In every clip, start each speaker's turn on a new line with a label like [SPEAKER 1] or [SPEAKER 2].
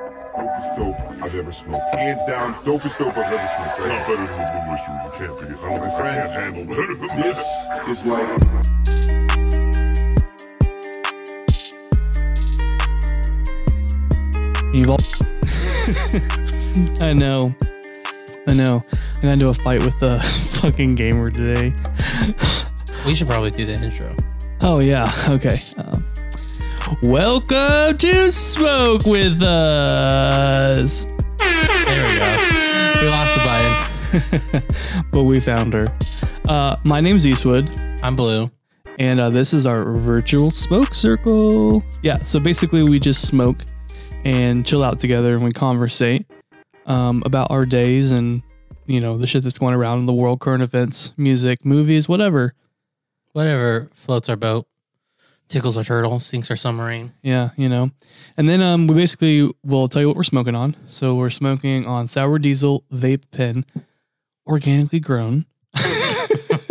[SPEAKER 1] dopest dope I've ever smoked. Hands down, dopest dope I've ever smoked. It's not better than Blue Oyster. You can't be. I don't think I can handle better than this. This is like.
[SPEAKER 2] You've all. I know. I know. I got into a fight with the fucking gamer today.
[SPEAKER 3] We should probably do the intro.
[SPEAKER 2] Oh, yeah. Okay. Um, welcome to Smoke With Us.
[SPEAKER 3] There we go. We lost the button.
[SPEAKER 2] but we found her. Uh, my name's Eastwood.
[SPEAKER 3] I'm blue.
[SPEAKER 2] and uh, this is our virtual smoke circle. Yeah, so basically we just smoke and chill out together, and we conversate um, about our days and you know the shit that's going around in the world, current events, music, movies, whatever.
[SPEAKER 3] Whatever floats our boat, tickles our turtle, sinks our submarine.
[SPEAKER 2] Yeah, you know. And then um, we basically will tell you what we're smoking on. So we're smoking on sour diesel vape pen, organically grown.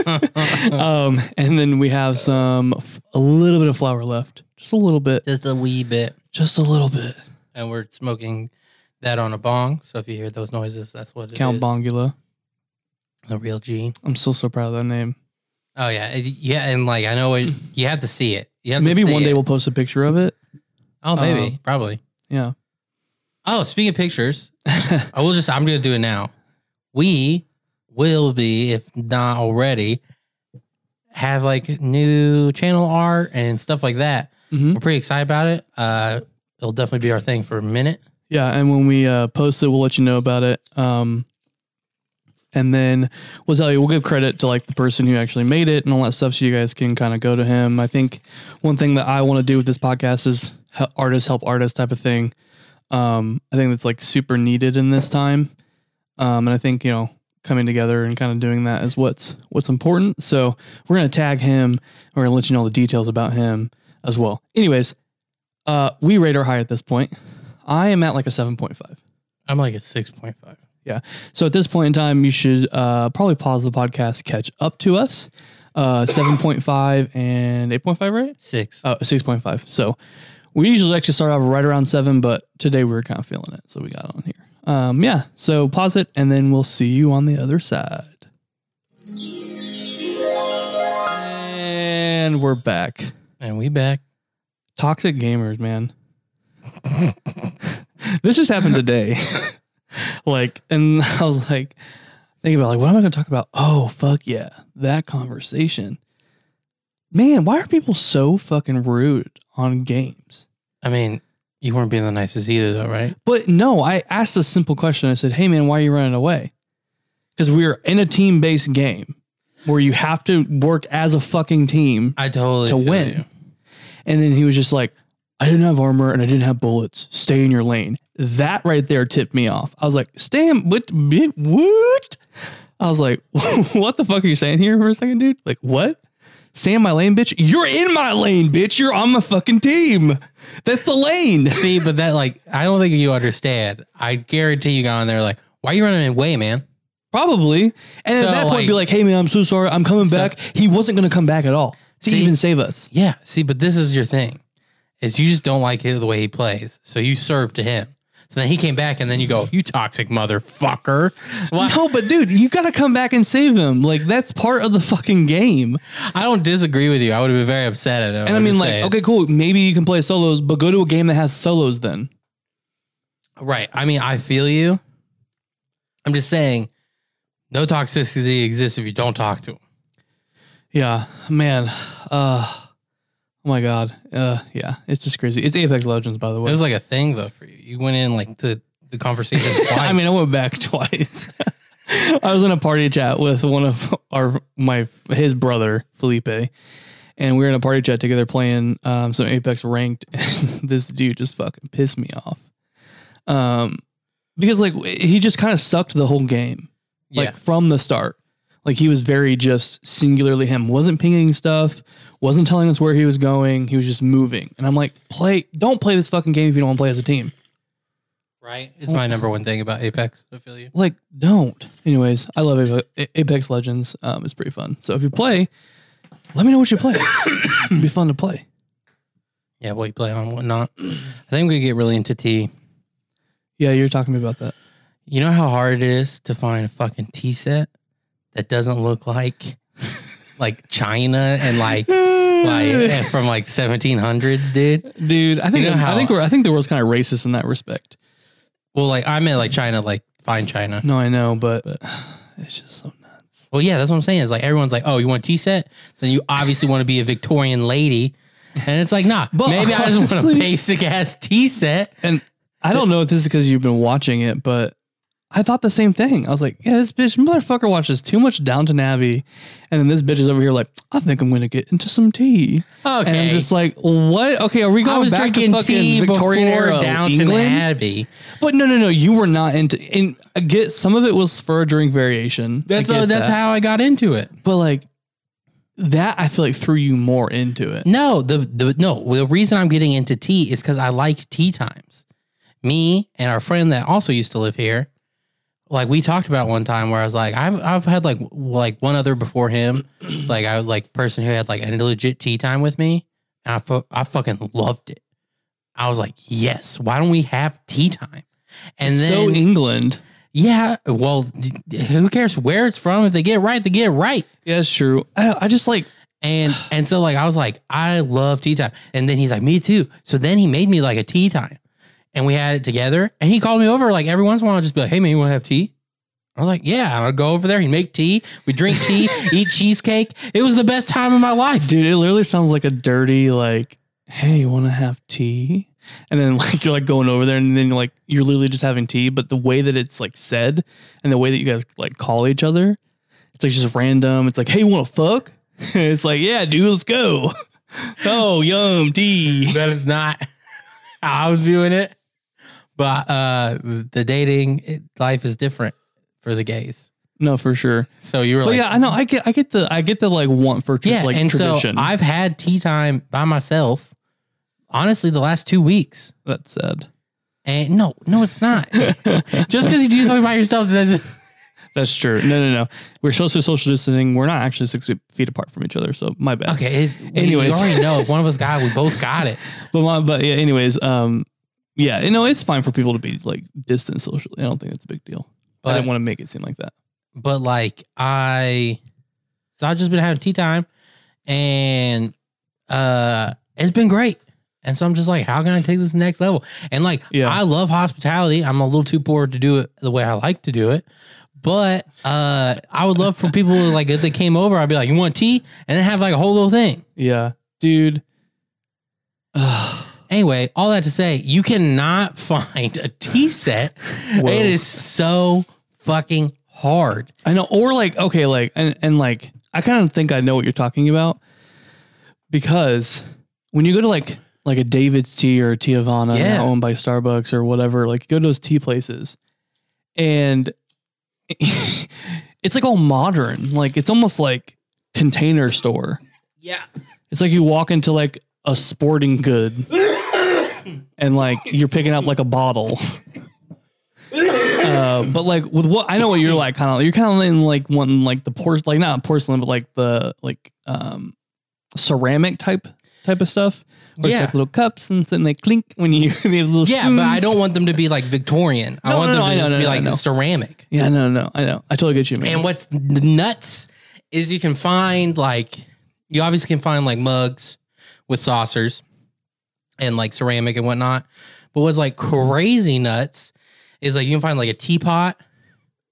[SPEAKER 2] um, and then we have some a little bit of flour left, just a little bit,
[SPEAKER 3] Just a wee bit.
[SPEAKER 2] just a little bit.
[SPEAKER 3] And we're smoking that on a bong. So if you hear those noises, that's what it
[SPEAKER 2] Count
[SPEAKER 3] is.
[SPEAKER 2] Bongula.
[SPEAKER 3] The real G.
[SPEAKER 2] I'm still so proud of that name.
[SPEAKER 3] Oh, yeah. And- Yeah. And like, I know it, you have to see it. You have to
[SPEAKER 2] Maybe
[SPEAKER 3] see
[SPEAKER 2] one day
[SPEAKER 3] it.
[SPEAKER 2] we'll post a picture of it.
[SPEAKER 3] Oh, maybe.
[SPEAKER 2] uh,
[SPEAKER 3] probably.
[SPEAKER 2] Yeah. Mm-hmm.
[SPEAKER 3] Oh, speaking of pictures, I will just, I'm going to do it now. We will be, if not already, have like new channel art and stuff like that.
[SPEAKER 2] Mhm.
[SPEAKER 3] We're pretty excited about it. Uh, it'll definitely be our thing for a minute.
[SPEAKER 2] Yeah. And when we uh, post it, we'll let you know about it. Um, and then we'll tell you, we'll give credit to like the person who actually made it and all that stuff. So you guys can kind of go to him. I think one thing that I want to do with this podcast is he- artists help artists type of thing. Um, I think that's like super needed in this time. Um, and I think, you know, coming together and kind of doing that is what's, what's important. So we're going to tag him. We're going to let you know all the details about him as well. Anyways, Uh, we rate her high at this point. I am at like a 7.5.
[SPEAKER 3] I'm like a 6.5.
[SPEAKER 2] So at this point in time, you should uh, probably pause the podcast, catch up to us. Uh, 7.5 and 8.5, right?
[SPEAKER 3] Six.
[SPEAKER 2] Oh, 6.5. So we usually like to start off right around seven, but today we were kind of feeling it. So we got on here. Um, yeah. So pause it and then we'll see you on the other side. And we're back.
[SPEAKER 3] And we back.
[SPEAKER 2] Toxic gamers, man. this just happened today. like, and I was like, thinking about like, what am I going to talk about? Oh, fuck yeah, that conversation. Man, why are people so fucking rude on games?
[SPEAKER 3] I mean, you weren't being the nicest either, though, right?
[SPEAKER 2] But no, I asked a simple question. I said, "Hey, man, why are you running away?" Because we are in a team-based game where you have to work as a fucking team
[SPEAKER 3] I totally
[SPEAKER 2] to
[SPEAKER 3] feel
[SPEAKER 2] win.
[SPEAKER 3] you.
[SPEAKER 2] And then he was just like, I didn't have armor and I didn't have bullets. Stay in your lane. That right there tipped me off. I was like, stay in, what, bi- what? I was like, what the fuck are you saying here for a second, dude? Like, what? Stay in my lane, bitch. You're in my lane, bitch. You're on my fucking team. That's the lane.
[SPEAKER 3] See, but that like, I don't think you understand. I guarantee you got on there like, why are you running away, man?
[SPEAKER 2] Probably. And
[SPEAKER 3] So,
[SPEAKER 2] at that point,
[SPEAKER 3] like-
[SPEAKER 2] be like, hey, man, I'm so sorry. I'm coming
[SPEAKER 3] So-
[SPEAKER 2] back. He wasn't going to come back at all to
[SPEAKER 3] See?
[SPEAKER 2] even save us.
[SPEAKER 3] Yeah. See, but this is your thing, is you just don't like it, the way he plays, so you serve to him. So then he came back, and then you go, you toxic motherfucker. Why-
[SPEAKER 2] No, but dude, you got to come back and save him. Like, that's part of the fucking game.
[SPEAKER 3] I don't disagree with you. I would have been very upset at him.
[SPEAKER 2] And I
[SPEAKER 3] I'm
[SPEAKER 2] mean,
[SPEAKER 3] just
[SPEAKER 2] like,
[SPEAKER 3] saying.
[SPEAKER 2] okay, cool. Maybe you can play solos, but go to a game that has solos then.
[SPEAKER 3] right. I mean, I feel you. I'm just saying, no toxicity exists if you don't talk to him.
[SPEAKER 2] Yeah, man. Uh, oh my god. Uh, yeah, it's just crazy. It's Apex Legends, by the
[SPEAKER 3] It
[SPEAKER 2] way.
[SPEAKER 3] was like a thing though for you. You went in like to the conversation twice.
[SPEAKER 2] I mean, I went back twice. I was in a party chat with one of our my his brother Felipe, and we were in a party chat together playing um, some Apex ranked. And this dude just fucking pissed me off, um, because like he just kind of sucked the whole game.
[SPEAKER 3] yeah.
[SPEAKER 2] like from the start. Like he was very just singularly him. Wasn't pinging stuff. Wasn't telling us where he was going. He was just moving. And I'm like, play. Don't play this fucking game if you don't want to play as a team.
[SPEAKER 3] right. It's my number one thing about Apex. I feel you.
[SPEAKER 2] Like, don't. Anyways, I love Ape- A- Apex Legends. Um, it's pretty fun. So if you play, let me know what you play. It'd be fun to play.
[SPEAKER 3] Yeah, what you play on, whatnot. I think we get really into tea.
[SPEAKER 2] Yeah, you're talking to me about that.
[SPEAKER 3] You know how hard it is to find a fucking tea set that doesn't look like like China and like like from like 1700s, dude.
[SPEAKER 2] dude, I think
[SPEAKER 3] You know
[SPEAKER 2] I think
[SPEAKER 3] how-
[SPEAKER 2] we're I think the world's kind of racist in that respect.
[SPEAKER 3] Well, like I meant like China, like fine China.
[SPEAKER 2] No, I know, but, it's just so nuts.
[SPEAKER 3] Well, yeah, that's what I'm saying. It's like everyone's like, "Oh, you want a tea set? Then you obviously want to be a Victorian lady." And it's like, nah,
[SPEAKER 2] But
[SPEAKER 3] maybe I just want
[SPEAKER 2] honestly-
[SPEAKER 3] a basic ass tea set.
[SPEAKER 2] And I don't know if this is because you've been watching it, but I thought the same thing. I was like, yeah, this bitch motherfucker watches too much Downton Abbey, and then this bitch is over here like, I think I'm gonna get into some tea.
[SPEAKER 3] Okay.
[SPEAKER 2] And I'm just like, what? Okay, are we going
[SPEAKER 3] I was
[SPEAKER 2] back
[SPEAKER 3] drinking
[SPEAKER 2] to fucking
[SPEAKER 3] tea
[SPEAKER 2] Victorian
[SPEAKER 3] before
[SPEAKER 2] era
[SPEAKER 3] Downton
[SPEAKER 2] England?
[SPEAKER 3] Abbey.
[SPEAKER 2] But no, no, no, you were not into. And I get some of it was for a drink variation. I
[SPEAKER 3] That's
[SPEAKER 2] get
[SPEAKER 3] the, that's
[SPEAKER 2] that.
[SPEAKER 3] how I got into it.
[SPEAKER 2] But like that, I feel like threw you more into it.
[SPEAKER 3] No, the the no, the reason I'm getting into tea is because I like tea times. Me and our friend that also used to live here, like we talked about one time where I was like, I've I've had like w- like one other before him, like I was like person who had like a legit tea time with me, and I fu- I fucking loved it. I was like, yes, why don't we have tea time? And
[SPEAKER 2] It's
[SPEAKER 3] then
[SPEAKER 2] so e England.
[SPEAKER 3] yeah, well, d- d- who cares where it's from? If they get it right, they get it right.
[SPEAKER 2] Yeah, it's true. I, I just like
[SPEAKER 3] And and so like I was like, I love tea time. And then he's like, me too. So then he made me like a tea time. And we had it together. And he called me over like every once in a while, I'd just be like, hey man, you wanna have tea? I was like, yeah. And I'd go over there, he'd make tea, we drink tea, eat cheesecake. It was the best time of my life.
[SPEAKER 2] dude. It literally sounds like a dirty like, hey, you want to have tea? And then like you're like going over there, and then you're like you're literally just having tea. But the way that it's like said, and the way that you guys like call each other, it's like just random. It's like, hey, you want to fuck? it's like, yeah, dude, let's go. oh, yum, tea.
[SPEAKER 3] That is not how I was viewing it. But uh the dating it- life is different for the gays.
[SPEAKER 2] No, for sure.
[SPEAKER 3] So you were
[SPEAKER 2] But
[SPEAKER 3] like,
[SPEAKER 2] yeah, I know. I get, I get the, I get the like want for tra-
[SPEAKER 3] yeah,
[SPEAKER 2] like
[SPEAKER 3] and
[SPEAKER 2] tradition.
[SPEAKER 3] so I've had tea time by myself. Honestly, the last two weeks.
[SPEAKER 2] That's sad.
[SPEAKER 3] And no, no, it's not. Just because you do something by yourself, doesn't-
[SPEAKER 2] That's true. No, no, no. We're supposed to social distancing. We're not actually six feet apart from each other. So my bad.
[SPEAKER 3] okay. It, we-
[SPEAKER 2] Anyways.
[SPEAKER 3] we already know if one of us got, it, we both got it.
[SPEAKER 2] But my, but yeah. Anyways, um, yeah. You know, it's fine for people to be like distant socially. I don't think it's a big deal. I
[SPEAKER 3] But
[SPEAKER 2] didn't want to make it seem like that.
[SPEAKER 3] but like I, so I've just been having tea time, and uh, it's been great. And so I'm just like, how can I take this next level? And like,
[SPEAKER 2] Yeah.
[SPEAKER 3] I love hospitality. I'm a little too poor to do it the way I like to do it. But uh, I would love for people to, like if they came over, I'd be like, you want tea? And then have like a whole little thing.
[SPEAKER 2] Yeah, dude. Ugh.
[SPEAKER 3] Anyway, all that to say, you cannot find a tea set.
[SPEAKER 2] Whoa.
[SPEAKER 3] It is so fucking hard.
[SPEAKER 2] I know. Or like, okay, like, and, and like, I kind of think I know what you're talking about because when you go to like, like a David's Tea or a Tiavana
[SPEAKER 3] Yeah.
[SPEAKER 2] owned by Starbucks or whatever, like you go to those tea places and it's like all modern. Like it's almost like container store.
[SPEAKER 3] Yeah.
[SPEAKER 2] It's like you walk into like a sporting good and like you're picking up like a bottle. Uh, but like with what I know what you're like kind of you're kind of in like one like the porcelain like not porcelain but like the like um ceramic type type of stuff. Where
[SPEAKER 3] Yeah.
[SPEAKER 2] it's like little cups and then they clink when you they have little
[SPEAKER 3] Yeah, but I
[SPEAKER 2] spoons.
[SPEAKER 3] don't want them to be like Victorian. I
[SPEAKER 2] No,
[SPEAKER 3] want
[SPEAKER 2] no, no,
[SPEAKER 3] them
[SPEAKER 2] I
[SPEAKER 3] to
[SPEAKER 2] know,
[SPEAKER 3] just
[SPEAKER 2] no,
[SPEAKER 3] be
[SPEAKER 2] no,
[SPEAKER 3] like
[SPEAKER 2] no.
[SPEAKER 3] ceramic.
[SPEAKER 2] Yeah, no, no, I know. I totally get you, man.
[SPEAKER 3] And what's n- nuts is you can find like you obviously can find like mugs with saucers and like ceramic and whatnot. But what's like crazy nuts is like you can find like a teapot.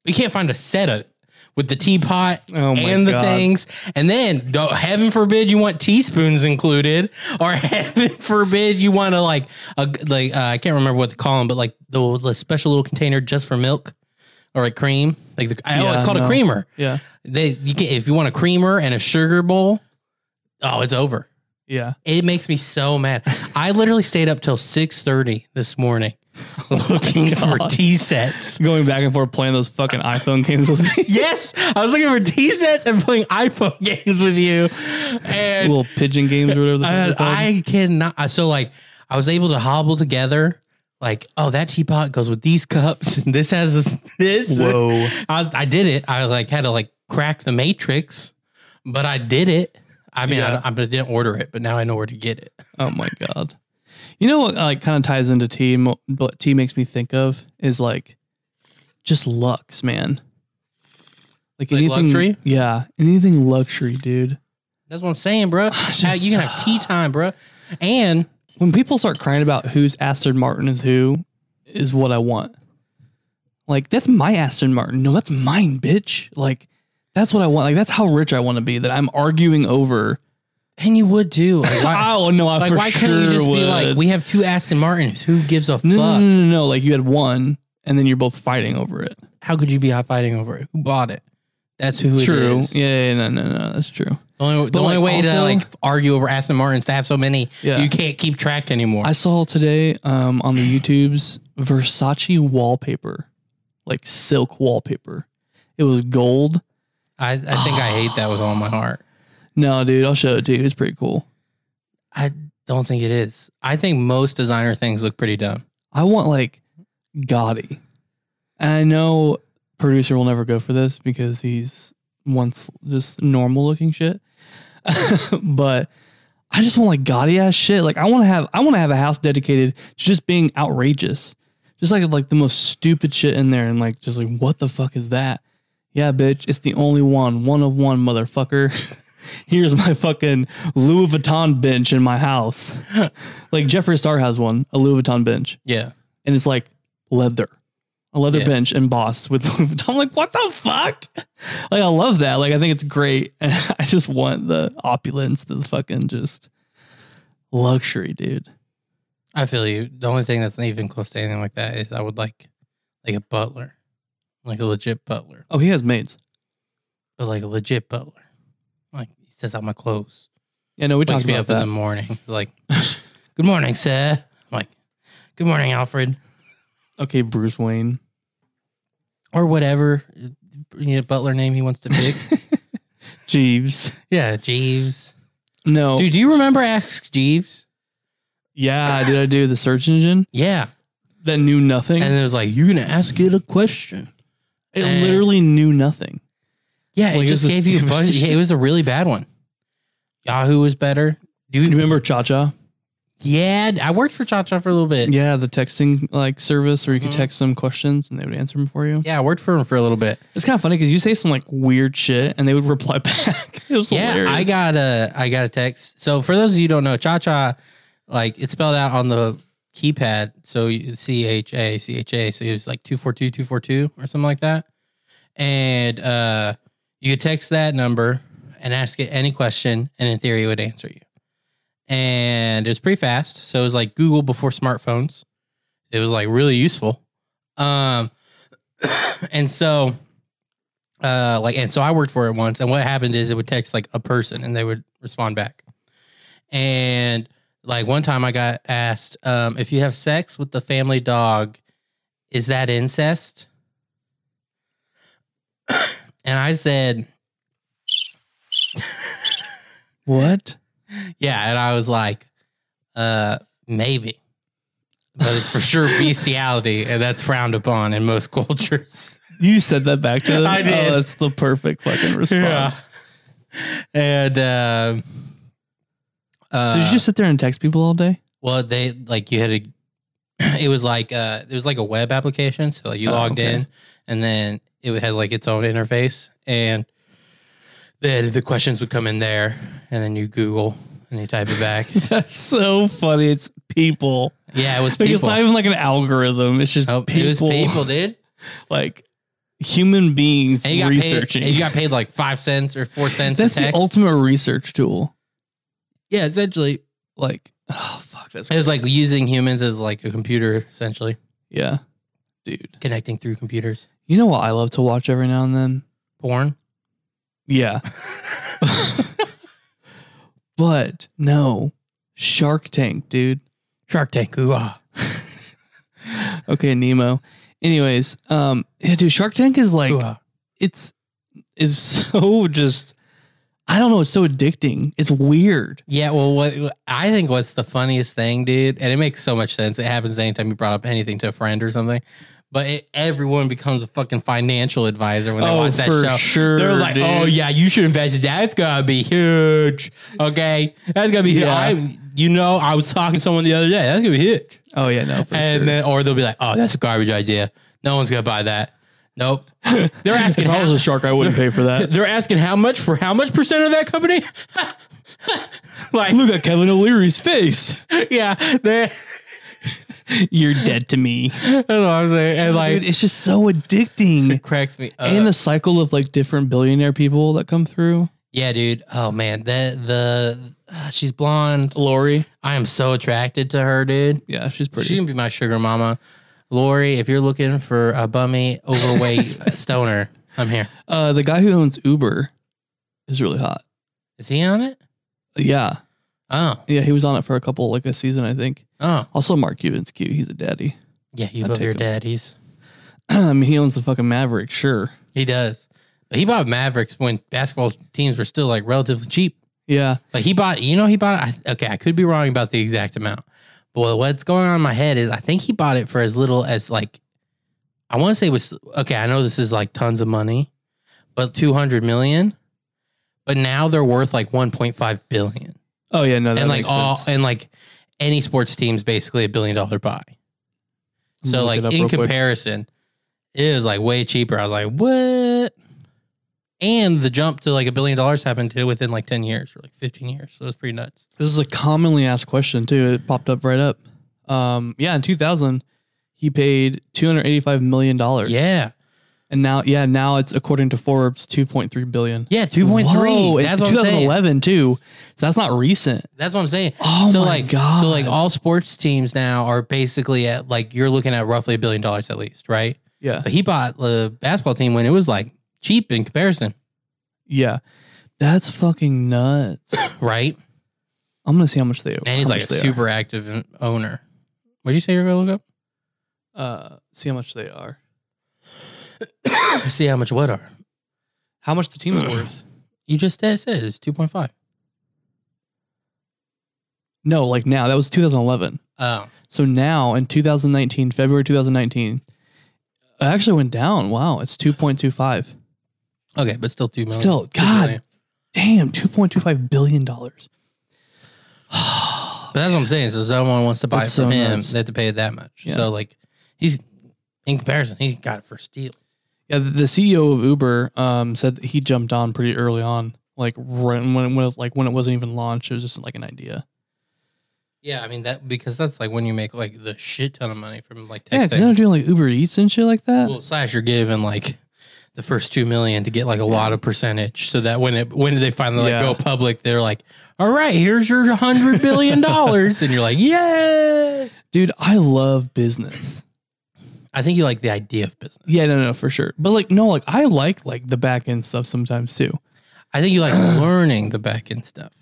[SPEAKER 3] You can't find a set of it with the teapot
[SPEAKER 2] Oh my
[SPEAKER 3] and the
[SPEAKER 2] God.
[SPEAKER 3] things. And then don't, heaven forbid you want teaspoons included or heaven forbid you want to like a like uh, I can't remember what to call them, but like the, the special little container just for milk or like cream. Like the, oh,
[SPEAKER 2] Yeah,
[SPEAKER 3] it's called
[SPEAKER 2] no.
[SPEAKER 3] a creamer.
[SPEAKER 2] yeah,
[SPEAKER 3] They you can if you want a creamer and a sugar bowl, oh, it's over.
[SPEAKER 2] yeah.
[SPEAKER 3] It makes me so mad. I literally stayed up till six thirty this morning looking for
[SPEAKER 2] Oh God.
[SPEAKER 3] tea sets.
[SPEAKER 2] Going back and forth playing those fucking iPhone games with me.
[SPEAKER 3] Yes, I was looking for tea sets and playing iPhone games with you, and
[SPEAKER 2] little pigeon games or whatever the fuck
[SPEAKER 3] I,
[SPEAKER 2] they're called.
[SPEAKER 3] I cannot. So like, I was able to hobble together. Like, oh, that teapot goes with these cups, and this has this. this.
[SPEAKER 2] Whoa.
[SPEAKER 3] I was, I did it. I like had to like crack the matrix, but I did it. I mean,
[SPEAKER 2] Yeah.
[SPEAKER 3] I, I didn't order it, but now I know where to get it.
[SPEAKER 2] Oh my god. You know what, like, kind of ties into tea, and mo- but tea makes me think of is like just lux, man. Like,
[SPEAKER 3] Like
[SPEAKER 2] anything,
[SPEAKER 3] luxury?
[SPEAKER 2] yeah, anything luxury, dude.
[SPEAKER 3] That's what I'm saying, bro.
[SPEAKER 2] just-
[SPEAKER 3] Now you can have tea time, bro. And
[SPEAKER 2] When people start crying about whose Aston Martin is who, is what I want. Like, that's my Aston Martin. No, that's mine, bitch. Like, that's what I want. Like, that's how rich I want to be. That I'm arguing over.
[SPEAKER 3] and you would too. Like, why,
[SPEAKER 2] Oh no, I
[SPEAKER 3] like,
[SPEAKER 2] for
[SPEAKER 3] why
[SPEAKER 2] sure
[SPEAKER 3] couldn't you just
[SPEAKER 2] would.
[SPEAKER 3] be like, we have two Aston Martins. Who gives a
[SPEAKER 2] No,
[SPEAKER 3] fuck?
[SPEAKER 2] no, no, no, no. Like you had one, and then you're both fighting over it.
[SPEAKER 3] How could you be out fighting over it? Who bought it? That's who it
[SPEAKER 2] true.
[SPEAKER 3] is.
[SPEAKER 2] Yeah, yeah, no, no, no. That's true.
[SPEAKER 3] The only, the
[SPEAKER 2] But,
[SPEAKER 3] only
[SPEAKER 2] like,
[SPEAKER 3] way to
[SPEAKER 2] also-
[SPEAKER 3] like argue over Aston Martins to have so many,
[SPEAKER 2] Yeah.
[SPEAKER 3] you can't keep track anymore.
[SPEAKER 2] I saw today um, on the YouTubes Versace wallpaper, like silk wallpaper. It was gold.
[SPEAKER 3] I, I think I hate that with all my heart.
[SPEAKER 2] No, dude, I'll show it to you. It's pretty cool.
[SPEAKER 3] I don't think it is. I think most designer things look pretty dumb.
[SPEAKER 2] I want like gaudy, and I know producer will never go for this because he's wants just normal looking shit. but I just want like gaudy ass shit. Like I want to have I want to have a house dedicated to just being outrageous, just like like the most stupid shit in there, and like just like what the fuck is that? Yeah, bitch, it's the only one, one of one, motherfucker. Here's my fucking Louis Vuitton bench in my house. like Jeffree Star has one, a Louis Vuitton bench
[SPEAKER 3] Yeah.
[SPEAKER 2] and it's like leather, a leather
[SPEAKER 3] Yeah.
[SPEAKER 2] bench embossed with Louis Vuitton. I'm like, what the fuck? Like, I love that. Like, I think it's great. And I just want the opulence, the fucking just luxury, dude.
[SPEAKER 3] I feel you. The only thing that's not even close to anything like that is I would like like a butler. Like a legit butler.
[SPEAKER 2] Oh, he has maids.
[SPEAKER 3] But like a legit butler. Like he sets out my clothes.
[SPEAKER 2] Yeah, no, we
[SPEAKER 3] Wakes
[SPEAKER 2] talked
[SPEAKER 3] me
[SPEAKER 2] about
[SPEAKER 3] up in the
[SPEAKER 2] that.
[SPEAKER 3] morning. He's like, Good morning, sir. I'm like, Good morning, Alfred.
[SPEAKER 2] Okay, Bruce Wayne.
[SPEAKER 3] Or whatever uh, you know, butler name he wants to pick.
[SPEAKER 2] Jeeves.
[SPEAKER 3] yeah, Jeeves.
[SPEAKER 2] No.
[SPEAKER 3] Dude, do you remember Ask Jeeves?
[SPEAKER 2] Yeah, did I do the search engine
[SPEAKER 3] Yeah.
[SPEAKER 2] that knew nothing?
[SPEAKER 3] And it was like, You're gonna ask it a question.
[SPEAKER 2] it literally knew nothing.
[SPEAKER 3] Yeah,
[SPEAKER 2] Like,
[SPEAKER 3] it
[SPEAKER 2] it's
[SPEAKER 3] just
[SPEAKER 2] a
[SPEAKER 3] gave you a
[SPEAKER 2] stupid
[SPEAKER 3] bunch.
[SPEAKER 2] shit.
[SPEAKER 3] Yeah, it was a really bad one. Yahoo was better. Do
[SPEAKER 2] You remember Cha Cha?
[SPEAKER 3] Yeah, I worked for Cha Cha for a little bit. Yeah.
[SPEAKER 2] Yeah, the texting like service where you could
[SPEAKER 3] Mhm.
[SPEAKER 2] text some questions and they would answer them for you.
[SPEAKER 3] I worked for him for a little bit.
[SPEAKER 2] It's kind of funny because you say some like weird shit and they would reply back. it was
[SPEAKER 3] yeah,
[SPEAKER 2] hilarious.
[SPEAKER 3] I got a I got a text. So for those of you who don't know, Cha Cha, like it's spelled out on the keypad. So C H A C H A. So it was like 242 242 or something like that. And uh you could text that number and ask it any question, and in theory, it would answer you. And it was pretty fast. So it was like Google before smartphones. It was like really useful. Um, and so, uh, like, and so I worked for it once. And what happened is it would text like a person and they would respond back. And like one time I got asked, um, if you have sex with the family dog, is that incest? and I said,
[SPEAKER 2] what?
[SPEAKER 3] Yeah, and I was like, uh, maybe. But it's for sure bestiality, and that's frowned upon in most cultures.
[SPEAKER 2] You said that back to them.
[SPEAKER 3] I
[SPEAKER 2] Oh,
[SPEAKER 3] did.
[SPEAKER 2] that's the perfect fucking response.
[SPEAKER 3] And uh, uh
[SPEAKER 2] so you just sit there and text people all day?
[SPEAKER 3] well they like you had a it was like uh it was like a web application. So like you
[SPEAKER 2] Oh,
[SPEAKER 3] logged
[SPEAKER 2] okay.
[SPEAKER 3] in and then it had like its own interface and then the questions would come in there and then you Google and you type it back.
[SPEAKER 2] That's so funny. It's people.
[SPEAKER 3] yeah, it was
[SPEAKER 2] Like
[SPEAKER 3] people.
[SPEAKER 2] it's not even like an algorithm. It's just
[SPEAKER 3] Oh,
[SPEAKER 2] people,
[SPEAKER 3] It was people, dude.
[SPEAKER 2] like human beings
[SPEAKER 3] And you got
[SPEAKER 2] researching.
[SPEAKER 3] paid. And you got paid like five cents or four cents.
[SPEAKER 2] that's
[SPEAKER 3] a
[SPEAKER 2] the
[SPEAKER 3] text.
[SPEAKER 2] ultimate research tool.
[SPEAKER 3] Yeah, essentially,
[SPEAKER 2] Like, oh fuck, that's
[SPEAKER 3] it was like using humans as like a computer, essentially
[SPEAKER 2] yeah, dude.
[SPEAKER 3] connecting through computers.
[SPEAKER 2] You know what I love to watch every now and then?
[SPEAKER 3] Porn.
[SPEAKER 2] Yeah. but no, Shark Tank, dude.
[SPEAKER 3] Shark Tank. Ooh, ah.
[SPEAKER 2] Okay, Nemo. Anyways, um, yeah, dude, Shark Tank is like
[SPEAKER 3] Ooh, ah.
[SPEAKER 2] it's is so just I don't know, it's so addicting. It's weird.
[SPEAKER 3] Yeah. Well, what I think what's the funniest thing, dude, and it makes so much sense. It happens anytime you brought up anything to a friend or something. But it, everyone becomes a fucking financial advisor when they watch that show.
[SPEAKER 2] Oh, sure.
[SPEAKER 3] They're like, oh yeah, you should invest in that. It's gonna be huge. Okay, that's gonna be.
[SPEAKER 2] Yeah.
[SPEAKER 3] I, you know, I was talking to someone the other day. That's gonna be huge.
[SPEAKER 2] Oh yeah, no, for
[SPEAKER 3] and
[SPEAKER 2] sure.
[SPEAKER 3] then, or they'll be like, "Oh, that's a garbage idea. No one's gonna buy that." Nope. They're asking.
[SPEAKER 2] if I was
[SPEAKER 3] how-
[SPEAKER 2] a shark, I wouldn't pay for that.
[SPEAKER 3] They're asking how much for how much percent of that company? like,
[SPEAKER 2] Look at Kevin O'Leary's face.
[SPEAKER 3] yeah, they.
[SPEAKER 2] You're dead to me.
[SPEAKER 3] I don't know. I was like, and like,
[SPEAKER 2] Dude, it's just so addicting.
[SPEAKER 3] cracks me up.
[SPEAKER 2] and the cycle of like different billionaire people that come through.
[SPEAKER 3] yeah, dude. Oh man, the the uh, she's blonde.
[SPEAKER 2] Lori.
[SPEAKER 3] I am so attracted to her, dude.
[SPEAKER 2] Yeah, she's pretty.
[SPEAKER 3] She can be my sugar mama. Lori, if you're looking for a bummy, overweight stoner, I'm here.
[SPEAKER 2] uh, the guy who owns Uber is really hot.
[SPEAKER 3] Is he on it?
[SPEAKER 2] Yeah.
[SPEAKER 3] Oh,
[SPEAKER 2] Yeah, he was on it for a couple, like a season, I think.
[SPEAKER 3] oh,
[SPEAKER 2] Also, Mark Cuban's cute. He's a daddy.
[SPEAKER 3] yeah. You
[SPEAKER 2] I'll
[SPEAKER 3] love
[SPEAKER 2] take
[SPEAKER 3] your
[SPEAKER 2] him.
[SPEAKER 3] daddies.
[SPEAKER 2] I mean, he owns the fucking Maverick, sure.
[SPEAKER 3] He does. But he bought Mavericks when basketball teams were still like relatively cheap.
[SPEAKER 2] Yeah.
[SPEAKER 3] Like he bought, you know, he bought. I, okay, I could be wrong about the exact amount, but what's going on in my head is I think he bought it for as little as like, I want to say it was okay. I know this is like tons of money, but two hundred million. But now they're worth like one point five billion,
[SPEAKER 2] Oh yeah, no, that
[SPEAKER 3] and like
[SPEAKER 2] makes
[SPEAKER 3] all
[SPEAKER 2] sense.
[SPEAKER 3] and like any sports team's basically a billion dollar buy.
[SPEAKER 2] I'm
[SPEAKER 3] So
[SPEAKER 2] gonna look
[SPEAKER 3] like
[SPEAKER 2] it up
[SPEAKER 3] in
[SPEAKER 2] real quick.
[SPEAKER 3] comparison, it was like way cheaper. I was like, what? And the jump to like a billion dollars happened within like ten years or like fifteen years. So it was pretty nuts.
[SPEAKER 2] This is a commonly asked question too. It popped up right up. Um, yeah, in 2000, he paid 285 million dollars.
[SPEAKER 3] Yeah,
[SPEAKER 2] and now, yeah, now it's according to Forbes 2.3 billion.
[SPEAKER 3] yeah, two point
[SPEAKER 2] Whoa,
[SPEAKER 3] three.
[SPEAKER 2] in
[SPEAKER 3] That's what I'm saying.
[SPEAKER 2] 2011 too. So that's not recent.
[SPEAKER 3] That's what I'm saying.
[SPEAKER 2] Oh
[SPEAKER 3] so
[SPEAKER 2] my
[SPEAKER 3] like,
[SPEAKER 2] God.
[SPEAKER 3] so like all sports teams now are basically at like you're looking at roughly a billion dollars at least, right?
[SPEAKER 2] Yeah,
[SPEAKER 3] But he bought the basketball team when it was like cheap in comparison,
[SPEAKER 2] yeah, that's fucking nuts.
[SPEAKER 3] right?
[SPEAKER 2] I'm gonna see how much they.
[SPEAKER 3] And he's
[SPEAKER 2] how
[SPEAKER 3] like a
[SPEAKER 2] much they are.
[SPEAKER 3] super active in- owner. What did you say you're gonna look
[SPEAKER 2] Uh, see how much they are.
[SPEAKER 3] up? See how much what are
[SPEAKER 2] How much the team's worth?
[SPEAKER 3] you just said said it's two point five.
[SPEAKER 2] No, like now. That was 2011.
[SPEAKER 3] Oh,
[SPEAKER 2] So now in 2019, February 2019, it actually went down. Wow, it's 2.25.
[SPEAKER 3] okay, but still two million.
[SPEAKER 2] Still,
[SPEAKER 3] Two
[SPEAKER 2] God.
[SPEAKER 3] billion.
[SPEAKER 2] Damn, 2.25 billion dollars.
[SPEAKER 3] But that's what I'm saying. So someone wants to buy
[SPEAKER 2] That's
[SPEAKER 3] it from
[SPEAKER 2] so
[SPEAKER 3] him,
[SPEAKER 2] nuts.
[SPEAKER 3] they have to pay it that much.
[SPEAKER 2] Yeah.
[SPEAKER 3] So like, he's in comparison, he got it for steel.
[SPEAKER 2] Yeah, the the CEO of Uber um, said that he jumped on pretty early on, like right when it, when it, like when it wasn't even launched, it was just like an idea.
[SPEAKER 3] Yeah, I mean that because that's like when you make like the shit ton of money from like
[SPEAKER 2] Yeah,
[SPEAKER 3] tech
[SPEAKER 2] because they're
[SPEAKER 3] things.
[SPEAKER 2] doing like Uber Eats and shit like that.
[SPEAKER 3] Well, slash, you're given like the first two million to get like a lot of percentage, so that when it when they finally like
[SPEAKER 2] Yeah.
[SPEAKER 3] go public, they're like, all right, here's your hundred billion dollars, and you're like, yeah.
[SPEAKER 2] Dude, I love business.
[SPEAKER 3] I think you like the idea of business.
[SPEAKER 2] Yeah, no, no, for sure. But like, no, like I like like the back end stuff sometimes too.
[SPEAKER 3] I think you like learning the back end stuff.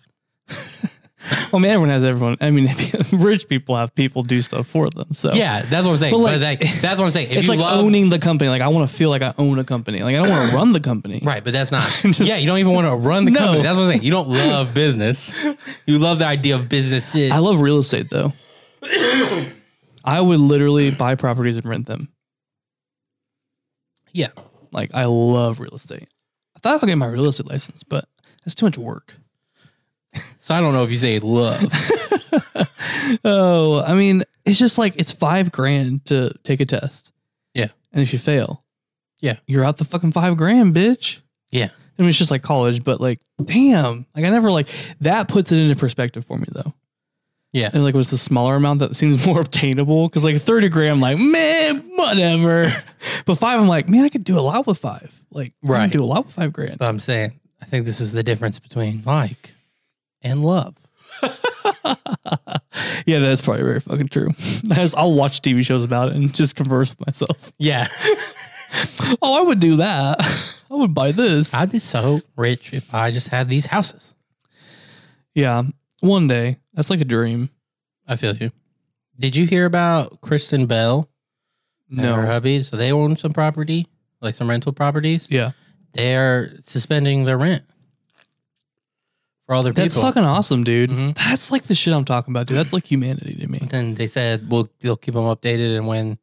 [SPEAKER 2] Well, I mean, everyone has everyone. I mean, rich people have people do stuff for them. So
[SPEAKER 3] Yeah, that's what I'm saying.
[SPEAKER 2] But,
[SPEAKER 3] But
[SPEAKER 2] like,
[SPEAKER 3] like, that's what I'm saying. If
[SPEAKER 2] it's
[SPEAKER 3] you
[SPEAKER 2] like
[SPEAKER 3] loved-
[SPEAKER 2] owning the company. Like I want to feel like I own a company. Like I don't want to run the company.
[SPEAKER 3] Right, but that's not.
[SPEAKER 2] I'm just-
[SPEAKER 3] yeah, you don't even want to run the
[SPEAKER 2] No.
[SPEAKER 3] company. That's what I'm saying. You don't love business. You love the idea of businesses.
[SPEAKER 2] I love real estate though. I would literally buy properties and rent them.
[SPEAKER 3] yeah.
[SPEAKER 2] Like I love real estate. I thought I'd get my real estate license, but that's too much work.
[SPEAKER 3] So I don't know if you say love.
[SPEAKER 2] Oh, I mean, it's just like it's five grand to take a test.
[SPEAKER 3] Yeah.
[SPEAKER 2] And if you fail,
[SPEAKER 3] Yeah.
[SPEAKER 2] you're out the fucking five grand, bitch.
[SPEAKER 3] Yeah.
[SPEAKER 2] I mean, it's just like college, but like, damn, like I never like that puts it into perspective for me though.
[SPEAKER 3] Yeah.
[SPEAKER 2] And like, was the smaller amount that seems more obtainable because like 30 grand, I'm like, man, whatever. but five, I'm like, man, I could do a lot with five. Like, I
[SPEAKER 3] Right.
[SPEAKER 2] could do a lot with five grand.
[SPEAKER 3] But I'm saying, I think this is the difference between like and love.
[SPEAKER 2] yeah, that's probably very fucking true. I just, I'll watch TV shows about it and just converse with myself.
[SPEAKER 3] Yeah.
[SPEAKER 2] Oh, I would do that. I would buy this.
[SPEAKER 3] I'd be so rich if I just had these houses.
[SPEAKER 2] yeah, one day. That's like a dream.
[SPEAKER 3] I feel you. Did you hear about Kristen Bell and her hubby? So they own some property, like some rental properties.
[SPEAKER 2] Yeah.
[SPEAKER 3] They're suspending their rent for all their
[SPEAKER 2] That's
[SPEAKER 3] people.
[SPEAKER 2] fucking awesome, dude.
[SPEAKER 3] Mhm.
[SPEAKER 2] That's like the shit I'm talking about, dude. That's like humanity to me.
[SPEAKER 3] then they said we'll they'll keep them updated and when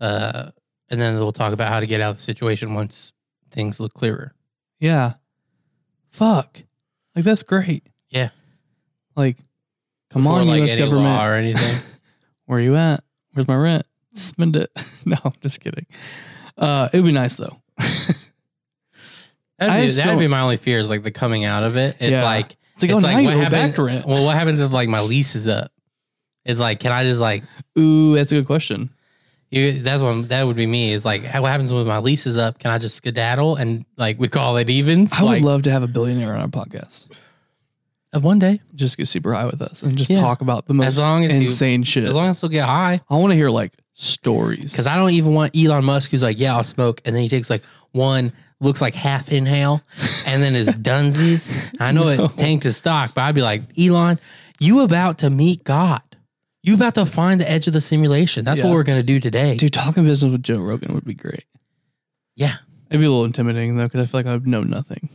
[SPEAKER 3] uh and then we'll talk about how to get out of the situation once things look clearer
[SPEAKER 2] Yeah. Fuck. Like that's great.
[SPEAKER 3] Yeah.
[SPEAKER 2] Like Come
[SPEAKER 3] before,
[SPEAKER 2] on,
[SPEAKER 3] like,
[SPEAKER 2] U.S.
[SPEAKER 3] any law
[SPEAKER 2] government.
[SPEAKER 3] or anything.
[SPEAKER 2] Where you at? Where's my rent? Spend it. no, I'm just kidding. Uh, it would be nice though. I
[SPEAKER 3] That'd be,
[SPEAKER 2] have
[SPEAKER 3] that'd
[SPEAKER 2] so-
[SPEAKER 3] be my only fear is like the coming out of it. It's
[SPEAKER 2] Yeah.
[SPEAKER 3] like
[SPEAKER 2] It's like, oh,
[SPEAKER 3] it's
[SPEAKER 2] now
[SPEAKER 3] like
[SPEAKER 2] you
[SPEAKER 3] what
[SPEAKER 2] owe back
[SPEAKER 3] happens.
[SPEAKER 2] to rent.
[SPEAKER 3] Well, what happens if like my lease is up? It's like, can I just like
[SPEAKER 2] Ooh, that's a good question.
[SPEAKER 3] you? That's what that would be me. Is like, what happens when my lease is up? Can I just skedaddle and like we call it evens?
[SPEAKER 2] I would
[SPEAKER 3] like,
[SPEAKER 2] love to have a billionaire on our podcast.
[SPEAKER 3] uh, one day,
[SPEAKER 2] Just get super high with us and just
[SPEAKER 3] Yeah.
[SPEAKER 2] talk about the most
[SPEAKER 3] long as you-
[SPEAKER 2] insane shit.
[SPEAKER 3] as long as I will get high.
[SPEAKER 2] I want to hear like stories.
[SPEAKER 3] Because I don't even want Elon Musk who's like, yeah, I'll smoke, and then he takes like one. Looks like half inhale, and then his dunsies. I know it tanked his stock, but I'd be like, Elon, you about to meet God? You about to find the edge of the simulation? That's
[SPEAKER 2] Yeah.
[SPEAKER 3] what we're gonna do today.
[SPEAKER 2] Dude, talking business with Joe Rogan would be great.
[SPEAKER 3] Yeah,
[SPEAKER 2] It'd be a little intimidating though, because I feel like I would know nothing.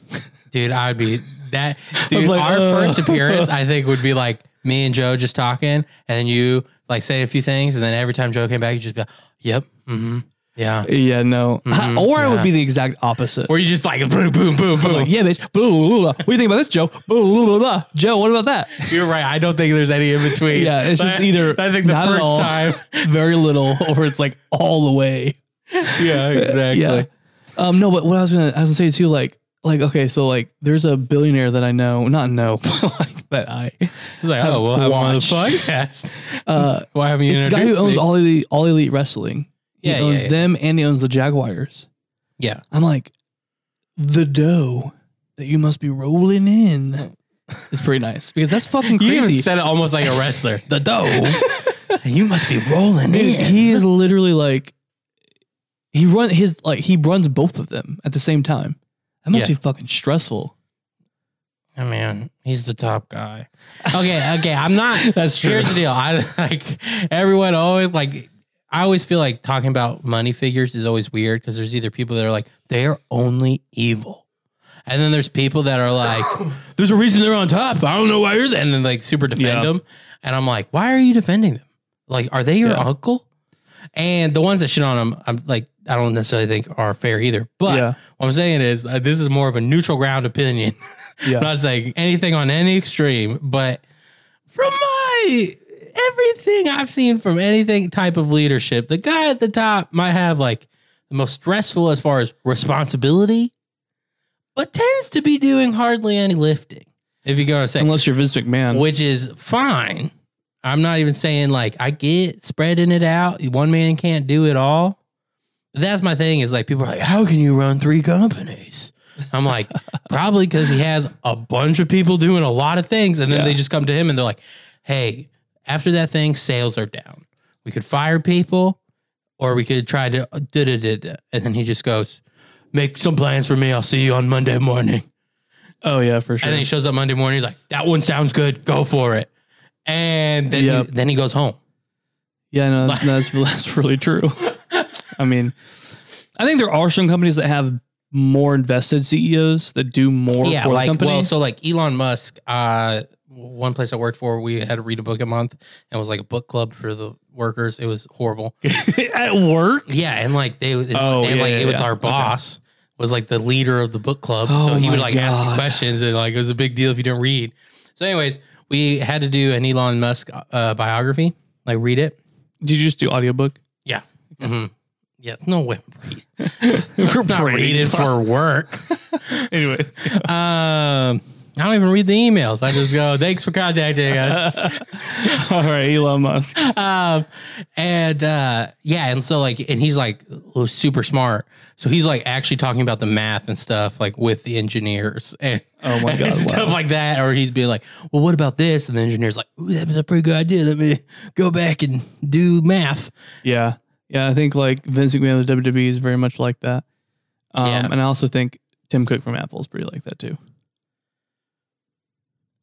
[SPEAKER 3] Dude, I'd be that. Dude,
[SPEAKER 2] like,
[SPEAKER 3] our
[SPEAKER 2] uh.
[SPEAKER 3] first appearance, I think, would be like me and Joe just talking, and then you like say a few things, and then every time Joe came back, you just be like, "Yep, mm-hmm, yeah,"
[SPEAKER 2] Yeah, no.
[SPEAKER 3] Mhm,
[SPEAKER 2] or I would
[SPEAKER 3] yeah.
[SPEAKER 2] be the exact opposite.
[SPEAKER 3] or you just like boom, boom, boom,
[SPEAKER 2] Like,
[SPEAKER 3] boom.
[SPEAKER 2] yeah, bitch. Blah, blah, blah. What do you think about this, Joe? Blah, blah, blah, blah, blah. Joe, what about that?
[SPEAKER 3] You're right. I don't think there's any in between.
[SPEAKER 2] Yeah, it's just
[SPEAKER 3] I-
[SPEAKER 2] either
[SPEAKER 3] I think the
[SPEAKER 2] not at
[SPEAKER 3] first
[SPEAKER 2] all.
[SPEAKER 3] time.
[SPEAKER 2] Very little, or it's like all the way.
[SPEAKER 3] Yeah, exactly.
[SPEAKER 2] Yeah. Um, no, but what I was gonna I was gonna say too, like like okay, so like there's a billionaire that I know, not know, but like that I
[SPEAKER 3] It's like, oh, we'll have him on the podcast.
[SPEAKER 2] uh
[SPEAKER 3] Why haven't you
[SPEAKER 2] it's the guy who
[SPEAKER 3] introduced
[SPEAKER 2] owns
[SPEAKER 3] me?
[SPEAKER 2] all elite all elite wrestling.
[SPEAKER 3] Yeah,
[SPEAKER 2] he
[SPEAKER 3] yeah,
[SPEAKER 2] owns
[SPEAKER 3] yeah.
[SPEAKER 2] them and he owns the Jaguars.
[SPEAKER 3] Yeah.
[SPEAKER 2] I'm like, the dough that you must be rolling in. It's pretty nice because that's fucking
[SPEAKER 3] You even
[SPEAKER 2] crazy.
[SPEAKER 3] said it almost like a wrestler.
[SPEAKER 2] the dough.
[SPEAKER 3] you must be rolling
[SPEAKER 2] Dude,
[SPEAKER 3] in.
[SPEAKER 2] he is literally like he run his like he runs both of them at the same time. That must be
[SPEAKER 3] Yeah.
[SPEAKER 2] fucking stressful. Oh,
[SPEAKER 3] I mean, he's the top guy. Okay, okay. I'm not.
[SPEAKER 2] That's true.
[SPEAKER 3] Here's the deal. I like everyone always like. I always feel like talking about money figures is always weird because there's either people that are like they're only evil, and then there's people that are like there's a reason they're on top. I don't know why you're there, and then like super defend
[SPEAKER 2] Yeah.
[SPEAKER 3] them, and I'm like, why are you defending them? Like, are they your
[SPEAKER 2] Yeah.
[SPEAKER 3] uncle? And the ones that shit on them, I'm like, I don't necessarily think are fair either. But
[SPEAKER 2] Yeah.
[SPEAKER 3] what I'm saying is, uh, this is more of a neutral ground opinion.
[SPEAKER 2] Yeah.
[SPEAKER 3] I'm not saying anything on any extreme, but from my everything I've seen from anything type of leadership, the guy at the top might have like the most stressful as far as responsibility, but tends to be doing hardly any lifting. If you go to say,
[SPEAKER 2] Unless you're Vince McMahon.
[SPEAKER 3] which is fine. I'm not even saying like I get spreading it out. One man can't do it all. But that's my thing is like people are like, how can you run three companies? I'm like, probably because he has a bunch of people doing a lot of things, and then
[SPEAKER 2] Yeah.
[SPEAKER 3] they just come to him and they're like, hey, after that thing, sales are down. We could fire people, or we could try to uh, da da da da. And then he just goes, make some plans for me. I'll see you on Monday morning.
[SPEAKER 2] oh yeah, for sure.
[SPEAKER 3] And then he shows up Monday morning. He's like, "That one sounds good. Go for it." And then
[SPEAKER 2] Yep.
[SPEAKER 3] he, then he goes home.
[SPEAKER 2] Yeah, no,
[SPEAKER 3] Like-
[SPEAKER 2] that's that's really true. I mean, I think there are some companies that have more invested CEOs that do more
[SPEAKER 3] yeah,
[SPEAKER 2] for the
[SPEAKER 3] like
[SPEAKER 2] company.
[SPEAKER 3] well, so like Elon Musk. Uh, one place I worked for, we had to read a book a month, and it was like a book club for the workers. It was horrible.
[SPEAKER 2] At work,
[SPEAKER 3] Yeah, and like they, and,
[SPEAKER 2] Oh,
[SPEAKER 3] and,
[SPEAKER 2] yeah,
[SPEAKER 3] like
[SPEAKER 2] yeah,
[SPEAKER 3] it was
[SPEAKER 2] yeah.
[SPEAKER 3] our
[SPEAKER 2] Okay.
[SPEAKER 3] boss was like the leader of the book club, so
[SPEAKER 2] Oh
[SPEAKER 3] he would
[SPEAKER 2] my
[SPEAKER 3] like ask you
[SPEAKER 2] God.
[SPEAKER 3] questions, and like it was a big deal if you didn't read. So, anyways, we had to do an Elon Musk uh, biography, like read it.
[SPEAKER 2] did you just do audiobook?
[SPEAKER 3] Yeah. hmm Yeah, no way.
[SPEAKER 2] We're
[SPEAKER 3] Not read it for work.
[SPEAKER 2] anyway.
[SPEAKER 3] Um, I don't even read the emails. I just go, thanks for contacting us.
[SPEAKER 2] All right, Elon Musk.
[SPEAKER 3] um, and uh, yeah, and so like, and he's like oh, super smart. So he's like actually talking about the math and stuff like with the engineers and,
[SPEAKER 2] Oh my
[SPEAKER 3] and
[SPEAKER 2] God, wow.
[SPEAKER 3] stuff like that. Or he's being like, well, what about this? And the engineer's like, ooh, that was a pretty good idea. Let me go back and do math.
[SPEAKER 2] Yeah, yeah. I think like Vince McMahon of the WWE is very much like that. Um,
[SPEAKER 3] Yeah.
[SPEAKER 2] and I also think Tim Cook from Apple is pretty like that too.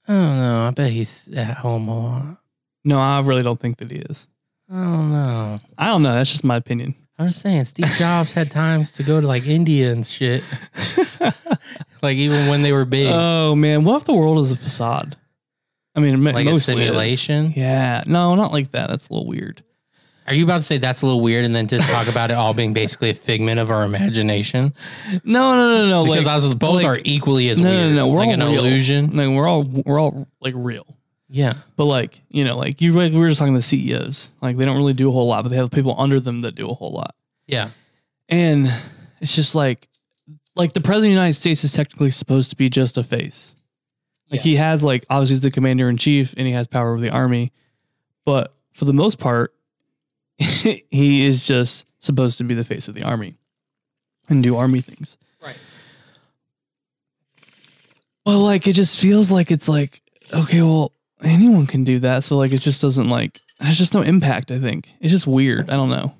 [SPEAKER 3] I don't know. I bet he's at home a lot.
[SPEAKER 2] No, I really don't think that he is.
[SPEAKER 3] I don't know.
[SPEAKER 2] I don't know. That's just my opinion.
[SPEAKER 3] I'm just saying, Steve Jobs had times to go to like India and shit. like even when they were big,
[SPEAKER 2] Oh man, what if the world is a facade? I mean, it
[SPEAKER 3] like
[SPEAKER 2] mostly
[SPEAKER 3] a
[SPEAKER 2] is.
[SPEAKER 3] simulation.
[SPEAKER 2] Yeah, no, not like that. That's a little weird.
[SPEAKER 3] Are you about to say that's a little weird, and then just talk about it all being basically a figment of our imagination?
[SPEAKER 2] No, no, no, no.
[SPEAKER 3] Because
[SPEAKER 2] like,
[SPEAKER 3] I was both
[SPEAKER 2] like-
[SPEAKER 3] are equally as
[SPEAKER 2] no,
[SPEAKER 3] weird.
[SPEAKER 2] no, no. We're
[SPEAKER 3] like
[SPEAKER 2] all
[SPEAKER 3] an
[SPEAKER 2] real.
[SPEAKER 3] illusion.
[SPEAKER 2] No, we're all we're all like real.
[SPEAKER 3] Yeah.
[SPEAKER 2] But like, you know, like you like we were just talking to CEOs. Like they don't really do a whole lot, but they have people under them that do a whole lot.
[SPEAKER 3] Yeah.
[SPEAKER 2] And it's just like like the president of the United States is technically supposed to be just a face. Like
[SPEAKER 3] Yeah.
[SPEAKER 2] he has like obviously he's the commander in chief and he has power over the army, but for the most part, he is just supposed to be the face of the army and do army things.
[SPEAKER 3] Right.
[SPEAKER 2] But like it just feels like it's like okay, well anyone can do that, so like it just doesn't like there's just no impact. I think it's just weird. I don't know.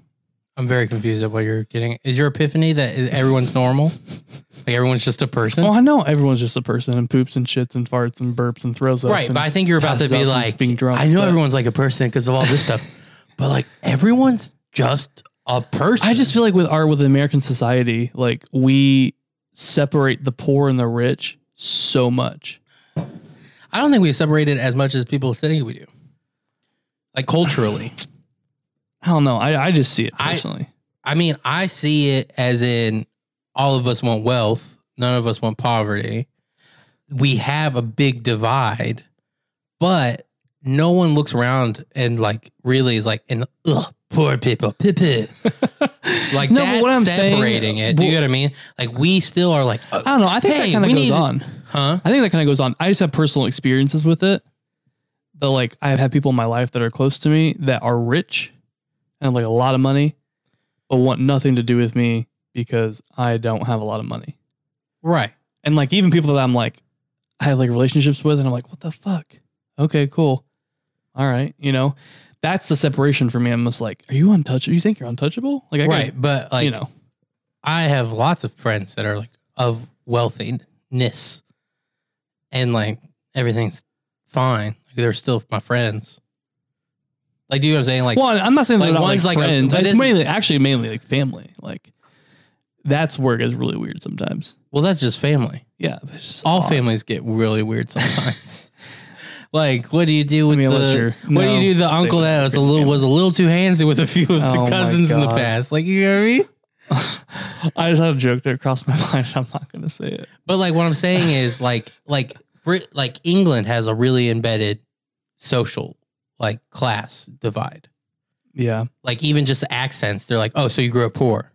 [SPEAKER 3] I'm very confused at what you're getting. Is your epiphany that i- everyone's normal? Like everyone's just a person?
[SPEAKER 2] Well, I know everyone's just a person and poops and shits and farts and burps and throws up.
[SPEAKER 3] right.
[SPEAKER 2] and-
[SPEAKER 3] But I think you're about to
[SPEAKER 2] passes
[SPEAKER 3] be
[SPEAKER 2] out from
[SPEAKER 3] like,
[SPEAKER 2] being drunk,
[SPEAKER 3] I know
[SPEAKER 2] but-
[SPEAKER 3] everyone's like a person because of all this stuff, but like everyone's just a person.
[SPEAKER 2] I just feel like with our with American society, like we separate the poor and the rich so much.
[SPEAKER 3] I don't think we separate it as much as people think we do. Like culturally.
[SPEAKER 2] I don't know. I, I just see it
[SPEAKER 3] I-
[SPEAKER 2] personally.
[SPEAKER 3] I mean, I see it as in all of us want wealth, none of us want poverty. We have a big divide, but no one looks around and like really is like, and ugh, poor people, pip, pip. like
[SPEAKER 2] No, but
[SPEAKER 3] that's
[SPEAKER 2] what I'm saying-
[SPEAKER 3] separating it. Do you
[SPEAKER 2] well-
[SPEAKER 3] know what I mean? Like we still are like,
[SPEAKER 2] I don't know. I think
[SPEAKER 3] Hey,
[SPEAKER 2] that kind
[SPEAKER 3] we
[SPEAKER 2] of goes
[SPEAKER 3] need-
[SPEAKER 2] on.
[SPEAKER 3] huh?
[SPEAKER 2] I think that kind of goes on. I just have personal experiences with it. That like I've had people in my life that are close to me that are rich and have like a lot of money, but want nothing to do with me because I don't have a lot of money.
[SPEAKER 3] Right.
[SPEAKER 2] And like even people that I'm like I have like relationships with and I'm like, what the fuck? Okay, cool. All right. You know, that's the separation for me. I'm just like, are you untouchable? You think you're untouchable? Like I can-
[SPEAKER 3] Right. But like,
[SPEAKER 2] you know.
[SPEAKER 3] I have lots of friends that are like of wealthiness, and like everything's fine. Like they're still my friends. Like, do you know what I'm saying? Like,
[SPEAKER 2] well, I'm not saying
[SPEAKER 3] like,
[SPEAKER 2] they're not
[SPEAKER 3] one's
[SPEAKER 2] like,
[SPEAKER 3] like a-
[SPEAKER 2] friends.
[SPEAKER 3] but
[SPEAKER 2] it's
[SPEAKER 3] this-
[SPEAKER 2] mainly actually mainly like family. Like that's where it gets really weird sometimes.
[SPEAKER 3] well, that's just family.
[SPEAKER 2] Yeah, but it's just
[SPEAKER 3] All
[SPEAKER 2] odd.
[SPEAKER 3] families get really weird sometimes. like, what do you do with
[SPEAKER 2] mean, unless
[SPEAKER 3] the
[SPEAKER 2] you're-
[SPEAKER 3] what do
[SPEAKER 2] no,
[SPEAKER 3] you do with the
[SPEAKER 2] they
[SPEAKER 3] uncle
[SPEAKER 2] would
[SPEAKER 3] that
[SPEAKER 2] never
[SPEAKER 3] was a
[SPEAKER 2] be
[SPEAKER 3] little
[SPEAKER 2] family.
[SPEAKER 3] was a little too handsy with a few of the
[SPEAKER 2] Oh my
[SPEAKER 3] cousins in the
[SPEAKER 2] God.
[SPEAKER 3] past? Like, you know what I mean?
[SPEAKER 2] I just had a joke that crossed my mind. I'm not gonna say it.
[SPEAKER 3] But like what I'm saying is like like Brit like England has a really embedded social like class divide.
[SPEAKER 2] Yeah,
[SPEAKER 3] Like even just the accents, they're like, oh, so you grew up poor.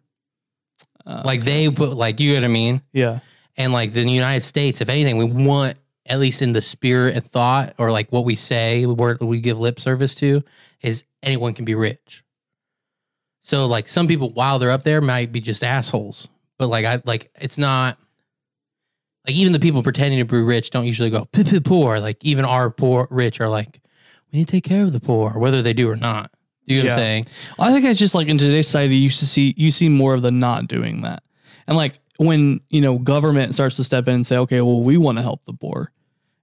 [SPEAKER 2] uh,
[SPEAKER 3] Like they put like you know what I mean.
[SPEAKER 2] yeah,
[SPEAKER 3] And like the United States, if anything, we want at least in the spirit and thought or like what we say, word we give lip service to, is anyone can be rich. So like some people while they're up there might be just assholes, but like I like it's not like even the people pretending to be rich don't usually go "Pip, pip, poor. Like even our poor rich are like we need to take care of the poor, whether they do or not. Do you know what I'm
[SPEAKER 2] Yeah.
[SPEAKER 3] saying?
[SPEAKER 2] I think it's just like in today's society, you should see you see more of the not doing that, and like when you know government starts to step in and say, okay, well we want to help the poor.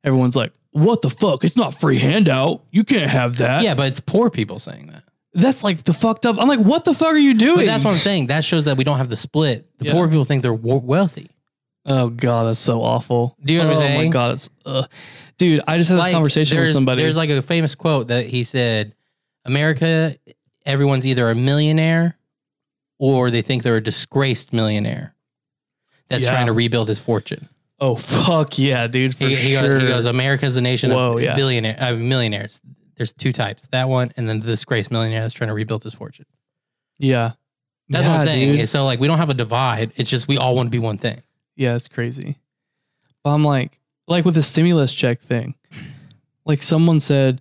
[SPEAKER 2] Everyone's like, what the fuck? It's not free handout. You can't have that.
[SPEAKER 3] Yeah, but it's poor people saying that.
[SPEAKER 2] that's like the fucked up. I'm like, what the fuck are you doing?
[SPEAKER 3] But that's what I'm saying. That shows that we don't have the split. The
[SPEAKER 2] Yeah.
[SPEAKER 3] poor people think they're wo- wealthy.
[SPEAKER 2] oh god, that's so awful.
[SPEAKER 3] Do you know
[SPEAKER 2] oh
[SPEAKER 3] what I'm
[SPEAKER 2] my
[SPEAKER 3] saying?
[SPEAKER 2] god, it's ugh. dude. I just had this
[SPEAKER 3] Like,
[SPEAKER 2] conversation with
[SPEAKER 3] there's-
[SPEAKER 2] somebody.
[SPEAKER 3] There's like a famous quote that he said, "America, everyone's either a millionaire or they think they're a disgraced millionaire that's
[SPEAKER 2] Yeah.
[SPEAKER 3] trying to rebuild his fortune."
[SPEAKER 2] oh fuck yeah, dude, for
[SPEAKER 3] He, he goes-
[SPEAKER 2] sure.
[SPEAKER 3] he goes, "America's a nation
[SPEAKER 2] Whoa,
[SPEAKER 3] of
[SPEAKER 2] yeah.
[SPEAKER 3] billionaire, uh, millionaires. There's two types: that one, and then the disgraced millionaire that's trying to rebuild his fortune."
[SPEAKER 2] yeah,
[SPEAKER 3] That's what I'm
[SPEAKER 2] Yeah,
[SPEAKER 3] saying.
[SPEAKER 2] dude.
[SPEAKER 3] And So like, we don't have a divide. It's just we all want to be one thing.
[SPEAKER 2] Yeah, it's crazy. But I'm like, like with the stimulus check thing, like someone said,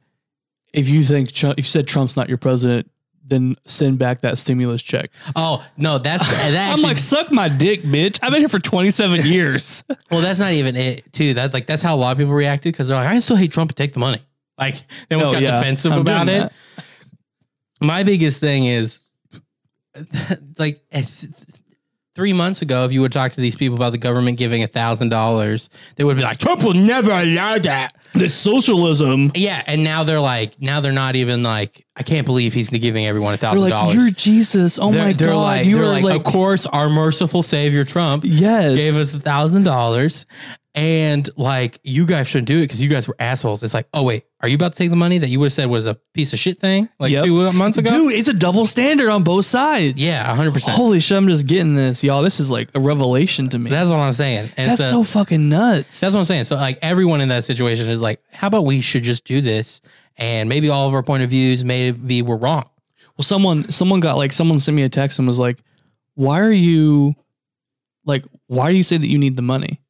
[SPEAKER 2] if you think Trump, if you said Trump's not your president, then send back that stimulus check.
[SPEAKER 3] Oh no, that's that.
[SPEAKER 2] I'm
[SPEAKER 3] Actually,
[SPEAKER 2] like, suck my dick, bitch. I've been here for 27 years.
[SPEAKER 3] Well, that's not even it, too. That like that's how a lot of people reacted because they're like, I still hate Trump. Take the money. Like they almost
[SPEAKER 2] Oh,
[SPEAKER 3] got
[SPEAKER 2] yeah.
[SPEAKER 3] defensive
[SPEAKER 2] I'm
[SPEAKER 3] about
[SPEAKER 2] doing
[SPEAKER 3] it.
[SPEAKER 2] that.
[SPEAKER 3] My biggest thing is, like, it's- three months ago, if you would talk to these people about the government giving a thousand dollars, they would be like, Trump will never allow that.
[SPEAKER 2] This socialism.
[SPEAKER 3] Yeah, and now they're like, now they're not even like, I can't believe he's giving everyone a
[SPEAKER 2] They're
[SPEAKER 3] thousand
[SPEAKER 2] like, you're
[SPEAKER 3] dollars.
[SPEAKER 2] Jesus. Oh my God.
[SPEAKER 3] like,
[SPEAKER 2] you
[SPEAKER 3] they're
[SPEAKER 2] are
[SPEAKER 3] like,
[SPEAKER 2] like,
[SPEAKER 3] of course, our merciful savior Trump
[SPEAKER 2] yes.
[SPEAKER 3] gave us a thousand dollars And like, you guys shouldn't do it because you guys were assholes. It's like, oh, wait, are you about to take the money that you would have said was a piece of shit thing like
[SPEAKER 2] Yep.
[SPEAKER 3] two months ago?
[SPEAKER 2] Dude, it's a double standard on both sides.
[SPEAKER 3] Yeah, 100%.
[SPEAKER 2] Holy shit, I'm just getting this, y'all. This is like a revelation to me.
[SPEAKER 3] that's what I'm saying. And
[SPEAKER 2] That's so fucking nuts.
[SPEAKER 3] That's what I'm saying. So like everyone in that situation is like, how about we should just do this? And maybe all of our point of views maybe were wrong.
[SPEAKER 2] Well, someone someone got like someone sent me a text and was like, "Why are you like why do you say that you need the money?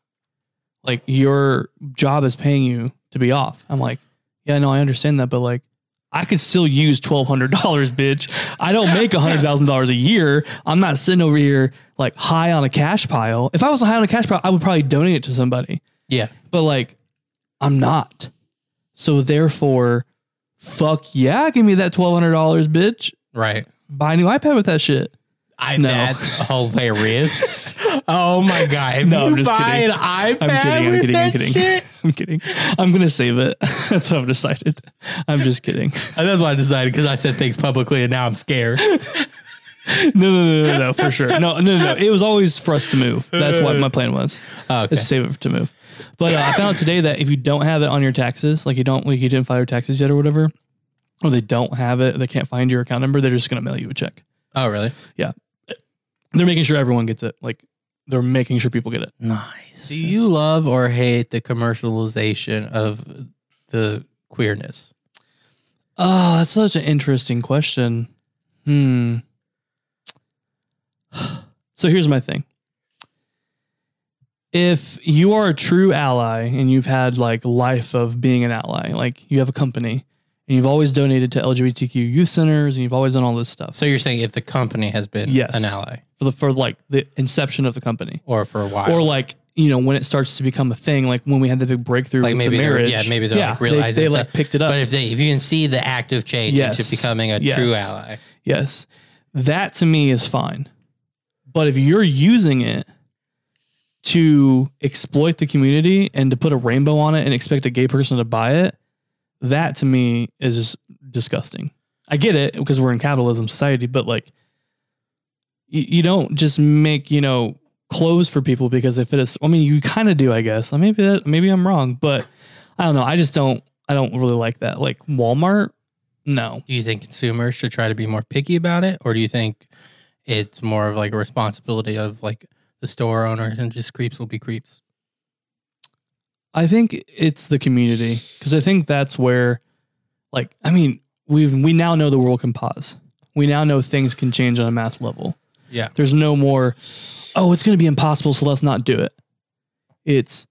[SPEAKER 2] Like your job is paying you to be off." I'm like, "Yeah, no, I understand that, but like I could still use twelve hundred dollars, bitch. I don't make hundred thousand dollars a year. I'm not sitting over here like high on a cash pile. If I was high on a cash pile, I would probably donate it to somebody.
[SPEAKER 3] Yeah.
[SPEAKER 2] But like, I'm not. So therefore, fuck yeah, give me that twelve hundred dollars, bitch
[SPEAKER 3] Right.
[SPEAKER 2] buy a new iPad with that shit.
[SPEAKER 3] I
[SPEAKER 2] No.
[SPEAKER 3] that's hilarious. oh my god. If
[SPEAKER 2] No, I'm
[SPEAKER 3] you
[SPEAKER 2] just
[SPEAKER 3] buy
[SPEAKER 2] kidding.
[SPEAKER 3] an iPad
[SPEAKER 2] I'm kidding. I'm
[SPEAKER 3] with
[SPEAKER 2] kidding. I'm
[SPEAKER 3] that
[SPEAKER 2] kidding.
[SPEAKER 3] shit.
[SPEAKER 2] I'm kidding. I'm gonna save it. That's what I've decided. I'm just kidding.
[SPEAKER 3] And that's why I decided because I said things publicly and now I'm scared.
[SPEAKER 2] No, no, no, no, no, for sure. No, no, no, no. It was always for us to move. That's what my plan was.
[SPEAKER 3] Oh, okay.
[SPEAKER 2] Is save it to move. But uh, I found out today that if you don't have it on your taxes, like you don't, like you didn't file your taxes yet or whatever, or they don't have it, they can't find your account number. They're just gonna mail you a check.
[SPEAKER 3] Oh really?
[SPEAKER 2] They're making sure everyone gets it. Like they're making sure people get it.
[SPEAKER 3] Nice. Do you love or hate the commercialization of the queerness?
[SPEAKER 2] Oh, that's such an interesting question. Hmm. So here's my thing. If you are a true ally and you've had like life of being an ally, like you have a company and you've always donated to LGBTQ youth centers and you've always done all this stuff
[SPEAKER 3] So you're saying if the company has been
[SPEAKER 2] Yes.
[SPEAKER 3] an ally
[SPEAKER 2] for the for like the inception of the company
[SPEAKER 3] or for a while.
[SPEAKER 2] or like you know when it starts to become a thing, like when we had the big breakthrough
[SPEAKER 3] Like
[SPEAKER 2] with
[SPEAKER 3] maybe
[SPEAKER 2] the
[SPEAKER 3] they're-
[SPEAKER 2] marriage.
[SPEAKER 3] yeah, maybe they're, like, realizing
[SPEAKER 2] they,
[SPEAKER 3] stuff.
[SPEAKER 2] like picked it up.
[SPEAKER 3] But if they if you can see the active change
[SPEAKER 2] Yes.
[SPEAKER 3] into becoming a
[SPEAKER 2] Yes.
[SPEAKER 3] true ally.
[SPEAKER 2] Yes. That to me is fine. But if you're using it to exploit the community and to put a rainbow on it and expect a gay person to buy it, that to me is just disgusting. I get it because we're in capitalism society, but like you, you don't just make, you know, clothes for people because they fit us. I mean, you kind of do, I guess. Maybe that maybe I'm wrong, but I don't know. I just don't I don't really like that. Like Walmart? No.
[SPEAKER 3] Do you think consumers should try to be more picky about it? Or do you think it's more of like a responsibility of like the store owner and just creeps will be creeps?
[SPEAKER 2] I think it's the community because I think that's where, like, I mean, we've we now know the world can pause. We now know things can change on a mass level.
[SPEAKER 3] Yeah.
[SPEAKER 2] There's no more, oh, it's going to be impossible, so let's not do it. It's,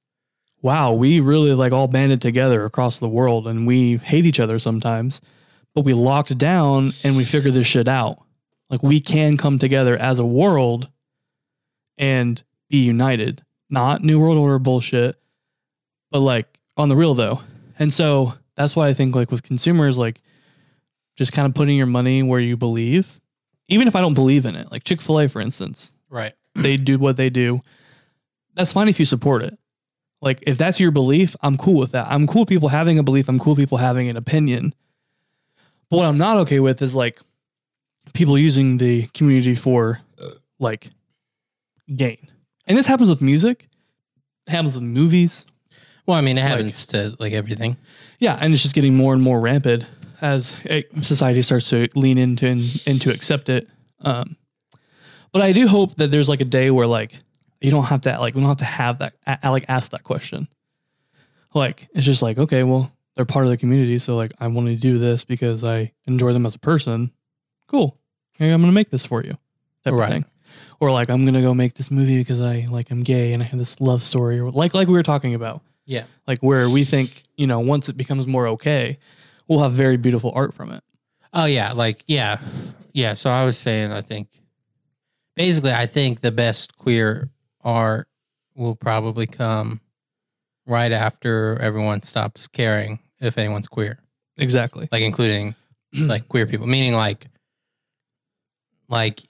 [SPEAKER 2] wow, we really like all banded together across the world and we hate each other sometimes, but we locked down and we figured this shit out. Like we can come together as a world and be united, not New World Order bullshit, but like on the real though. And so that's why I think like with consumers, like just kind of putting your money where you believe, even if I don't believe in it, like Chick fil A, for instance,
[SPEAKER 3] Right.
[SPEAKER 2] they do what they do. That's fine if you support it. Like if that's your belief, I'm cool with that. I'm cool with people having a belief. I'm cool with people having an opinion. But what I'm not okay with is like people using the community for like gain. And this happens with music, it happens with movies.
[SPEAKER 3] Well, I mean, it happens to like everything.
[SPEAKER 2] Yeah, and it's just getting more and more rampant as eh, society starts to lean into and, and to accept it. Um, but I do hope that there's like a day where like you don't have to like we don't have to have that a- like ask that question. Like it's just like okay, well they're part of the community, so like I want to do this because I enjoy them as a person. Cool, hey, I'm gonna make this for you, type of
[SPEAKER 3] Right.
[SPEAKER 2] thing. Or like I'm gonna go make this movie because I like I'm gay and I have this love story, or like like we were talking about
[SPEAKER 3] Yeah.
[SPEAKER 2] like where we think you know once it becomes more okay we'll have very beautiful art from it
[SPEAKER 3] Oh yeah, like yeah, yeah. So I was saying, I think basically, I think the best queer art will probably come right after everyone stops caring if anyone's queer,
[SPEAKER 2] exactly
[SPEAKER 3] like including like queer people, meaning like, like,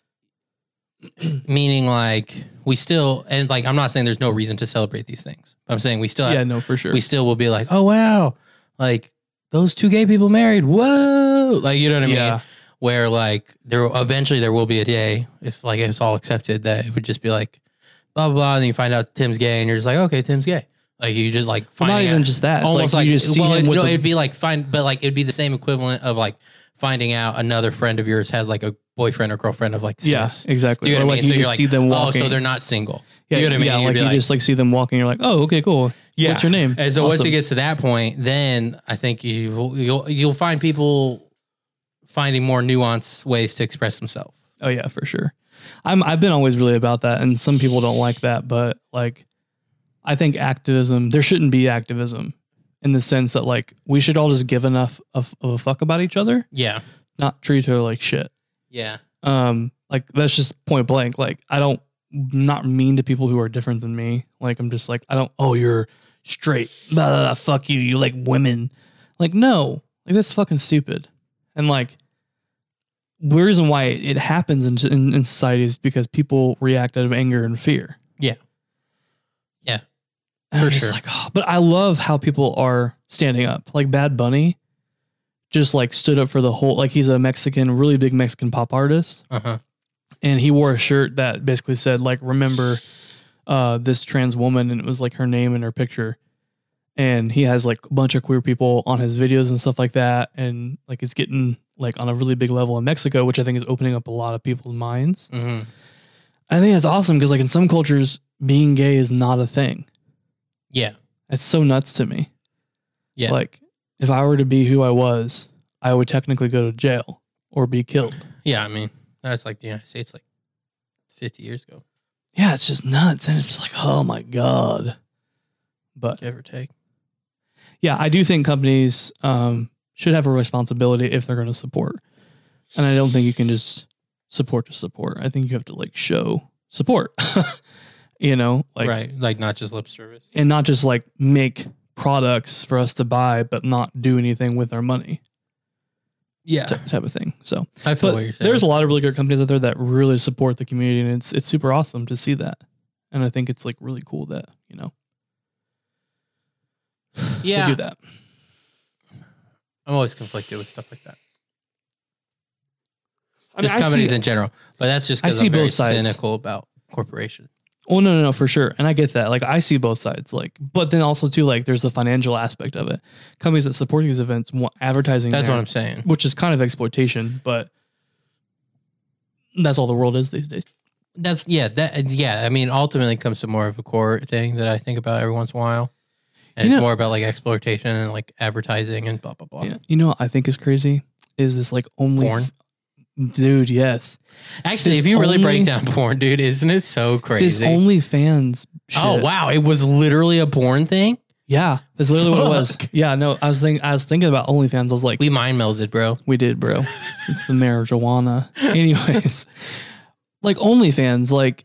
[SPEAKER 3] meaning like we still and like I'm not saying there's no reason to celebrate these things. I'm saying we still have
[SPEAKER 2] yeah no for sure
[SPEAKER 3] we still will be like, oh wow, like those two gay people married. Whoa, like you know what I mean?
[SPEAKER 2] Yeah.
[SPEAKER 3] Where like there eventually there will be a day if like it's all accepted that it would just be like blah blah, blah and then you find out Tim's gay and you're just like, okay, Tim's gay. Like you just like
[SPEAKER 2] Well,
[SPEAKER 3] finding
[SPEAKER 2] not even
[SPEAKER 3] out-
[SPEAKER 2] just that. It's
[SPEAKER 3] almost like,
[SPEAKER 2] you just see
[SPEAKER 3] well,
[SPEAKER 2] him
[SPEAKER 3] it's,
[SPEAKER 2] with
[SPEAKER 3] no,
[SPEAKER 2] the-
[SPEAKER 3] it'd be like find, but like it'd be the same equivalent of like finding out another friend of yours has like a boyfriend or girlfriend of like
[SPEAKER 2] yeah,
[SPEAKER 3] six. Do
[SPEAKER 2] exactly.
[SPEAKER 3] you know
[SPEAKER 2] or
[SPEAKER 3] what I
[SPEAKER 2] like
[SPEAKER 3] mean?
[SPEAKER 2] you
[SPEAKER 3] So you're
[SPEAKER 2] just
[SPEAKER 3] like,
[SPEAKER 2] see them walking.
[SPEAKER 3] Oh, so they're not single.
[SPEAKER 2] yeah,
[SPEAKER 3] you know what I mean?
[SPEAKER 2] yeah,
[SPEAKER 3] You'd
[SPEAKER 2] like
[SPEAKER 3] be
[SPEAKER 2] you just like see them walking. You're like, oh, okay, cool.
[SPEAKER 3] yeah.
[SPEAKER 2] What's your name?
[SPEAKER 3] And so once
[SPEAKER 2] Awesome.
[SPEAKER 3] it gets to that point, then I think you will you'll you'll find people finding more nuanced ways to express themselves.
[SPEAKER 2] Oh yeah, for sure. I'm I've been always really about that, and some people don't like that, but like I think activism there shouldn't be activism in the sense that like we should all just give enough of, of a fuck about each other,
[SPEAKER 3] Yeah.
[SPEAKER 2] not treat her like shit.
[SPEAKER 3] Yeah.
[SPEAKER 2] Um, like that's just point blank. Like I don't not mean to people who are different than me. Like I'm just like I don't. Oh, you're straight. Blah, blah, blah, fuck you. You like women. Like no. Like that's fucking stupid. And like the reason why it happens in in, in society is because people react out of anger and fear.
[SPEAKER 3] Yeah. Yeah.
[SPEAKER 2] And
[SPEAKER 3] For
[SPEAKER 2] I'm just
[SPEAKER 3] sure.
[SPEAKER 2] Like, oh, but I love how people are standing up. Like Bad Bunny, just like stood up for the whole. Like he's a Mexican, really big Mexican pop artist
[SPEAKER 3] Uh huh.
[SPEAKER 2] and he wore a shirt that basically said like remember uh this trans woman and it was like her name and her picture and he has like a bunch of queer people on his videos and stuff like that and like it's getting like on a really big level in Mexico which I think is opening up a lot of people's minds.
[SPEAKER 3] hmm
[SPEAKER 2] I think that's awesome because like in some cultures being gay is not a thing.
[SPEAKER 3] Yeah.
[SPEAKER 2] It's so nuts to me.
[SPEAKER 3] Yeah.
[SPEAKER 2] Like if I were to be who I was, I would technically go to jail or be killed.
[SPEAKER 3] Yeah. I mean, that's like the United States like 50 years ago,
[SPEAKER 2] yeah, it's just nuts. And it's like, oh my God. But
[SPEAKER 3] give or take.
[SPEAKER 2] yeah, I do think companies um, should have a responsibility if they're going to support. And I don't think you can just support to support. I think you have to like show support, you know, like,
[SPEAKER 3] right. Like not just lip service.
[SPEAKER 2] and not just like make products for us to buy, but not do anything with our money
[SPEAKER 3] Yeah.
[SPEAKER 2] ty- type of thing. So
[SPEAKER 3] I feel what you're
[SPEAKER 2] but
[SPEAKER 3] saying.
[SPEAKER 2] there's a lot of really good companies out there that really support the community, and it's it's super awesome to see that. And I think it's like really cool that you know
[SPEAKER 3] yeah.
[SPEAKER 2] they do that.
[SPEAKER 3] I'm always conflicted with stuff like that.
[SPEAKER 2] I
[SPEAKER 3] just
[SPEAKER 2] mean, I
[SPEAKER 3] companies
[SPEAKER 2] see-
[SPEAKER 3] in general. But that's just
[SPEAKER 2] I
[SPEAKER 3] because
[SPEAKER 2] see
[SPEAKER 3] I'm very
[SPEAKER 2] both sides.
[SPEAKER 3] cynical about corporations.
[SPEAKER 2] Well, Oh, no, no, no, for sure. And I get that. Like, I see both sides. Like, but then also too, like, there's the financial aspect of it. Companies that support these events want advertising.
[SPEAKER 3] That's
[SPEAKER 2] there,
[SPEAKER 3] what I'm saying.
[SPEAKER 2] Which is kind of exploitation, but that's all the world is these days.
[SPEAKER 3] That's yeah. That yeah. I mean, ultimately, it comes to more of a core thing that I think about every once in a while, and
[SPEAKER 2] You
[SPEAKER 3] it's
[SPEAKER 2] know-
[SPEAKER 3] more about like exploitation and like advertising and blah blah blah.
[SPEAKER 2] Yeah. You know what I think is crazy is this like only
[SPEAKER 3] Porn.
[SPEAKER 2] dude. Yes,
[SPEAKER 3] Actually,
[SPEAKER 2] This
[SPEAKER 3] if you really break
[SPEAKER 2] only-
[SPEAKER 3] down porn, dude, isn't it so
[SPEAKER 2] this
[SPEAKER 3] crazy?
[SPEAKER 2] only fans.
[SPEAKER 3] oh wow, it was literally a porn thing.
[SPEAKER 2] Yeah, that's literally what it was. Yeah, no, I was thinking. I was thinking about OnlyFans. I was like,
[SPEAKER 3] We mind melded, bro.
[SPEAKER 2] We did, bro. it's the marijuana. Anyways, like OnlyFans, like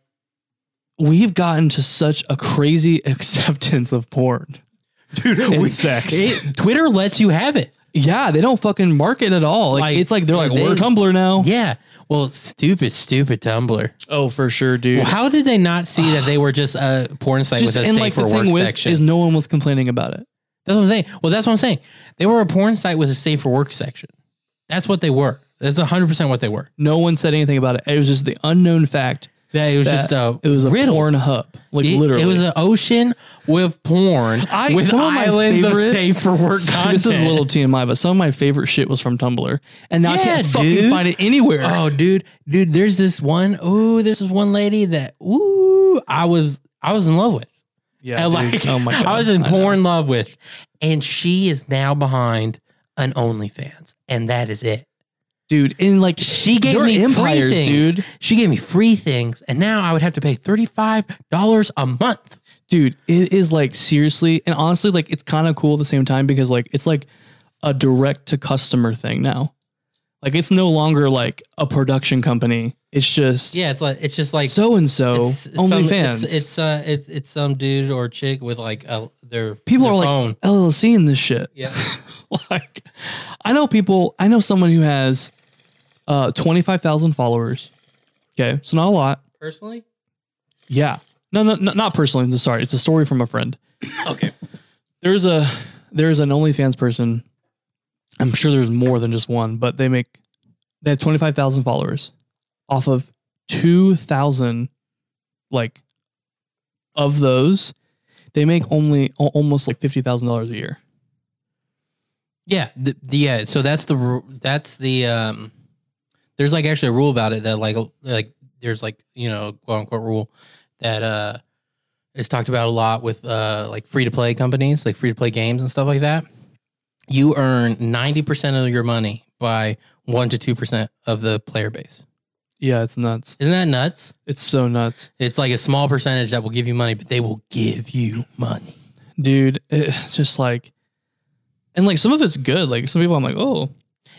[SPEAKER 2] we've gotten to such a crazy acceptance of porn.
[SPEAKER 3] Dude,
[SPEAKER 2] And sex.
[SPEAKER 3] it- Twitter lets you have it.
[SPEAKER 2] Yeah, they don't fucking market at all. Like,
[SPEAKER 3] Like,
[SPEAKER 2] it's like they're like
[SPEAKER 3] they-
[SPEAKER 2] we're Tumblr now.
[SPEAKER 3] Yeah. Well, stupid, stupid Tumblr.
[SPEAKER 2] Oh, for sure, dude.
[SPEAKER 3] Well, how did they not see that they were just a porn site
[SPEAKER 2] Just
[SPEAKER 3] with a
[SPEAKER 2] and
[SPEAKER 3] safe
[SPEAKER 2] like
[SPEAKER 3] for
[SPEAKER 2] the
[SPEAKER 3] work
[SPEAKER 2] thing with
[SPEAKER 3] section?
[SPEAKER 2] is no one was complaining about it.
[SPEAKER 3] That's what I'm saying. Well, that's what I'm saying. They were a porn site with a safe for work section. That's what they were. That's 100% what they were.
[SPEAKER 2] No one said anything about it. It was just the unknown fact.
[SPEAKER 3] That it was just a
[SPEAKER 2] it was a
[SPEAKER 3] riddle.
[SPEAKER 2] porn hub. Like
[SPEAKER 3] It-
[SPEAKER 2] literally,
[SPEAKER 3] It was an ocean with porn
[SPEAKER 2] I-
[SPEAKER 3] with
[SPEAKER 2] some of my
[SPEAKER 3] islands
[SPEAKER 2] favorite-
[SPEAKER 3] of safe for work
[SPEAKER 2] So
[SPEAKER 3] content.
[SPEAKER 2] This is a little TMI, but some of my favorite shit was from Tumblr, and now I can't
[SPEAKER 3] Yeah,
[SPEAKER 2] fucking
[SPEAKER 3] dude.
[SPEAKER 2] find it anywhere.
[SPEAKER 3] Oh, dude, dude, there's this one. Ooh, there's this one lady that ooh, I was I was in love with.
[SPEAKER 2] yeah,
[SPEAKER 3] And,
[SPEAKER 2] dude.
[SPEAKER 3] like,
[SPEAKER 2] oh my god,
[SPEAKER 3] I was in
[SPEAKER 2] know.
[SPEAKER 3] porn love with, and she is now behind an OnlyFans, and that is it.
[SPEAKER 2] dude. And like
[SPEAKER 3] She gave
[SPEAKER 2] They're
[SPEAKER 3] me
[SPEAKER 2] empires,
[SPEAKER 3] free things.
[SPEAKER 2] dude.
[SPEAKER 3] She gave me free things, and now I would have to pay thirty five dollars a month.
[SPEAKER 2] dude, it is like seriously and honestly, like it's kind of cool at the same time because like it's like a direct to customer thing now. Like it's no longer like a production company. It's just
[SPEAKER 3] Yeah, it's like it's just like
[SPEAKER 2] so and so
[SPEAKER 3] it's- it's some-
[SPEAKER 2] OnlyFans.
[SPEAKER 3] It's it's, uh, it's it's some dude or chick with like a, their
[SPEAKER 2] People
[SPEAKER 3] their
[SPEAKER 2] are like-
[SPEAKER 3] phone.
[SPEAKER 2] LLC in this shit.
[SPEAKER 3] yeah,
[SPEAKER 2] like I know people I know someone who has uh 25,000 followers. Okay, so not a lot.
[SPEAKER 3] personally.
[SPEAKER 2] Yeah. No, no, no not personally. I'm Sorry. It's a story from a friend.
[SPEAKER 3] Okay,
[SPEAKER 2] There's a there's an OnlyFans person. I'm sure there's more than just one, but they make they have 25,000 followers off of 2,000 like of those they make only al- almost like fifty thousand dollars a year.
[SPEAKER 3] Yeah, the, the, yeah. So that's the ru- that's the um. There's like actually a rule about it that like like there's like you know quote unquote rule that uh is talked about a lot with uh like free to play companies like free to play games and stuff like that. You earn ninety percent of your money by one to two percent of the player base.
[SPEAKER 2] Yeah, it's nuts.
[SPEAKER 3] Isn't that nuts?
[SPEAKER 2] It's so nuts,
[SPEAKER 3] It's like a small percentage that will give you money, but they will give you money.
[SPEAKER 2] dude. It's just like, and like some of it's good. Like some people, I'm like, oh,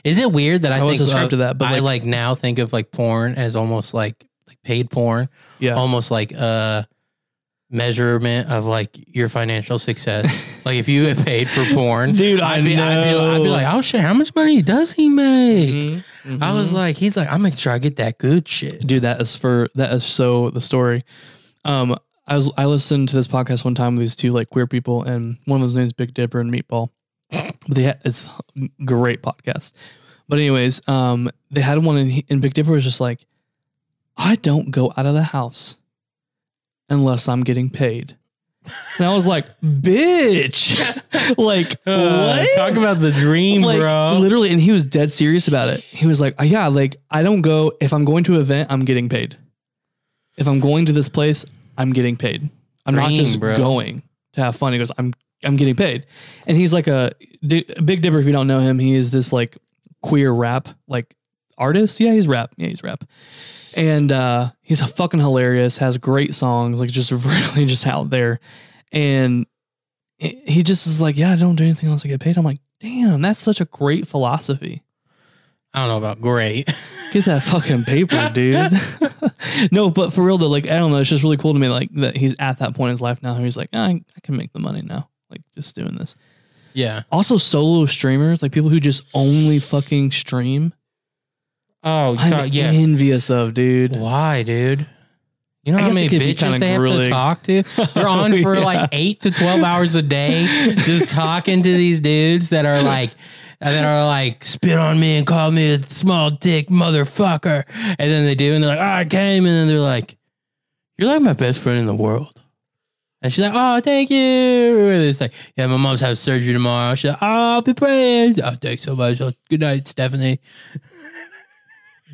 [SPEAKER 3] Is it weird that I,
[SPEAKER 2] I,
[SPEAKER 3] think
[SPEAKER 2] wasn't
[SPEAKER 3] uh,
[SPEAKER 2] subscribed to that, but
[SPEAKER 3] I
[SPEAKER 2] like,
[SPEAKER 3] like now think of like porn as almost like like paid porn,
[SPEAKER 2] yeah,
[SPEAKER 3] almost like a measurement of like your financial success. like if you had paid for porn,
[SPEAKER 2] dude, I
[SPEAKER 3] I'd be, I'd be I'd be
[SPEAKER 2] know.
[SPEAKER 3] like, oh shit, how much money does he make?
[SPEAKER 2] Mhm,
[SPEAKER 3] I
[SPEAKER 2] mhm.
[SPEAKER 3] was like, he's like, I'm making sure I get that good shit.
[SPEAKER 2] dude that is for that is so the story um i was i listened to this podcast one time with these two like queer people and one of those names big dipper and meatball but they had, it's a great podcast but anyways um they had one and, he, and big dipper was just like i don't go out of the house unless i'm getting paid and i was like bitch like
[SPEAKER 3] Uh,
[SPEAKER 2] what
[SPEAKER 3] Talk about the dream,
[SPEAKER 2] like,
[SPEAKER 3] bro.
[SPEAKER 2] Literally, and he was dead serious about it. He was like, "Uh, "Yeah, like I don't go if I'm going to an event, I'm getting paid. If I'm going to this place, I'm getting paid. I'm not
[SPEAKER 3] Dream,
[SPEAKER 2] just
[SPEAKER 3] bro.
[SPEAKER 2] going to have fun." He goes, "I'm I'm getting paid," and he's like a, di- a big dipper. If you don't know him, he is this like queer rap like artist. Yeah, he's rap. Yeah, he's rap. And uh, he's a fucking hilarious. Has great songs. Like just really just out there, and he he just is like, yeah, I don't do anything else. I get paid. I'm like, damn, that's such a great philosophy.
[SPEAKER 3] I don't know about great.
[SPEAKER 2] Get that fucking paper, dude. no, but for real though, like I don't know, it's just really cool to me, like that he's at that point in his life now. Where he's like, "Ah, I, I can make the money now, like just doing this.
[SPEAKER 3] Yeah.
[SPEAKER 2] Also, solo streamers, like people who just only fucking stream,
[SPEAKER 3] Oh, you
[SPEAKER 2] I'm
[SPEAKER 3] talk- yeah.
[SPEAKER 2] envious of, dude.
[SPEAKER 3] Why, dude? You know
[SPEAKER 2] I
[SPEAKER 3] how
[SPEAKER 2] guess it
[SPEAKER 3] many
[SPEAKER 2] could be
[SPEAKER 3] bitches
[SPEAKER 2] kinda
[SPEAKER 3] they have
[SPEAKER 2] grueling.
[SPEAKER 3] to Oh, talk to? They're on for like eight to twelve hours a day, just talking to these dudes that are like, that are like, spit on me and call me a small dick motherfucker, and then they do, and they're like, "Ah, I came, and then they're like, you're like my best friend in the world. And she's like, oh, thank you. And it's like, yeah, my mom's having surgery tomorrow. She's like, oh, I'll be praised. Oh, thanks so much. Oh, good night, Stephanie.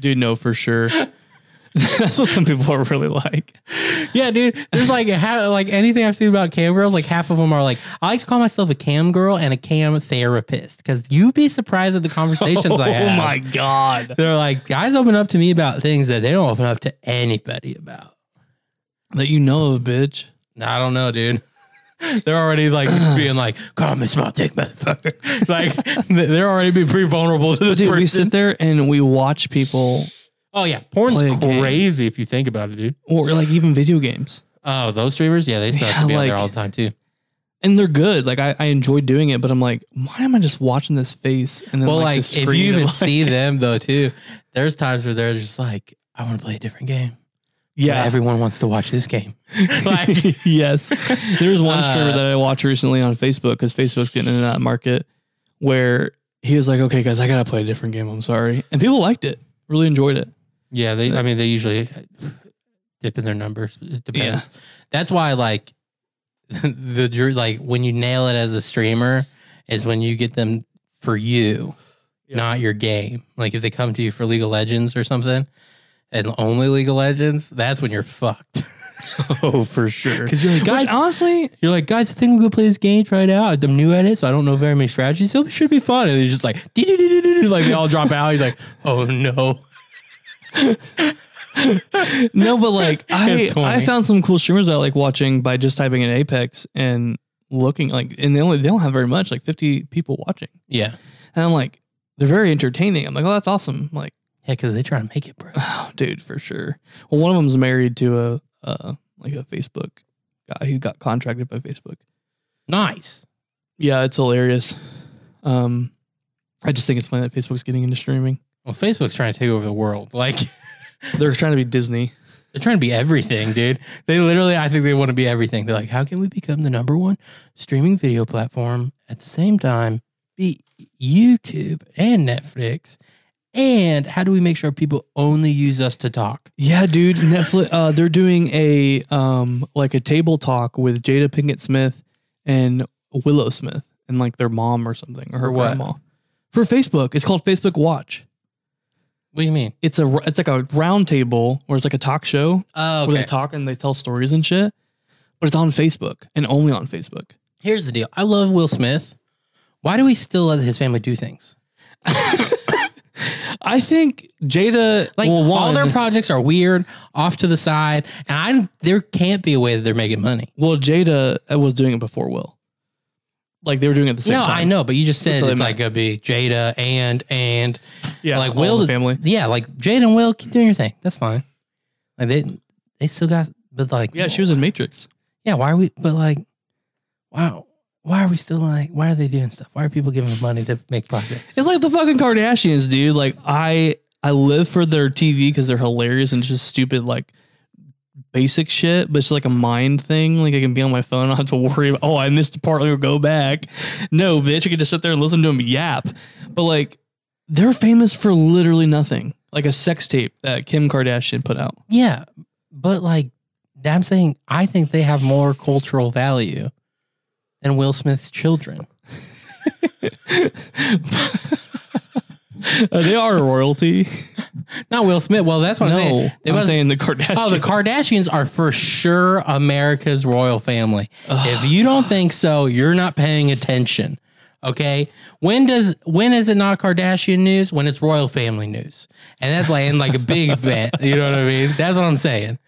[SPEAKER 2] Dude, no, for sure. that's what some people are really like.
[SPEAKER 3] Yeah, dude. There's like ha- like anything I've seen about cam girls, like half of them are like, I like to call myself a cam girl and a cam therapist because you'd be surprised at the conversations I
[SPEAKER 2] oh
[SPEAKER 3] have.
[SPEAKER 2] my god.
[SPEAKER 3] They're like, guys open up to me about things that they don't open up to anybody about.
[SPEAKER 2] That you know of, bitch.
[SPEAKER 3] I don't know, dude. They're already like being like, call me small dick motherfucker. like they're already being pretty vulnerable to this
[SPEAKER 2] Dude, we
[SPEAKER 3] person.
[SPEAKER 2] sit there and we watch people
[SPEAKER 3] Oh yeah,
[SPEAKER 2] Play a
[SPEAKER 3] porn's
[SPEAKER 2] game.
[SPEAKER 3] crazy if you think about it, dude.
[SPEAKER 2] or like even video games.
[SPEAKER 3] Oh, those streamers, yeah, they still
[SPEAKER 2] Yeah,
[SPEAKER 3] have to be out there
[SPEAKER 2] like-
[SPEAKER 3] all the time too.
[SPEAKER 2] And they're good. Like I, I enjoy doing it, but I'm like, why am I just watching this face? And then
[SPEAKER 3] well, like,
[SPEAKER 2] the
[SPEAKER 3] if you
[SPEAKER 2] screen
[SPEAKER 3] even
[SPEAKER 2] of, like-
[SPEAKER 3] see them though, too, there's times where they're just like, "I want to play a different game."
[SPEAKER 2] yeah,
[SPEAKER 3] everyone wants to watch this game. like,
[SPEAKER 2] yes. There's one streamer
[SPEAKER 3] Uh,
[SPEAKER 2] that I watched recently on Facebook because Facebook's getting into that market where he was like, okay, guys, I gotta play a different game. I'm sorry, and people liked it, really enjoyed it.
[SPEAKER 3] yeah, they. I mean, they usually dip in their numbers. It depends. That's why, like, the dr- like when you nail it as a streamer is when you get them for you,
[SPEAKER 2] Yeah.
[SPEAKER 3] not your game. Like if they come to you for League of Legends or something, and only League of Legends, that's when you're fucked.
[SPEAKER 2] Oh, for sure.
[SPEAKER 3] Because you're like,
[SPEAKER 2] Guys, honestly,
[SPEAKER 3] You're like, guys, I think we'll go play this game, try it out. I'm new at it, so I don't know very many strategies, so it should be fun. And they're just like, "Dee-dee-dee-dee-dee," like they all drop out. He's like, oh no.
[SPEAKER 2] no, but like I,
[SPEAKER 3] It's 20.
[SPEAKER 2] I found some cool streamers I like watching by just typing in Apex and looking like, and they only they don't have very much, like 50 people watching.
[SPEAKER 3] Yeah.
[SPEAKER 2] And I'm like, they're very entertaining. I'm like, oh, that's awesome. I'm like,
[SPEAKER 3] Yeah, because they try to make it, bro.
[SPEAKER 2] oh, dude, for sure. Well, one of them's married to a uh, like a Facebook guy who got contracted by Facebook.
[SPEAKER 3] Nice.
[SPEAKER 2] Yeah, it's hilarious. Um, I just think it's funny that Facebook's getting into streaming.
[SPEAKER 3] Well, Facebook's trying to take over the world. Like
[SPEAKER 2] They're trying to be Disney.
[SPEAKER 3] they're trying to be everything, dude. They literally, I think they want to be everything. They're like, how can we become the number one streaming video platform at the same time? Be YouTube and Netflix And how do we make sure people only use us to talk?
[SPEAKER 2] Yeah, dude. Netflix. Uh, they're doing a um like a table talk with Jada Pinkett Smith and Willow Smith and like their mom or something or her
[SPEAKER 3] For what?
[SPEAKER 2] grandma for Facebook. It's called Facebook Watch.
[SPEAKER 3] What do you mean?
[SPEAKER 2] It's a it's like a round table or it's like a talk show
[SPEAKER 3] Oh,
[SPEAKER 2] where they talk and they tell stories and shit. But it's on Facebook and only on Facebook.
[SPEAKER 3] Here's the deal. I love Will Smith. Why do we still let his family do things?
[SPEAKER 2] I think Jada
[SPEAKER 3] Like
[SPEAKER 2] well,
[SPEAKER 3] all
[SPEAKER 2] one,
[SPEAKER 3] their projects are weird, off to the side, and I there can't be a way that they're making money.
[SPEAKER 2] well Jada was doing it before Will. Like they were doing it at the same
[SPEAKER 3] no,
[SPEAKER 2] time.
[SPEAKER 3] I know, but you just said
[SPEAKER 2] So they
[SPEAKER 3] it's
[SPEAKER 2] might-
[SPEAKER 3] like gonna be Jada and and
[SPEAKER 2] Yeah,
[SPEAKER 3] like
[SPEAKER 2] all in
[SPEAKER 3] Will
[SPEAKER 2] the family.
[SPEAKER 3] Yeah, like Jada and Will keep doing your thing. That's fine. Like they they still got, but like
[SPEAKER 2] Yeah, she was in Matrix.
[SPEAKER 3] Yeah, why are we? But like, wow, why are we still like? Why are they doing stuff? Why are people giving them money to make projects?
[SPEAKER 2] It's like the fucking Kardashians, dude. Like I I live for their TV because they're hilarious and just stupid like basic shit, but it's like a mind thing. Like I can be on my phone, I don't have to worry about oh I missed a part or go back. No, bitch, I can just sit there and listen to them yap. But like they're famous for literally nothing. Like a sex tape that Kim Kardashian put out.
[SPEAKER 3] Yeah, but like, I'm saying I think they have more cultural value than Will Smith's children.
[SPEAKER 2] Uh, they are royalty.
[SPEAKER 3] Not Will Smith. Well, that's what
[SPEAKER 2] no,
[SPEAKER 3] I'm saying. They
[SPEAKER 2] I'm
[SPEAKER 3] must-
[SPEAKER 2] saying the Kardashians.
[SPEAKER 3] Oh, the Kardashians are for sure America's royal family. If you don't think so, you're not paying attention. Okay. When does when is it not Kardashian news? When it's royal family news. And that's like in like a big event. You know what I mean? That's what I'm saying.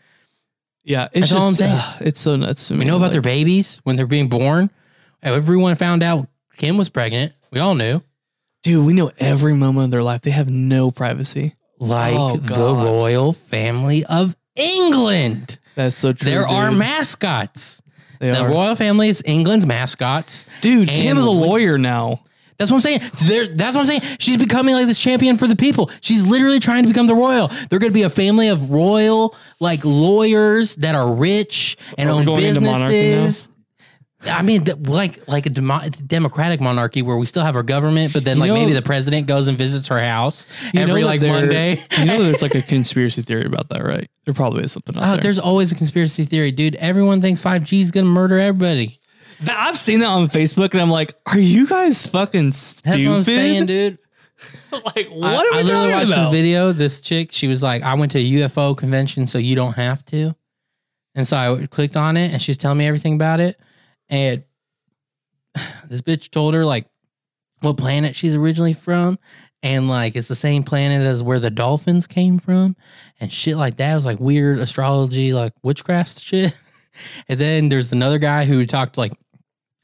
[SPEAKER 2] yeah, it's
[SPEAKER 3] That's all I'm
[SPEAKER 2] just
[SPEAKER 3] saying.
[SPEAKER 2] uh, it's so nuts to me.
[SPEAKER 3] We know about
[SPEAKER 2] like-
[SPEAKER 3] their babies when they're being born. Everyone found out Kim was pregnant. We all knew.
[SPEAKER 2] Dude, we know every moment of their life. They have no privacy.
[SPEAKER 3] Like
[SPEAKER 2] Oh,
[SPEAKER 3] the
[SPEAKER 2] God.
[SPEAKER 3] royal family of England.
[SPEAKER 2] That's so true.
[SPEAKER 3] There are
[SPEAKER 2] dude.
[SPEAKER 3] mascots.
[SPEAKER 2] They
[SPEAKER 3] the
[SPEAKER 2] are.
[SPEAKER 3] royal family is England's mascots.
[SPEAKER 2] dude.
[SPEAKER 3] and
[SPEAKER 2] Kim is a
[SPEAKER 3] we-
[SPEAKER 2] lawyer now.
[SPEAKER 3] That's what I'm saying. They're- that's what I'm saying. She's becoming like this champion for the people. She's literally trying to become the royal. They're going to be a family of royal, like lawyers that are rich and
[SPEAKER 2] Are we
[SPEAKER 3] own
[SPEAKER 2] going into monarchy now?
[SPEAKER 3] businesses. I mean, th- like like a demo- democratic monarchy where we still have our government, but then like
[SPEAKER 2] know-
[SPEAKER 3] maybe the president goes and visits her house
[SPEAKER 2] You know
[SPEAKER 3] every
[SPEAKER 2] that
[SPEAKER 3] like
[SPEAKER 2] there-
[SPEAKER 3] Monday.
[SPEAKER 2] you know, there's like a conspiracy theory about that, right? There probably is something
[SPEAKER 3] Oh,
[SPEAKER 2] out there.
[SPEAKER 3] there's always a conspiracy theory, dude. Everyone thinks 5G is going to murder everybody.
[SPEAKER 2] Th- I've seen that on Facebook, and I'm like, are you guys fucking
[SPEAKER 3] That's
[SPEAKER 2] stupid?
[SPEAKER 3] what I'm saying, dude.
[SPEAKER 2] like, what
[SPEAKER 3] I-
[SPEAKER 2] are we
[SPEAKER 3] I literally
[SPEAKER 2] talking
[SPEAKER 3] watched
[SPEAKER 2] about?
[SPEAKER 3] this video. This chick, she was like, I went to a UFO convention, so you don't have to. And so I clicked on it, and she's telling me everything about it. And this bitch told her like what planet she's originally from, and like it's the same planet as where the dolphins came from, and shit like that. It was like weird astrology, like witchcraft shit. and then there's another guy who talked like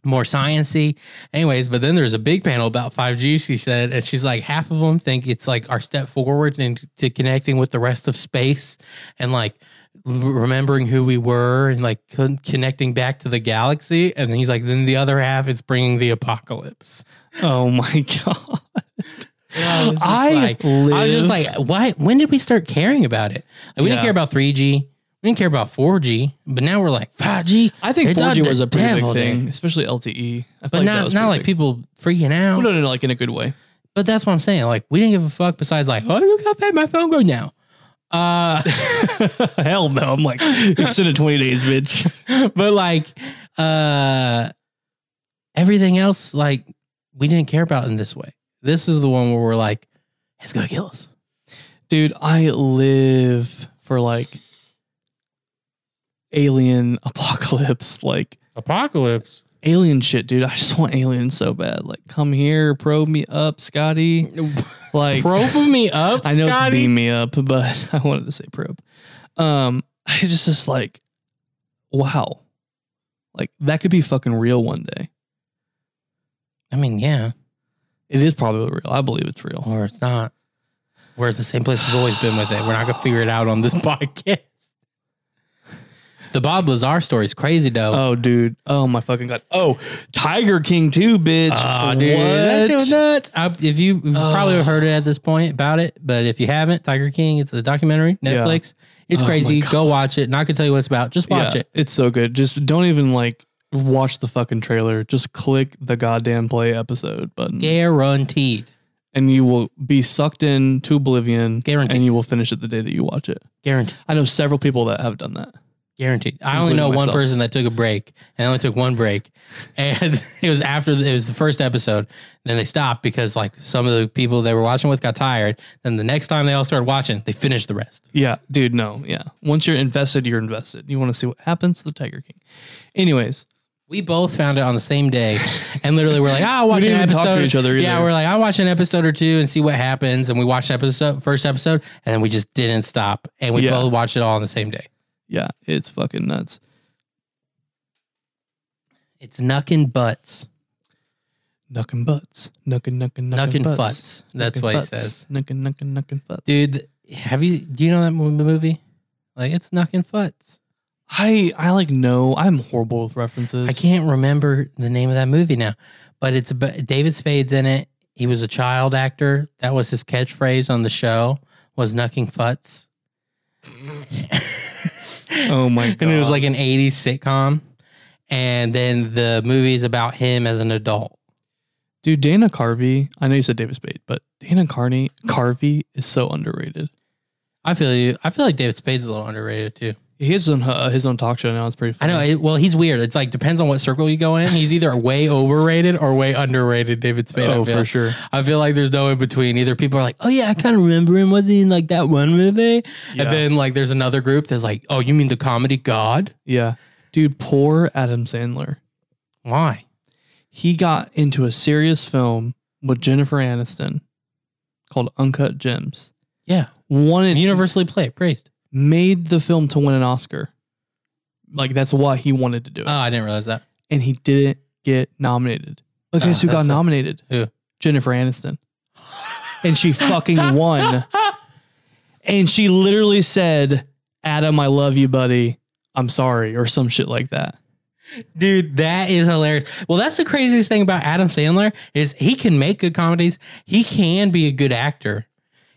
[SPEAKER 3] more sciency. Anyways, but then there's a big panel about 5G, she said, and she's like, half of them think it's like our step forward into connecting with the rest of space and like l- remembering who we were and like con- connecting back to the galaxy. And then he's like, then the other half is bringing the apocalypse.
[SPEAKER 2] Oh my god!
[SPEAKER 3] I, was just
[SPEAKER 2] I
[SPEAKER 3] like, I was just
[SPEAKER 2] live-
[SPEAKER 3] like, why? When did we start caring about it? Like, we didn't
[SPEAKER 2] Yeah.
[SPEAKER 3] care about 3G. We didn't care about 4G, but now we're like 5G.
[SPEAKER 2] I think
[SPEAKER 3] It's
[SPEAKER 2] 4G
[SPEAKER 3] not
[SPEAKER 2] was
[SPEAKER 3] the
[SPEAKER 2] a pretty
[SPEAKER 3] devil,
[SPEAKER 2] big thing,
[SPEAKER 3] dude.
[SPEAKER 2] especially LTE. I feel
[SPEAKER 3] But
[SPEAKER 2] like that
[SPEAKER 3] not
[SPEAKER 2] was
[SPEAKER 3] not
[SPEAKER 2] pretty
[SPEAKER 3] like
[SPEAKER 2] big.
[SPEAKER 3] people freaking out.
[SPEAKER 2] No, no, no, like in a good way.
[SPEAKER 3] But that's what I'm saying. Like, we didn't give a fuck besides like, oh, look how fast my phone go now. Uh,
[SPEAKER 2] Hell no! I'm like extended 20 days, bitch.
[SPEAKER 3] but like, uh, everything else, like, we didn't care about in this way. This is the one where we're like, it's gonna kill us.
[SPEAKER 2] Dude, I live for like alien apocalypse, like
[SPEAKER 3] Apocalypse.
[SPEAKER 2] alien shit, dude. I just want aliens so bad. Like, come here, probe me up, Scotty. Like,
[SPEAKER 3] Probe me up.
[SPEAKER 2] I know
[SPEAKER 3] Scotty.
[SPEAKER 2] it's beam me up, but I wanted to say probe. Um, I just is like, wow, like that could be fucking real one day.
[SPEAKER 3] I mean, yeah,
[SPEAKER 2] It is probably real. I believe it's real.
[SPEAKER 3] or it's not. We're at the same place we've always been with it. We're not gonna figure it out on this podcast. The Bob Lazar story is crazy though.
[SPEAKER 2] Oh, dude. Oh my fucking god. Oh, Tiger King too, bitch.
[SPEAKER 3] Ah, dude, that shit was
[SPEAKER 2] What?
[SPEAKER 3] nuts. I, if you you've
[SPEAKER 2] Ah.
[SPEAKER 3] probably heard it at this point about it, but if you haven't, Tiger King, it's a documentary,
[SPEAKER 2] Yeah.
[SPEAKER 3] Netflix. It's
[SPEAKER 2] Oh my
[SPEAKER 3] crazy.
[SPEAKER 2] God.
[SPEAKER 3] Go watch it. Not gonna tell you what it's about. Just watch
[SPEAKER 2] Yeah,
[SPEAKER 3] it.
[SPEAKER 2] It's so good. Just don't even like watch the fucking trailer. Just click the goddamn play episode button.
[SPEAKER 3] Guaranteed.
[SPEAKER 2] and you will be sucked in to oblivion
[SPEAKER 3] Guaranteed.
[SPEAKER 2] and you will finish it the day that you watch it.
[SPEAKER 3] Guaranteed.
[SPEAKER 2] I know several people that have done that.
[SPEAKER 3] Guaranteed. I only
[SPEAKER 2] Including
[SPEAKER 3] know one
[SPEAKER 2] myself.
[SPEAKER 3] person that took a break, and I only took one break, and it was after it was the first episode. Then they stopped because like some of the people they were watching with got tired. Then the next time they all started watching, they finished the rest.
[SPEAKER 2] Yeah, dude, no. Yeah. Once you're invested, you're invested. You want to see what happens to the Tiger King. Anyways,
[SPEAKER 3] We both found it on the same day, and literally we're like, "Ah, I'll watch
[SPEAKER 2] didn't
[SPEAKER 3] an
[SPEAKER 2] even
[SPEAKER 3] episode."
[SPEAKER 2] talk to each other
[SPEAKER 3] Yeah,
[SPEAKER 2] either.
[SPEAKER 3] we're like, "I'll watch an episode or two and see what happens." And we watched episode first episode, and then we just didn't stop, and we
[SPEAKER 2] Yeah.
[SPEAKER 3] both watched it all on the same day.
[SPEAKER 2] yeah, it's fucking nuts.
[SPEAKER 3] It's knuckin' butts,
[SPEAKER 2] Knuckin' butts. Knuckin' knuckin' knuckin'
[SPEAKER 3] knuckin'
[SPEAKER 2] butts.
[SPEAKER 3] futts. That's
[SPEAKER 2] Knuckin'
[SPEAKER 3] what he
[SPEAKER 2] butts.
[SPEAKER 3] says.
[SPEAKER 2] Knuckin' knuckin' knuckin' butts.
[SPEAKER 3] dude. Have you? Do you know that mo- the movie? Like it's knocking futs.
[SPEAKER 2] I I like know I'm horrible with references.
[SPEAKER 3] I can't remember the name of that movie now, but it's about David Spade's in it. He was a child actor. That was his catchphrase on the show was "knocking futs,"
[SPEAKER 2] Oh my god!
[SPEAKER 3] and it was like an '80s sitcom. And then the movie is about him as an adult.
[SPEAKER 2] dude, Dana Carvey. I know you said David Spade, but Dana Carney Carvey is so underrated.
[SPEAKER 3] I feel you. I feel like David Spade's a little underrated too.
[SPEAKER 2] He has his own, uh, his own talk show now. It's pretty.
[SPEAKER 3] I
[SPEAKER 2] Funny.
[SPEAKER 3] know. It, well, he's weird. It's like depends on what circle you go in. He's either way overrated or way underrated. David Spade. I
[SPEAKER 2] oh,
[SPEAKER 3] feel.
[SPEAKER 2] for sure.
[SPEAKER 3] I feel like there's no in between. Either people are like, "Oh yeah, I kind of remember him. Was he in like that one movie?"
[SPEAKER 2] Yeah.
[SPEAKER 3] And then like there's another group that's like, "Oh, you mean the comedy god?
[SPEAKER 2] Yeah, dude. Poor Adam Sandler.
[SPEAKER 3] Why?
[SPEAKER 2] He got into a serious film with Jennifer Aniston called Uncut Gems.
[SPEAKER 3] Yeah,
[SPEAKER 2] Won it,
[SPEAKER 3] universally played, praised.
[SPEAKER 2] made the film to win an Oscar. Like that's why he wanted to do it.
[SPEAKER 3] Oh, I didn't realize that.
[SPEAKER 2] and he didn't get nominated. But
[SPEAKER 3] Ah,
[SPEAKER 2] guess who
[SPEAKER 3] that
[SPEAKER 2] got
[SPEAKER 3] sucks.
[SPEAKER 2] nominated?
[SPEAKER 3] Who?
[SPEAKER 2] Jennifer Aniston. and she fucking won. And she literally said, Adam, I love you, buddy. I'm sorry, or some shit like that.
[SPEAKER 3] Dude, that is hilarious. Well, that's the craziest thing about Adam Sandler is he can make good comedies. He can be a good actor.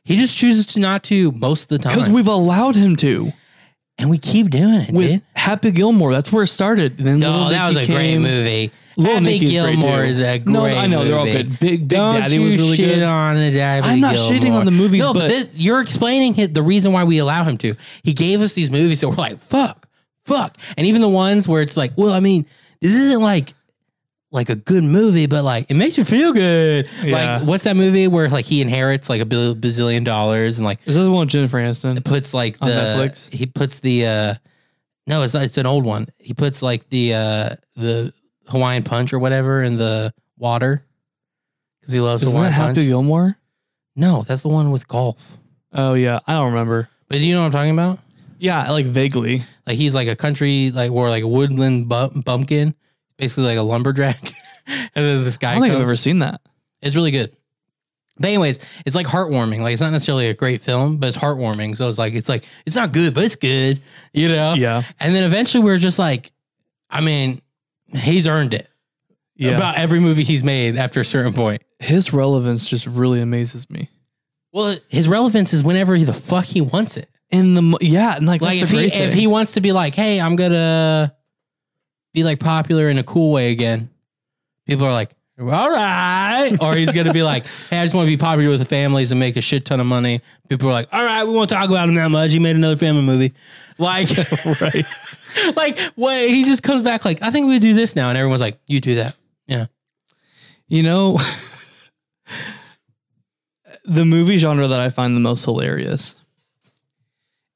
[SPEAKER 3] He just chooses to not to most of the
[SPEAKER 2] Because
[SPEAKER 3] time.
[SPEAKER 2] we've allowed him to
[SPEAKER 3] and we keep doing it.
[SPEAKER 2] with
[SPEAKER 3] dude.
[SPEAKER 2] Happy Gilmore. That's where it started. And then Little
[SPEAKER 3] No, that was
[SPEAKER 2] Nicky
[SPEAKER 3] a great
[SPEAKER 2] came.
[SPEAKER 3] movie.
[SPEAKER 2] Little
[SPEAKER 3] Happy
[SPEAKER 2] Nicky's great,
[SPEAKER 3] Gilmore
[SPEAKER 2] too.
[SPEAKER 3] is a great
[SPEAKER 2] No, I know they're all
[SPEAKER 3] movie.
[SPEAKER 2] good. Big, Big
[SPEAKER 3] Don't
[SPEAKER 2] Daddy
[SPEAKER 3] you
[SPEAKER 2] was really
[SPEAKER 3] shit
[SPEAKER 2] good.
[SPEAKER 3] on a Daddy
[SPEAKER 2] I'm not
[SPEAKER 3] Gilmore.
[SPEAKER 2] shitting on the movies,
[SPEAKER 3] No, but,
[SPEAKER 2] but-
[SPEAKER 3] this, you're explaining hi- the reason why we allow him to. He gave us these movies that we're like, fuck, fuck, and even the ones where it's like, well, I mean, this isn't like like a good movie, but like it makes you feel good.
[SPEAKER 2] Yeah.
[SPEAKER 3] Like, what's that movie where like he inherits like a bil- bazillion dollars and like
[SPEAKER 2] Is that the one with Jennifer Aniston?
[SPEAKER 3] puts like the
[SPEAKER 2] On Netflix?
[SPEAKER 3] he puts the uh no it's not, it's an old one he puts like the uh the Hawaiian punch or whatever in the water because he loves
[SPEAKER 2] Isn't that
[SPEAKER 3] Hawaiian punch.
[SPEAKER 2] Happy Gilmore?
[SPEAKER 3] No, that's the one with golf.
[SPEAKER 2] Oh, yeah. I don't remember.
[SPEAKER 3] But do you know what I'm talking about?
[SPEAKER 2] Yeah, like vaguely.
[SPEAKER 3] Like he's like a country like or like a woodland bu- bumpkin, basically like a lumberjack. and then this guy
[SPEAKER 2] I don't think I've
[SPEAKER 3] comes.
[SPEAKER 2] ever seen that.
[SPEAKER 3] It's really good. But anyways, it's like heartwarming. Like it's not necessarily a great film, but it's heartwarming. So it's like it's like it's not good, but it's good. You know?
[SPEAKER 2] Yeah.
[SPEAKER 3] And then eventually we're just like, I mean, he's earned it.
[SPEAKER 2] Yeah.
[SPEAKER 3] About every movie he's made after a certain point.
[SPEAKER 2] His relevance just really amazes me.
[SPEAKER 3] Well, his relevance is whenever the fuck he wants it.
[SPEAKER 2] In the mo- yeah, and like,
[SPEAKER 3] Like
[SPEAKER 2] that's
[SPEAKER 3] if
[SPEAKER 2] the
[SPEAKER 3] he
[SPEAKER 2] great thing.
[SPEAKER 3] if he wants to be like, hey, I'm gonna be like popular in a cool way again, people are like, all right. Or he's gonna be like, hey, I just want to be popular with the families and make a shit ton of money. People are like, all right, we won't talk about him that much. He made another family movie. Like,
[SPEAKER 2] right.
[SPEAKER 3] like what? He just comes back like, I think we do this now, and everyone's like, you do that. Yeah.
[SPEAKER 2] You know, the movie genre that I find the most hilarious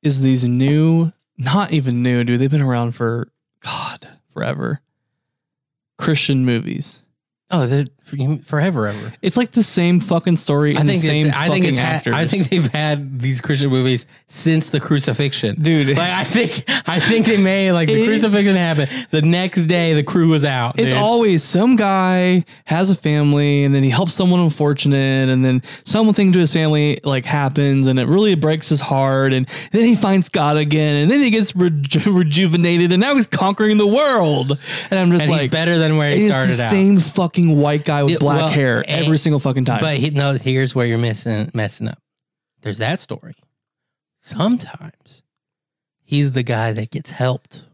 [SPEAKER 2] is these new, not even new, dude. They've been around for God forever. Christian movies.
[SPEAKER 3] Oh, they're f- forever ever.
[SPEAKER 2] It's like the same fucking story and the same
[SPEAKER 3] it's-
[SPEAKER 2] fucking
[SPEAKER 3] it's had-
[SPEAKER 2] actors.
[SPEAKER 3] I think they've had these Christian movies since the crucifixion.
[SPEAKER 2] dude,
[SPEAKER 3] Like I think I think they made like the
[SPEAKER 2] It-
[SPEAKER 3] crucifixion happened. The next day the crew was out.
[SPEAKER 2] It's
[SPEAKER 3] dude.
[SPEAKER 2] always some guy has a family and then he helps someone unfortunate and then something to his family like happens and it really breaks his heart and then he finds God again and then he gets reju- rejuvenated and now he's conquering the world and I'm just
[SPEAKER 3] and
[SPEAKER 2] like
[SPEAKER 3] he's better than where
[SPEAKER 2] it
[SPEAKER 3] he
[SPEAKER 2] is
[SPEAKER 3] started
[SPEAKER 2] the
[SPEAKER 3] out.
[SPEAKER 2] same fucking white guy with
[SPEAKER 3] Yeah,
[SPEAKER 2] black
[SPEAKER 3] well,
[SPEAKER 2] hair
[SPEAKER 3] and-
[SPEAKER 2] every single fucking time.
[SPEAKER 3] But he, no, here's where you're missing messing up. There's that story. Sometimes he's the guy that gets helped.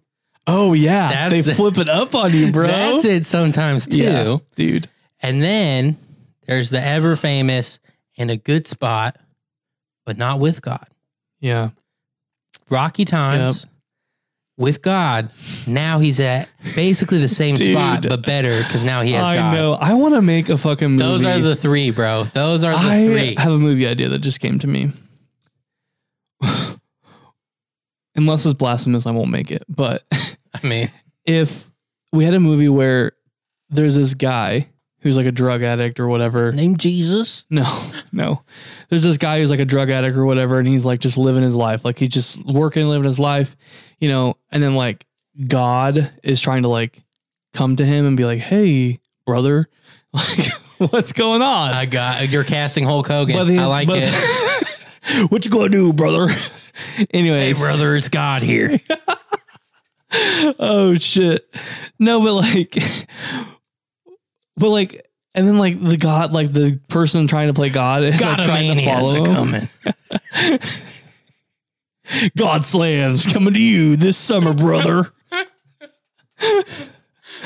[SPEAKER 2] oh yeah,
[SPEAKER 3] That's
[SPEAKER 2] they
[SPEAKER 3] the-
[SPEAKER 2] flip it up on you, bro.
[SPEAKER 3] That's it sometimes too.
[SPEAKER 2] Yeah, dude.
[SPEAKER 3] And then there's the ever famous in a good spot, but not with God.
[SPEAKER 2] Yeah.
[SPEAKER 3] Rocky times with God. Now he's at basically the same
[SPEAKER 2] Dude.
[SPEAKER 3] spot, but better because now he has
[SPEAKER 2] I
[SPEAKER 3] God.
[SPEAKER 2] know. I want to make a fucking movie.
[SPEAKER 3] Those are the three, bro. Those are the
[SPEAKER 2] I
[SPEAKER 3] three.
[SPEAKER 2] have a movie idea that just came to me. Unless it's blasphemous, I won't make it. But
[SPEAKER 3] I mean,
[SPEAKER 2] if we had a movie where there's this guy who's like a drug addict or whatever.
[SPEAKER 3] name Jesus.
[SPEAKER 2] No, no. There's this guy who's like a drug addict or whatever, and he's like just living his life. Like he's just working, living his life, you know, and then like God is trying to like come to him and be like, hey, brother, like what's going on?
[SPEAKER 3] I got you're casting Hulk Hogan.
[SPEAKER 2] he-
[SPEAKER 3] I like
[SPEAKER 2] but-
[SPEAKER 3] it.
[SPEAKER 2] what you gonna do, brother?
[SPEAKER 3] Hey,
[SPEAKER 2] Anyways,
[SPEAKER 3] brother, it's God here.
[SPEAKER 2] oh shit. No, but like, but like, and then like the God, like the person trying to play God is like trying to follow him.
[SPEAKER 3] coming.
[SPEAKER 2] God slams coming to you this summer, brother.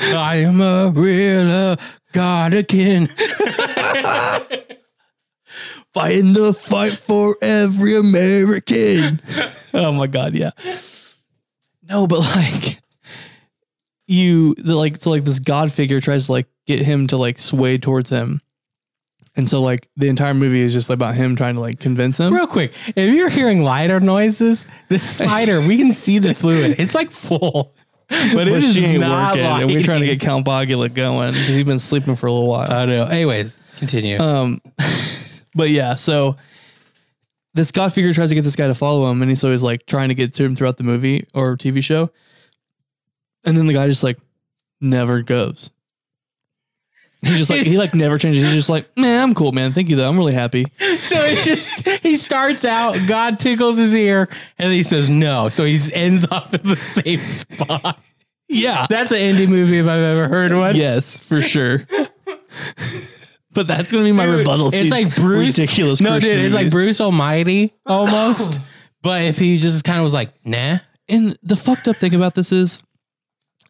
[SPEAKER 3] I am a real uh, God again.
[SPEAKER 2] Fighting the fight for every American. oh my god, yeah. No, but like you the, like so like this god figure tries to like get him to like sway towards him. And so like the entire movie is just about him trying to like convince him.
[SPEAKER 3] Real quick, if you're hearing lighter noises, this slider we can see the fluid. It's like full, but
[SPEAKER 2] But
[SPEAKER 3] it is
[SPEAKER 2] she ain't
[SPEAKER 3] not
[SPEAKER 2] working,
[SPEAKER 3] lighting.
[SPEAKER 2] and we're trying to get Count Bogula going. 'cause He's been sleeping for a little while.
[SPEAKER 3] I know. Anyways, continue.
[SPEAKER 2] Um, but yeah, so this God figure tries to get this guy to follow him, and he's always like trying to get to him throughout the movie or TV show. And then the guy just like never goes. He just like he like never changes. He's just like, man, I'm cool, man. Thank you though. I'm really happy.
[SPEAKER 3] so it's just he starts out, God tickles his ear, and he says no. So he ends up in the same spot.
[SPEAKER 2] Yeah.
[SPEAKER 3] That's an indie movie if I've ever heard one.
[SPEAKER 2] yes, for sure. but that's gonna be my
[SPEAKER 3] Dude,
[SPEAKER 2] rebuttal. to
[SPEAKER 3] It's
[SPEAKER 2] these
[SPEAKER 3] like Bruce.
[SPEAKER 2] ridiculous.
[SPEAKER 3] No,
[SPEAKER 2] Christian
[SPEAKER 3] dude, it's like
[SPEAKER 2] movies.
[SPEAKER 3] Bruce Almighty almost. but if he just kind of was like, nah,
[SPEAKER 2] and the fucked up thing about this is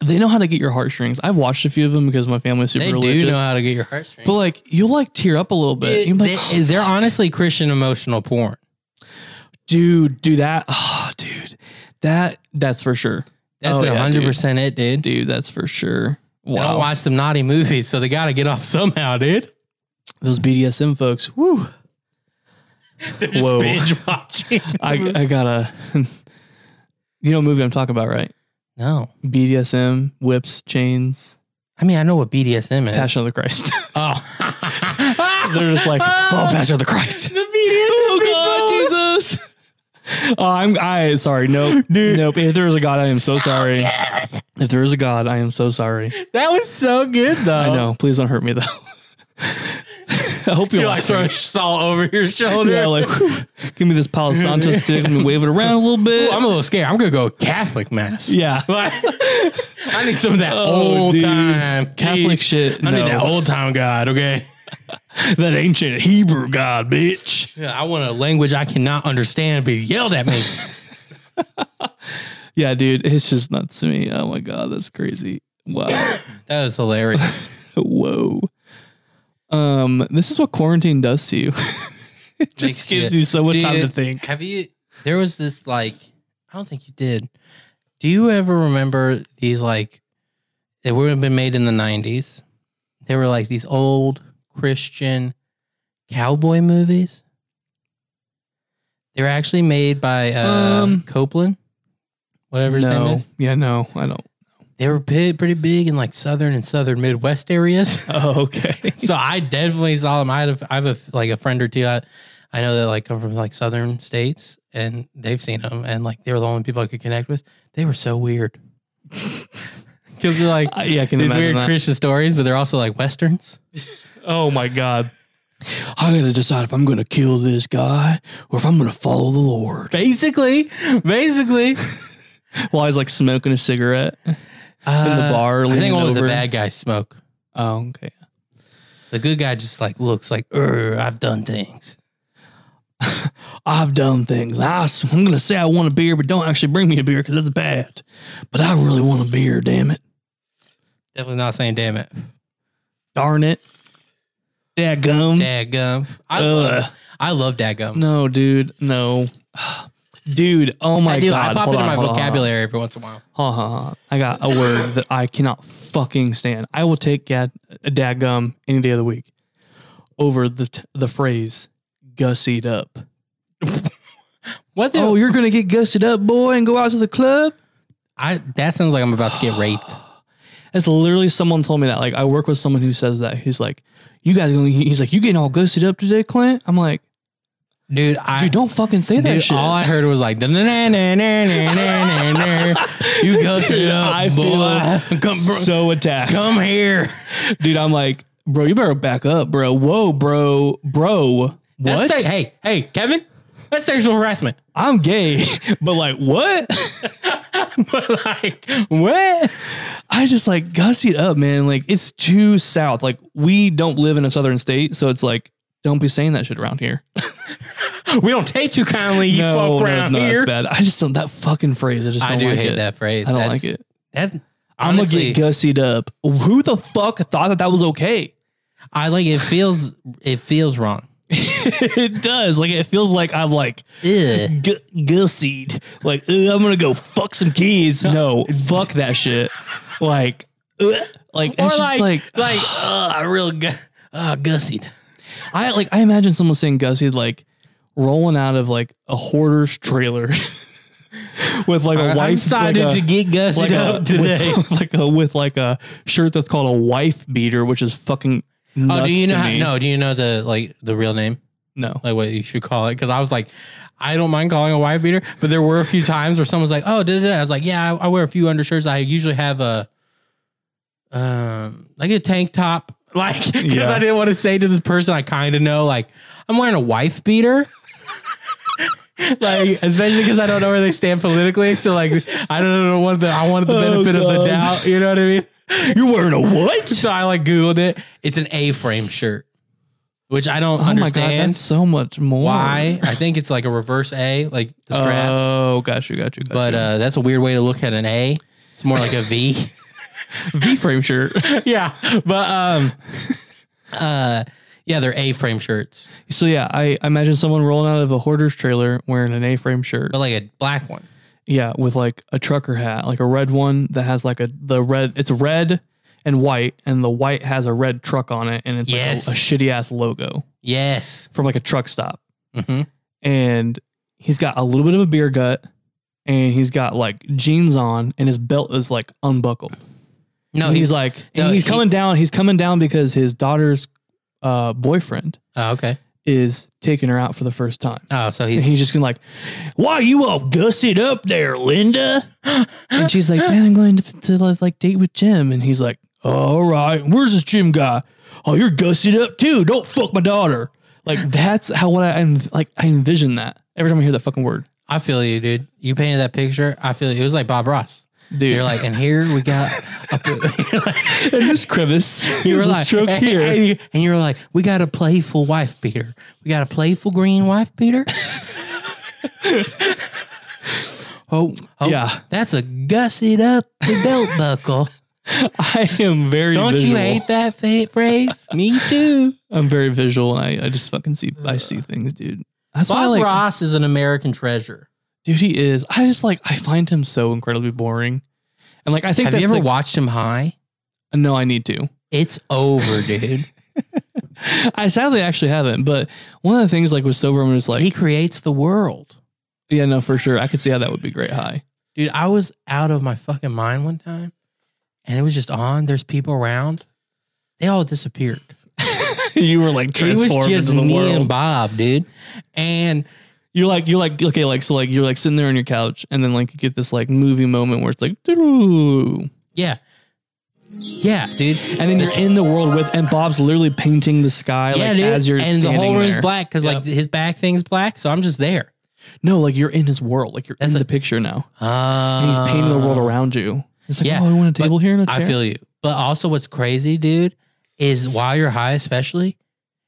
[SPEAKER 2] they know how to get your heartstrings. I've watched a few of them because my family's super
[SPEAKER 3] they
[SPEAKER 2] religious.
[SPEAKER 3] do know how to get your heartstrings.
[SPEAKER 2] but like you'll like tear up a little bit.
[SPEAKER 3] It-
[SPEAKER 2] You're like, "Oh,
[SPEAKER 3] they, they're honestly Christian emotional porn.
[SPEAKER 2] dude, do that. Oh, dude. That that's for sure.
[SPEAKER 3] That's
[SPEAKER 2] Oh, yeah,
[SPEAKER 3] hundred percent it, dude.
[SPEAKER 2] Dude, that's for sure.
[SPEAKER 3] I don't
[SPEAKER 2] Wow.
[SPEAKER 3] watch them naughty movies, so they got to get off somehow, dude.
[SPEAKER 2] Those BDSM folks. Woo.
[SPEAKER 3] They're just
[SPEAKER 2] Whoa.
[SPEAKER 3] binge watching.
[SPEAKER 2] I I gotta You know what movie I'm talking about, right?
[SPEAKER 3] no,
[SPEAKER 2] BDSM, whips, chains,
[SPEAKER 3] I mean I know what BDSM is.
[SPEAKER 2] Passion of the Christ.
[SPEAKER 3] Oh,
[SPEAKER 2] They're just like, oh, Passion of the Christ.
[SPEAKER 3] the BDSM. Oh
[SPEAKER 2] Jesus. Oh, I'm I sorry. Nope. Nope. If there is a God, I am so sorry. If there is a God, I am so sorry.
[SPEAKER 3] that was so good though.
[SPEAKER 2] I know. Please don't hurt me though. I hope you're,
[SPEAKER 3] You're like
[SPEAKER 2] laughing.
[SPEAKER 3] throwing salt over your shoulder.
[SPEAKER 2] yeah, like whew, give me this Palo Santo stick and wave it around a little bit.
[SPEAKER 3] Ooh, I'm a little scared. I'm gonna go Catholic mass.
[SPEAKER 2] yeah.
[SPEAKER 3] Like, I need some of that
[SPEAKER 2] Oh,
[SPEAKER 3] old
[SPEAKER 2] dude.
[SPEAKER 3] time
[SPEAKER 2] Catholic
[SPEAKER 3] Gee,
[SPEAKER 2] shit.
[SPEAKER 3] I
[SPEAKER 2] no.
[SPEAKER 3] need that old time God. Okay.
[SPEAKER 2] that ancient Hebrew God, bitch.
[SPEAKER 3] Yeah, I want a language I cannot understand be yelled at me.
[SPEAKER 2] Yeah, dude. It's just nuts to me. Oh my god, that's crazy. Wow.
[SPEAKER 3] That was hilarious.
[SPEAKER 2] Whoa. Um, this is what quarantine does to you. it just
[SPEAKER 3] Makes
[SPEAKER 2] gives
[SPEAKER 3] you-
[SPEAKER 2] you so much time to
[SPEAKER 3] Dude,
[SPEAKER 2] think.
[SPEAKER 3] Have you? There was this like, I don't think you did. Do you ever remember these like? They would have been made in the '90s. They were like these old Christian cowboy movies. They were actually made by uh,
[SPEAKER 2] Um,
[SPEAKER 3] Copeland, whatever his name
[SPEAKER 2] No.
[SPEAKER 3] is.
[SPEAKER 2] Yeah, no, I don't.
[SPEAKER 3] They were pi- pretty big in like southern and southern Midwest areas.
[SPEAKER 2] Oh, okay.
[SPEAKER 3] so I definitely saw them. I have I have a, like a friend or two. I, I know that like come from like southern states, and they've seen them, and like they were the only people I could connect with. They were so weird because they're like
[SPEAKER 2] I- Uh, yeah, I can
[SPEAKER 3] these
[SPEAKER 2] imagine
[SPEAKER 3] weird
[SPEAKER 2] that.
[SPEAKER 3] Christian stories, but they're also like westerns.
[SPEAKER 2] Oh my God. I gotta decide if I'm gonna kill this guy or if I'm gonna follow the Lord.
[SPEAKER 3] Basically, basically in the
[SPEAKER 2] While he's like smoking a cigarette in the bar,
[SPEAKER 3] uh, I
[SPEAKER 2] leaning
[SPEAKER 3] think only
[SPEAKER 2] over.
[SPEAKER 3] the bad guys smoke.
[SPEAKER 2] Oh, okay.
[SPEAKER 3] The good guy just like looks like, "Er, I've done things.
[SPEAKER 2] I've done things. I, am gonna say I want a beer, but don't actually bring me a beer because that's bad. But I really want a beer. Damn it!
[SPEAKER 3] Definitely not saying, damn it.
[SPEAKER 2] Darn it! Dadgum.
[SPEAKER 3] Dadgum. I
[SPEAKER 2] Ugh.
[SPEAKER 3] love, I love dadgum.
[SPEAKER 2] No, dude. No. Dude, oh my
[SPEAKER 3] I do.
[SPEAKER 2] god.
[SPEAKER 3] I pop
[SPEAKER 2] Hold
[SPEAKER 3] it in
[SPEAKER 2] on,
[SPEAKER 3] my
[SPEAKER 2] hold on, hold on.
[SPEAKER 3] vocabulary every once in a while.
[SPEAKER 2] Ha ha ha. I got a word that I cannot fucking stand. I will take gad, dadgum any day of the week over the t- the phrase gussied up.
[SPEAKER 3] What the?
[SPEAKER 2] Oh, you're going to get gussied up, boy, and go out to the club?
[SPEAKER 3] I, that sounds like I'm about to get raped.
[SPEAKER 2] That's literally someone told me that. Like, I work with someone who says that. He's like, you guys going to, he's like, you getting all gussied up today, Clint? I'm like,
[SPEAKER 3] Dude, I.
[SPEAKER 2] dude, don't fucking say that
[SPEAKER 3] Dude,
[SPEAKER 2] shit.
[SPEAKER 3] all I heard was like, "Na, na, na, na, na, na, na, na, na." you gussed
[SPEAKER 2] Dude,
[SPEAKER 3] it up,
[SPEAKER 2] I
[SPEAKER 3] boy.
[SPEAKER 2] feel
[SPEAKER 3] come, bro,
[SPEAKER 2] so attacked.
[SPEAKER 3] come here.
[SPEAKER 2] Dude, I'm like, bro, you better back up, bro. Whoa, bro, bro. What?
[SPEAKER 3] That's se- hey, hey, Kevin, that's sexual harassment.
[SPEAKER 2] I'm gay, but like what?
[SPEAKER 3] but like, what?
[SPEAKER 2] I just like gussied up, man. Like it's too south. Like we don't live in a southern state, so it's like don't be saying that shit around here.
[SPEAKER 3] We don't take too kindly. You fuck around
[SPEAKER 2] that's
[SPEAKER 3] here.
[SPEAKER 2] bad. I just don't that fucking phrase. I just don't
[SPEAKER 3] I do
[SPEAKER 2] like
[SPEAKER 3] hate
[SPEAKER 2] it.
[SPEAKER 3] that phrase.
[SPEAKER 2] I don't
[SPEAKER 3] That's-
[SPEAKER 2] like it.
[SPEAKER 3] That's
[SPEAKER 2] I'm gonna
[SPEAKER 3] honestly,
[SPEAKER 2] get gussied up. Who the fuck thought that that was okay?
[SPEAKER 3] I like it. Feels it feels wrong.
[SPEAKER 2] it does. Like it feels like I'm like
[SPEAKER 3] Ugh.
[SPEAKER 2] gu- gussied. Like "Ugh, I'm gonna go fuck some kids. No, fuck that shit. Like, ugh. like
[SPEAKER 3] Or
[SPEAKER 2] it's just
[SPEAKER 3] like,
[SPEAKER 2] like
[SPEAKER 3] like, uh, I real gu- uh, gussied.
[SPEAKER 2] I like I imagine someone saying Gussie like rolling out of like a hoarder's trailer with like a
[SPEAKER 3] I
[SPEAKER 2] wife
[SPEAKER 3] decided
[SPEAKER 2] like a-
[SPEAKER 3] to get gussied
[SPEAKER 2] like a-
[SPEAKER 3] up today.
[SPEAKER 2] with, like a with like a shirt that's called a wife beater, which is fucking nuts
[SPEAKER 3] Oh, do you
[SPEAKER 2] to
[SPEAKER 3] know? How,
[SPEAKER 2] me.
[SPEAKER 3] no, do you know the like the real name,
[SPEAKER 2] no.
[SPEAKER 3] like what you should call it? Because I was like, I don't mind calling a wife beater, but there were a few times where someone's like, oh, da, da, da. I was like, yeah, I, I wear a few undershirts. I usually have a, um, like a tank top, like because
[SPEAKER 2] Yeah.
[SPEAKER 3] I didn't want to say to this person I kind of know, like I'm wearing a wife beater. like especially because I don't know where they stand politically, so like I don't know what the I wanted the
[SPEAKER 2] Oh,
[SPEAKER 3] benefit of the
[SPEAKER 2] God.
[SPEAKER 3] doubt. You know what I mean?
[SPEAKER 2] You're wearing a what?
[SPEAKER 3] So I like Googled it. It's an A-frame shirt, which I don't
[SPEAKER 2] Oh my god,
[SPEAKER 3] understand
[SPEAKER 2] that's so much more.
[SPEAKER 3] why. I think it's like a reverse A, like the straps.
[SPEAKER 2] Oh, got you, got you, got
[SPEAKER 3] but
[SPEAKER 2] you.
[SPEAKER 3] uh, that's a weird way to look at an A. It's more like a V.
[SPEAKER 2] V-frame shirt.
[SPEAKER 3] yeah, but um, uh, yeah, they're A-frame shirts,
[SPEAKER 2] so yeah, I, I imagine someone rolling out of a hoarder's trailer wearing an A-frame shirt.
[SPEAKER 3] but like a black one.
[SPEAKER 2] Yeah, with like a trucker hat, like a red one that has like a the red. It's red and white, and the white has a red truck on it, and it's
[SPEAKER 3] Yes.
[SPEAKER 2] like a, shitty ass logo
[SPEAKER 3] Yes.
[SPEAKER 2] from like a truck stop.
[SPEAKER 3] hmm
[SPEAKER 2] And he's got a little bit of a beer gut, and he's got like jeans on, and his belt is like unbuckled.
[SPEAKER 3] No,
[SPEAKER 2] and he's
[SPEAKER 3] he's.
[SPEAKER 2] like,
[SPEAKER 3] no,
[SPEAKER 2] and he's
[SPEAKER 3] he-
[SPEAKER 2] coming down. He's coming down because his daughter's uh, boyfriend
[SPEAKER 3] Oh, okay.
[SPEAKER 2] is taking her out for the first time.
[SPEAKER 3] Oh, so
[SPEAKER 2] And
[SPEAKER 3] he's.
[SPEAKER 2] he's just gonna like, why you all gussied up there, Linda? and she's like, Dad, I'm going to, to like date with Jim. And he's like, all right, where's this Jim guy? Oh, you're gussied up too. Don't fuck my daughter. Like that's how what I env- like. I envision that every time I hear that fucking word,
[SPEAKER 3] I feel you, dude. You painted that picture. I feel you. It was like Bob Ross.
[SPEAKER 2] dude.
[SPEAKER 3] You're like, and here we got.
[SPEAKER 2] in this crevice,
[SPEAKER 3] you
[SPEAKER 2] you
[SPEAKER 3] were
[SPEAKER 2] a
[SPEAKER 3] like,
[SPEAKER 2] stroke
[SPEAKER 3] and,
[SPEAKER 2] here.
[SPEAKER 3] and you- and you were like, we got a playful wife beater. We got a playful green wife beater. oh, oh,
[SPEAKER 2] Yeah.
[SPEAKER 3] that's a gussied up belt buckle.
[SPEAKER 2] I am very.
[SPEAKER 3] Don't
[SPEAKER 2] visual.
[SPEAKER 3] you hate that fa- phrase? Me too.
[SPEAKER 2] I'm very visual, and I, I just fucking see. I see things, dude. That's why, I
[SPEAKER 3] Bob
[SPEAKER 2] like,
[SPEAKER 3] Ross is an American treasure.
[SPEAKER 2] dude, he is. I just like. I find him so incredibly boring, and like I think
[SPEAKER 3] Have
[SPEAKER 2] that's
[SPEAKER 3] you ever
[SPEAKER 2] the-
[SPEAKER 3] watched him high?
[SPEAKER 2] No, I need to.
[SPEAKER 3] It's over, dude.
[SPEAKER 2] I sadly actually haven't, but one of the things like with Silverman is like,
[SPEAKER 3] he creates the world.
[SPEAKER 2] yeah, no, for sure, I could see how that would be great high.
[SPEAKER 3] Dude, I was out of my fucking mind one time and it was just on. There's people around. They all disappeared.
[SPEAKER 2] you were like
[SPEAKER 3] It was
[SPEAKER 2] transformed
[SPEAKER 3] just
[SPEAKER 2] into the
[SPEAKER 3] me and
[SPEAKER 2] world.
[SPEAKER 3] Bob, dude. And
[SPEAKER 2] You're like, you're like, okay, like so, like you're like sitting there on your couch, and then like you get this like movie moment where it's like, doo-doo.
[SPEAKER 3] yeah, yeah, dude.
[SPEAKER 2] and then you're in the world with, and Bob's literally painting the sky
[SPEAKER 3] yeah,
[SPEAKER 2] like
[SPEAKER 3] dude.
[SPEAKER 2] as you're
[SPEAKER 3] and the
[SPEAKER 2] standing
[SPEAKER 3] whole room's
[SPEAKER 2] there.
[SPEAKER 3] black because like his back thing's black. So I'm just there.
[SPEAKER 2] No, like you're in his world, like you're
[SPEAKER 3] That's
[SPEAKER 2] in
[SPEAKER 3] a-
[SPEAKER 2] the picture now,
[SPEAKER 3] Uh,
[SPEAKER 2] and he's painting the world around you. It's like,
[SPEAKER 3] yeah,
[SPEAKER 2] oh, I want a
[SPEAKER 3] but
[SPEAKER 2] table here and a chair.
[SPEAKER 3] I feel you. But also, what's crazy, dude, is while you're high, especially,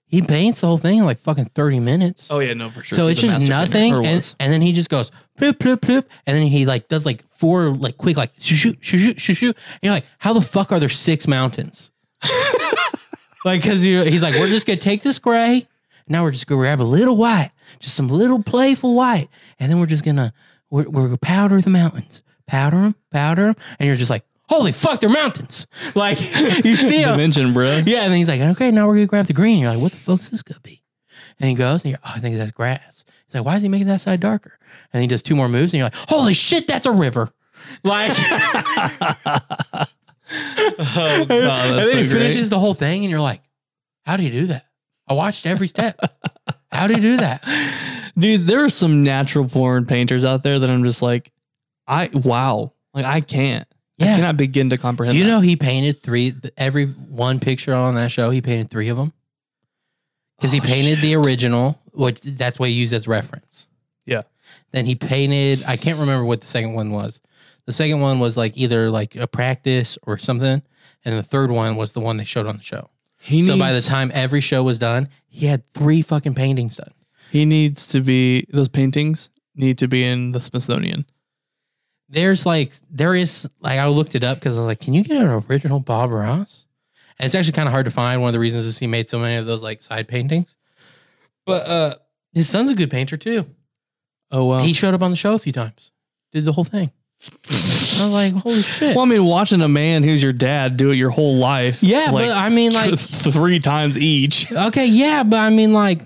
[SPEAKER 3] he paints the whole thing in like fucking 30 minutes.
[SPEAKER 2] oh yeah, no, for sure.
[SPEAKER 3] So
[SPEAKER 2] He's
[SPEAKER 3] it's
[SPEAKER 2] a
[SPEAKER 3] just
[SPEAKER 2] master painter,
[SPEAKER 3] nothing,
[SPEAKER 2] or
[SPEAKER 3] and,
[SPEAKER 2] was.
[SPEAKER 3] and then he just goes bloop bloop bloop, and then he like does like four like quick like shoo shoo shoo shoo shoo shoo. And you're like, how the fuck are there six mountains? like because he's like, we're just gonna take this gray. Now we're just gonna grab a little white, just some little playful white, and then we're just gonna we're, we're gonna powder the mountains, powder them, powder them, and you're just like, holy fuck, they're mountains! Like you see them,
[SPEAKER 2] Dimension, bro.
[SPEAKER 3] yeah, and then he's like, okay, now we're gonna grab the green. You're like, what the fuck's this gonna be? And he goes, and you're, oh, I think that's grass. He's like, why is he making that side darker? And he does two more moves, and you're like, holy shit, that's a river. Like,
[SPEAKER 2] Oh, God,
[SPEAKER 3] and
[SPEAKER 2] that's
[SPEAKER 3] then he
[SPEAKER 2] so great.
[SPEAKER 3] finishes the whole thing, and you're like, how do you do that? I watched every step. how do you do that?
[SPEAKER 2] Dude, there are some natural born painters out there that I'm just like, I wow, like I can't. I
[SPEAKER 3] Yeah,
[SPEAKER 2] cannot begin to comprehend.
[SPEAKER 3] you
[SPEAKER 2] that.
[SPEAKER 3] know, he painted three every one picture on that show. He painted three of them because he
[SPEAKER 2] Oh,
[SPEAKER 3] painted
[SPEAKER 2] shit.
[SPEAKER 3] the original, which that's what he used as reference.
[SPEAKER 2] Yeah.
[SPEAKER 3] Then he painted. I can't remember what the second one was. The second one was like either like a practice or something, and the third one was the one they showed on the show.
[SPEAKER 2] He
[SPEAKER 3] so by the
[SPEAKER 2] needs-
[SPEAKER 3] time every show was done, he had three fucking paintings done.
[SPEAKER 2] he needs to be those paintings need to be in the Smithsonian.
[SPEAKER 3] there's like there is like I looked it up because I was like, can you get an original Bob Ross? And it's actually kind of hard to find. One of the reasons is he made so many of those like side paintings. But uh his son's a good painter too.
[SPEAKER 2] Oh well.
[SPEAKER 3] He showed up on the show a few times, did the whole thing. I was like, holy shit.
[SPEAKER 2] well, I mean, watching a man who's your dad do it your whole life.
[SPEAKER 3] yeah,
[SPEAKER 2] like,
[SPEAKER 3] but I mean, like,
[SPEAKER 2] three times each.
[SPEAKER 3] okay, yeah, but I mean, like,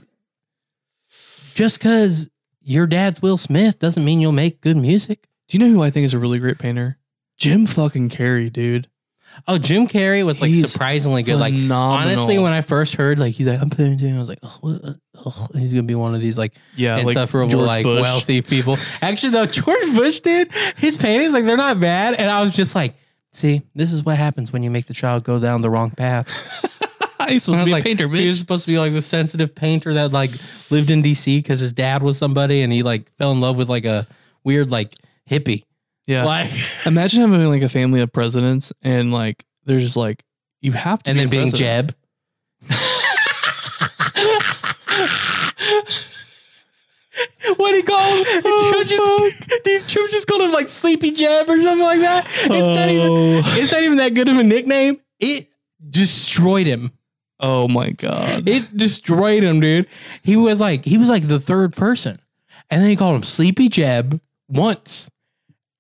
[SPEAKER 3] just because your dad's Will Smith doesn't mean you'll make good music.
[SPEAKER 2] Do you know who I think is a really great painter? Jim fucking Carrey, dude.
[SPEAKER 3] Oh, Jim Carrey was like
[SPEAKER 2] He's
[SPEAKER 3] surprisingly good. Like,
[SPEAKER 2] Phenomenal.
[SPEAKER 3] Honestly, when I first heard like he's like I'm painting, I was like, oh, what- oh, he's gonna be one of these like
[SPEAKER 2] yeah, like
[SPEAKER 3] insufferable
[SPEAKER 2] George
[SPEAKER 3] like,
[SPEAKER 2] Bush.
[SPEAKER 3] wealthy people. Actually, though, George Bush did his paintings like they're not bad, and I was just like, see, this is what happens when you make the child go down the wrong path.
[SPEAKER 2] he's supposed to
[SPEAKER 3] I was
[SPEAKER 2] be
[SPEAKER 3] like,
[SPEAKER 2] a painter,
[SPEAKER 3] He
[SPEAKER 2] bitch.
[SPEAKER 3] was supposed to be like the sensitive painter that like lived in D.C. because his dad was somebody, and he like fell in love with like a weird like hippie.
[SPEAKER 2] Yeah,
[SPEAKER 3] Like,
[SPEAKER 2] Imagine having like a family of presidents and like they're just like you have to
[SPEAKER 3] and
[SPEAKER 2] be
[SPEAKER 3] then
[SPEAKER 2] a
[SPEAKER 3] being
[SPEAKER 2] president.
[SPEAKER 3] Jeb. what do you call him? Oh, Trump, just, dude, Trump just called him like Sleepy Jeb or something like that. It's, not even,
[SPEAKER 2] Oh.
[SPEAKER 3] it's not even that good of a nickname. It destroyed him.
[SPEAKER 2] oh my god.
[SPEAKER 3] It destroyed him, dude. He was like he was like the third person, and then he called him Sleepy Jeb once,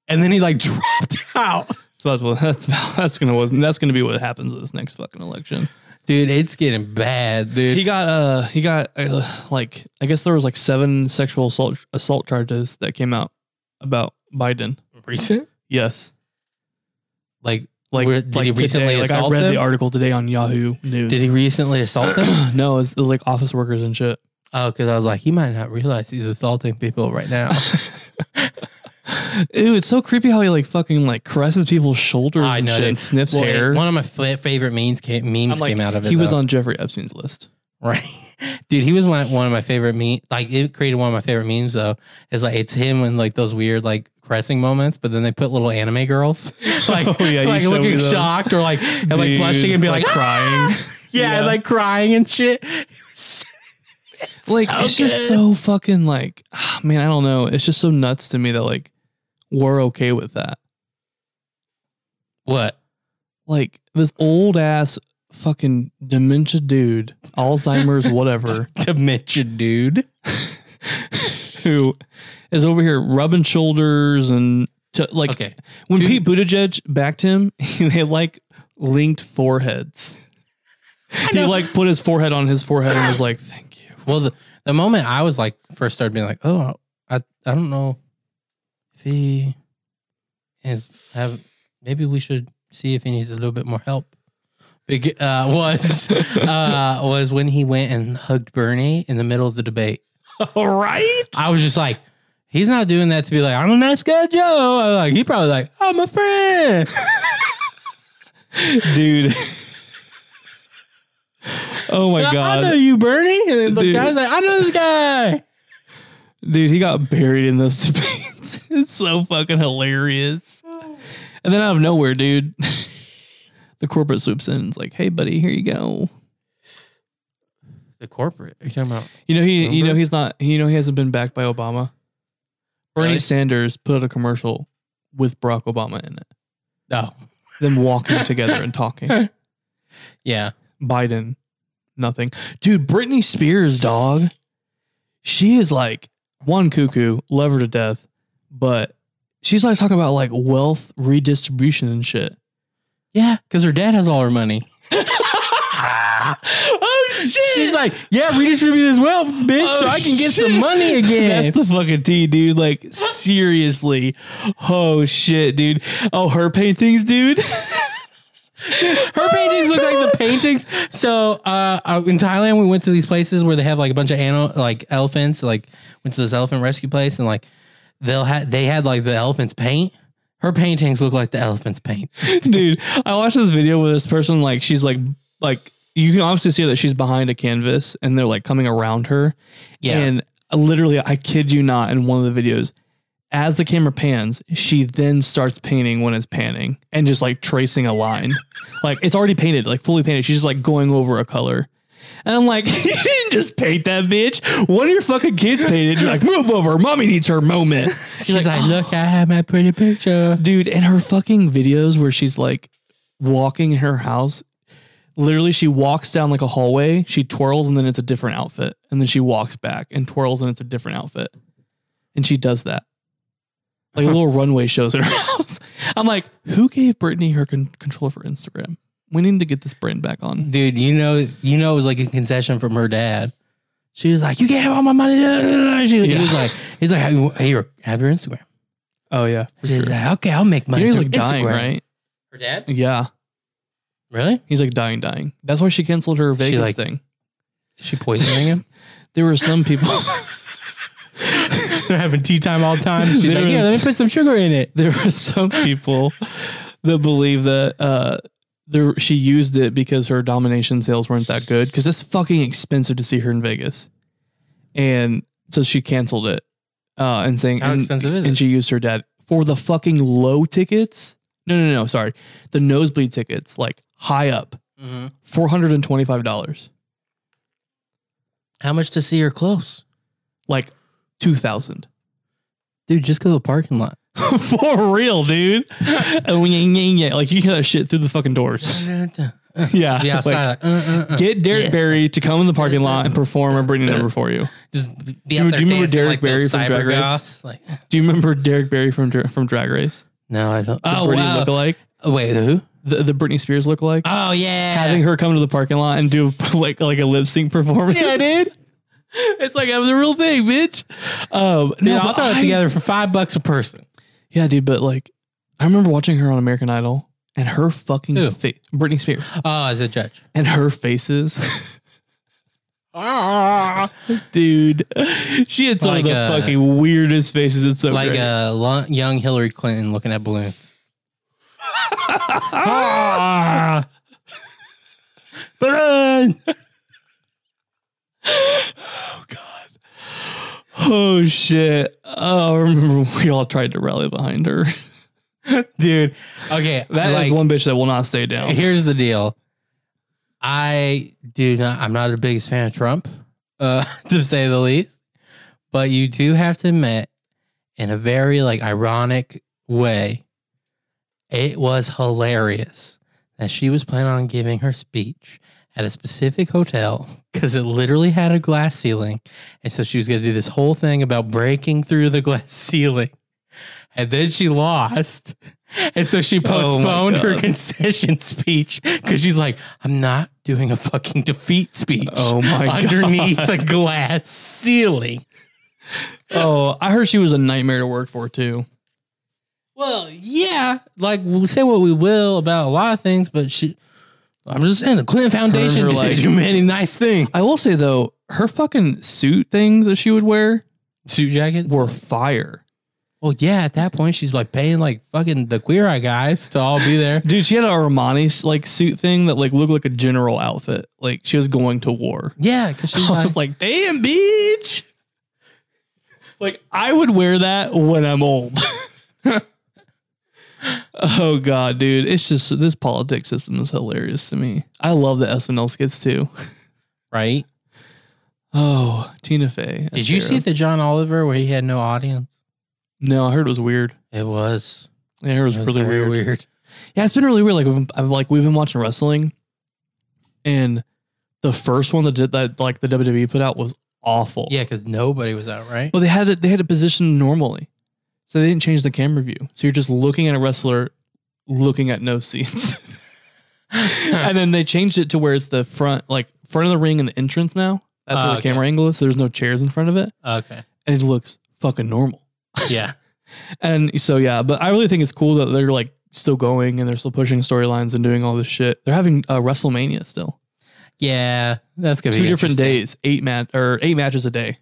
[SPEAKER 3] and then he like dropped out.
[SPEAKER 2] So that's what that's that's gonna was that's gonna be what happens this next fucking election.
[SPEAKER 3] Dude, it's getting bad, dude.
[SPEAKER 2] He got uh he got uh, like I guess there was like seven sexual assault assault charges that came out about Biden.
[SPEAKER 3] recent,
[SPEAKER 2] Yes.
[SPEAKER 3] like
[SPEAKER 2] Like,
[SPEAKER 3] Where- did
[SPEAKER 2] like
[SPEAKER 3] he recently
[SPEAKER 2] today, like I
[SPEAKER 3] assault
[SPEAKER 2] read
[SPEAKER 3] them?
[SPEAKER 2] the article today on Yahoo News.
[SPEAKER 3] Did he recently assault them?
[SPEAKER 2] no, it's like office workers and shit.
[SPEAKER 3] oh, because I was like, he might not realize he's assaulting people right now.
[SPEAKER 2] Ew, it's so creepy how he like fucking like caresses people's shoulders
[SPEAKER 3] I
[SPEAKER 2] and
[SPEAKER 3] know,
[SPEAKER 2] shit
[SPEAKER 3] dude.
[SPEAKER 2] and sniffs
[SPEAKER 3] Well,
[SPEAKER 2] hair.
[SPEAKER 3] One of my fa- favorite memes came, memes
[SPEAKER 2] I'm like,
[SPEAKER 3] came out of it.
[SPEAKER 2] He was
[SPEAKER 3] though.
[SPEAKER 2] on Jeffrey Epstein's list.
[SPEAKER 3] right, dude. He was one, one of my favorite meme. Like it created one of my favorite memes though. It's like it's him and like those weird like caressing moments, but then they put little anime girls like
[SPEAKER 2] Oh, yeah, you
[SPEAKER 3] like
[SPEAKER 2] showed me
[SPEAKER 3] looking
[SPEAKER 2] those.
[SPEAKER 3] shocked or like and like
[SPEAKER 2] Dude,
[SPEAKER 3] blushing and be like, "Ah!"
[SPEAKER 2] crying.
[SPEAKER 3] yeah,
[SPEAKER 2] Yeah.
[SPEAKER 3] And, like crying and shit.
[SPEAKER 2] Like it's just so fucking like ah, man, I don't know. It's just so nuts to me that like we're okay with that.
[SPEAKER 3] What?
[SPEAKER 2] Like this old ass fucking dementia dude, Alzheimer's whatever,
[SPEAKER 3] Dementia, dude.
[SPEAKER 2] who is over here rubbing shoulders and t- like
[SPEAKER 3] Okay.
[SPEAKER 2] when
[SPEAKER 3] Two-
[SPEAKER 2] Pete Buttigieg backed him, they like linked foreheads. He
[SPEAKER 3] know.
[SPEAKER 2] like put his forehead on his forehead and was like, "Thank you."
[SPEAKER 3] Well, the, the moment I was like first started being like, oh, I I don't know if he is have maybe we should see if he needs a little bit more help. Big uh, was uh, was when he went and hugged Bernie in the middle of the debate.
[SPEAKER 2] All right.
[SPEAKER 3] I was just like, he's not doing that to be like I'm a nice guy, Joe. I was like he probably like I'm a friend.
[SPEAKER 2] Oh dude. oh my
[SPEAKER 3] I know
[SPEAKER 2] god,
[SPEAKER 3] you, Bernie. And then looked
[SPEAKER 2] Dude.
[SPEAKER 3] down, I was like, I know this guy.
[SPEAKER 2] dude, he got buried in those debates. it's so fucking hilarious. And then out of nowhere, dude, the corporate swoops in. and is like, hey, buddy, here you go.
[SPEAKER 3] The corporate. Are you talking about?
[SPEAKER 2] You know he, you
[SPEAKER 3] Remember?
[SPEAKER 2] know he's not. You know he hasn't been backed by Obama. Bernie
[SPEAKER 3] Really?
[SPEAKER 2] Sanders put out a commercial with Barack Obama in it,
[SPEAKER 3] No.
[SPEAKER 2] them walking together and talking.
[SPEAKER 3] Yeah.
[SPEAKER 2] Biden nothing. Dude, Britney Spears, dog. She is like one cuckoo, love her to death, but she's always talking about like wealth redistribution and shit.
[SPEAKER 3] Yeah, because her dad has all her money.
[SPEAKER 2] oh
[SPEAKER 3] She's like, yeah, redistribute as well, bitch,
[SPEAKER 2] Oh,
[SPEAKER 3] so I can get
[SPEAKER 2] shit.
[SPEAKER 3] some money again.
[SPEAKER 2] That's the fucking tea, dude. Like seriously. Oh shit, dude. Oh, her paintings, dude.
[SPEAKER 3] Her paintings look like the paintings. So uh, uh, in Thailand, we went to these places where they have like a bunch of animal, like elephants. Like went to this elephant rescue place, and like they'll had they had like the elephants paint. Her paintings look like the elephants paint.
[SPEAKER 2] dude i watched this video with this person like she's like like you can obviously see that she's behind a canvas and they're like coming around her
[SPEAKER 3] Yeah.
[SPEAKER 2] and uh, literally i kid you not in one of the videos as the camera pans she then starts painting when it's panning and just like tracing a line like it's already painted like fully painted she's just like going over a color and I'm like, you didn't just paint that bitch. One of your fucking kids painted. You're like, move over. Mommy needs her moment.
[SPEAKER 3] She's like, "Oh." look, I have my pretty picture.
[SPEAKER 2] Dude, and her fucking videos where she's like walking in her house. Literally, she walks down like a hallway, she twirls, and then it's a different outfit. And then she walks back and twirls, and it's a different outfit. And she does that. Like little runway shows at her house. I'm like, who gave Brittany her con- control of her Instagram? We need to get this brand back on.
[SPEAKER 3] Dude, you know, you know, it was like a concession from her dad. She was like, "You can't have all my money." She, He
[SPEAKER 2] Yeah.
[SPEAKER 3] was like, "He's like, have, here, have your Instagram."
[SPEAKER 2] Oh, yeah. For
[SPEAKER 3] She's
[SPEAKER 2] sure.
[SPEAKER 3] like, "Okay, I'll make money."
[SPEAKER 2] You know he's
[SPEAKER 3] through
[SPEAKER 2] like dying,
[SPEAKER 3] Instagram."
[SPEAKER 2] right?
[SPEAKER 3] Her dad?
[SPEAKER 2] Yeah.
[SPEAKER 3] Really?
[SPEAKER 2] He's like dying, dying. That's why she canceled her Vegas
[SPEAKER 3] like-
[SPEAKER 2] thing.
[SPEAKER 3] Is she poisoning him?
[SPEAKER 2] There were some people.
[SPEAKER 3] They're having tea time all the time. She's
[SPEAKER 2] There
[SPEAKER 3] like, yeah,
[SPEAKER 2] is-
[SPEAKER 3] let me put some sugar in it.
[SPEAKER 2] there were some people that believe that uh, there she used it because her domination sales weren't that good because that's fucking expensive to see her in Vegas, and so she canceled it uh, and saying
[SPEAKER 3] How
[SPEAKER 2] and,
[SPEAKER 3] expensive is
[SPEAKER 2] and
[SPEAKER 3] it?
[SPEAKER 2] she used her dad for the fucking low tickets. No, no, no, sorry, the nosebleed tickets, like high up,
[SPEAKER 3] Mm-hmm.
[SPEAKER 2] four hundred and twenty five dollars,
[SPEAKER 3] How much to see her close?
[SPEAKER 2] like two thousand.
[SPEAKER 3] Dude, just go to the parking lot.
[SPEAKER 2] For real, dude. Oh, yeah, yeah, yeah. Like you hear that shit through the fucking doors. Yeah.
[SPEAKER 3] Yeah,
[SPEAKER 2] like-
[SPEAKER 3] outside, like, uh, uh, uh.
[SPEAKER 2] Get Derek
[SPEAKER 3] Yeah.
[SPEAKER 2] Barry to come in the parking lot and perform a Britney number for you.
[SPEAKER 3] just be
[SPEAKER 2] Do you-
[SPEAKER 3] out there
[SPEAKER 2] do you remember
[SPEAKER 3] dancing
[SPEAKER 2] Derek
[SPEAKER 3] like those
[SPEAKER 2] Barry from
[SPEAKER 3] cyber
[SPEAKER 2] Drag Race?
[SPEAKER 3] goths. Like,
[SPEAKER 2] Do you remember Derek Barry from Dra- from Drag Race?
[SPEAKER 3] no, I don't.
[SPEAKER 2] The
[SPEAKER 3] Oh,
[SPEAKER 2] Britney
[SPEAKER 3] wow.
[SPEAKER 2] lookalike,
[SPEAKER 3] Oh, wait, who?
[SPEAKER 2] the the Britney Spears lookalike.
[SPEAKER 3] Oh, yeah.
[SPEAKER 2] Having her come to the parking lot and do like like a lip sync performance.
[SPEAKER 3] Yeah, dude.
[SPEAKER 2] It's like I'm the real thing, bitch. Um,
[SPEAKER 3] Dude,
[SPEAKER 2] no,
[SPEAKER 3] I'll
[SPEAKER 2] but
[SPEAKER 3] throw it
[SPEAKER 2] I-
[SPEAKER 3] together for five bucks a person.
[SPEAKER 2] Yeah, dude. But like, I remember watching her on American Idol and her fucking
[SPEAKER 3] Who?
[SPEAKER 2] face, Britney Spears,
[SPEAKER 3] Oh, as a judge.
[SPEAKER 2] and her faces.
[SPEAKER 3] Ah.
[SPEAKER 2] dude, she had some
[SPEAKER 3] Like,
[SPEAKER 2] of the
[SPEAKER 3] uh,
[SPEAKER 2] fucking weirdest faces. It's so
[SPEAKER 3] like
[SPEAKER 2] great.
[SPEAKER 3] a lo- young Hillary Clinton looking at balloons. uh, Ah. Balloon!
[SPEAKER 2] Oh shit! Oh, I remember we all tried to rally behind her.
[SPEAKER 3] Dude. Okay.
[SPEAKER 2] That is one bitch that will not stay down.
[SPEAKER 3] Here's the deal. I do not. I'm not the biggest fan of Trump, uh, to say the least. But you do have to admit, in a very like ironic way, it was hilarious that she was planning on giving her speech at a specific hotel because it literally had a glass ceiling, and so she was going to do this whole thing about breaking through the glass ceiling, and then she lost. And so she
[SPEAKER 2] Oh my
[SPEAKER 3] postponed her
[SPEAKER 2] God.
[SPEAKER 3] concession speech because she's like, I'm not doing a fucking defeat speech
[SPEAKER 2] Oh my
[SPEAKER 3] underneath a glass ceiling.
[SPEAKER 2] Oh, I heard she was a nightmare to work for too.
[SPEAKER 3] Well, yeah, like we say what we will about a lot of things, but she, I'm just saying the Clinton Foundation
[SPEAKER 2] her,
[SPEAKER 3] did
[SPEAKER 2] like-
[SPEAKER 3] do many nice things.
[SPEAKER 2] I will say though, her fucking suit things that she would wear
[SPEAKER 3] Suit jackets.
[SPEAKER 2] were fire.
[SPEAKER 3] Well, yeah, at that point she's like paying like fucking the queer eye guys to all be there.
[SPEAKER 2] Dude, she had a Armani like suit thing that like looked like a general outfit. Like she was going to war.
[SPEAKER 3] yeah, because she's
[SPEAKER 2] I was
[SPEAKER 3] like,
[SPEAKER 2] like, damn, bitch. Like, I would wear that when I'm old. oh, God, dude. It's just this politics system is hilarious to me. I love the SNL skits too.
[SPEAKER 3] right.
[SPEAKER 2] Oh, Tina Fey.
[SPEAKER 3] Did you see
[SPEAKER 2] Sarah.
[SPEAKER 3] the John Oliver where he had no audience?
[SPEAKER 2] No, I heard it was weird.
[SPEAKER 3] It was.
[SPEAKER 2] I heard it was, really
[SPEAKER 3] very
[SPEAKER 2] weird. Yeah, it's been really weird. Like, I've, I've like, we've been watching wrestling and the first one that did that like the WWE put out was awful.
[SPEAKER 3] Yeah, because nobody was out, right?
[SPEAKER 2] But they had it they had it positioned normally. So they didn't change the camera view. So you're just looking at a wrestler looking at no seats. and then they changed it to where it's the front like front of the ring and the entrance now. That's
[SPEAKER 3] Oh,
[SPEAKER 2] where the
[SPEAKER 3] okay.
[SPEAKER 2] camera angle is. So there's no chairs in front of it.
[SPEAKER 3] okay.
[SPEAKER 2] And it looks fucking normal.
[SPEAKER 3] Yeah.
[SPEAKER 2] And so yeah, but I really think it's cool that they're like still going and they're still pushing storylines and doing all this shit. They're having uh, WrestleMania still.
[SPEAKER 3] Yeah. That's going to be
[SPEAKER 2] Two different
[SPEAKER 3] interesting.
[SPEAKER 2] days, eight mat or eight matches a day.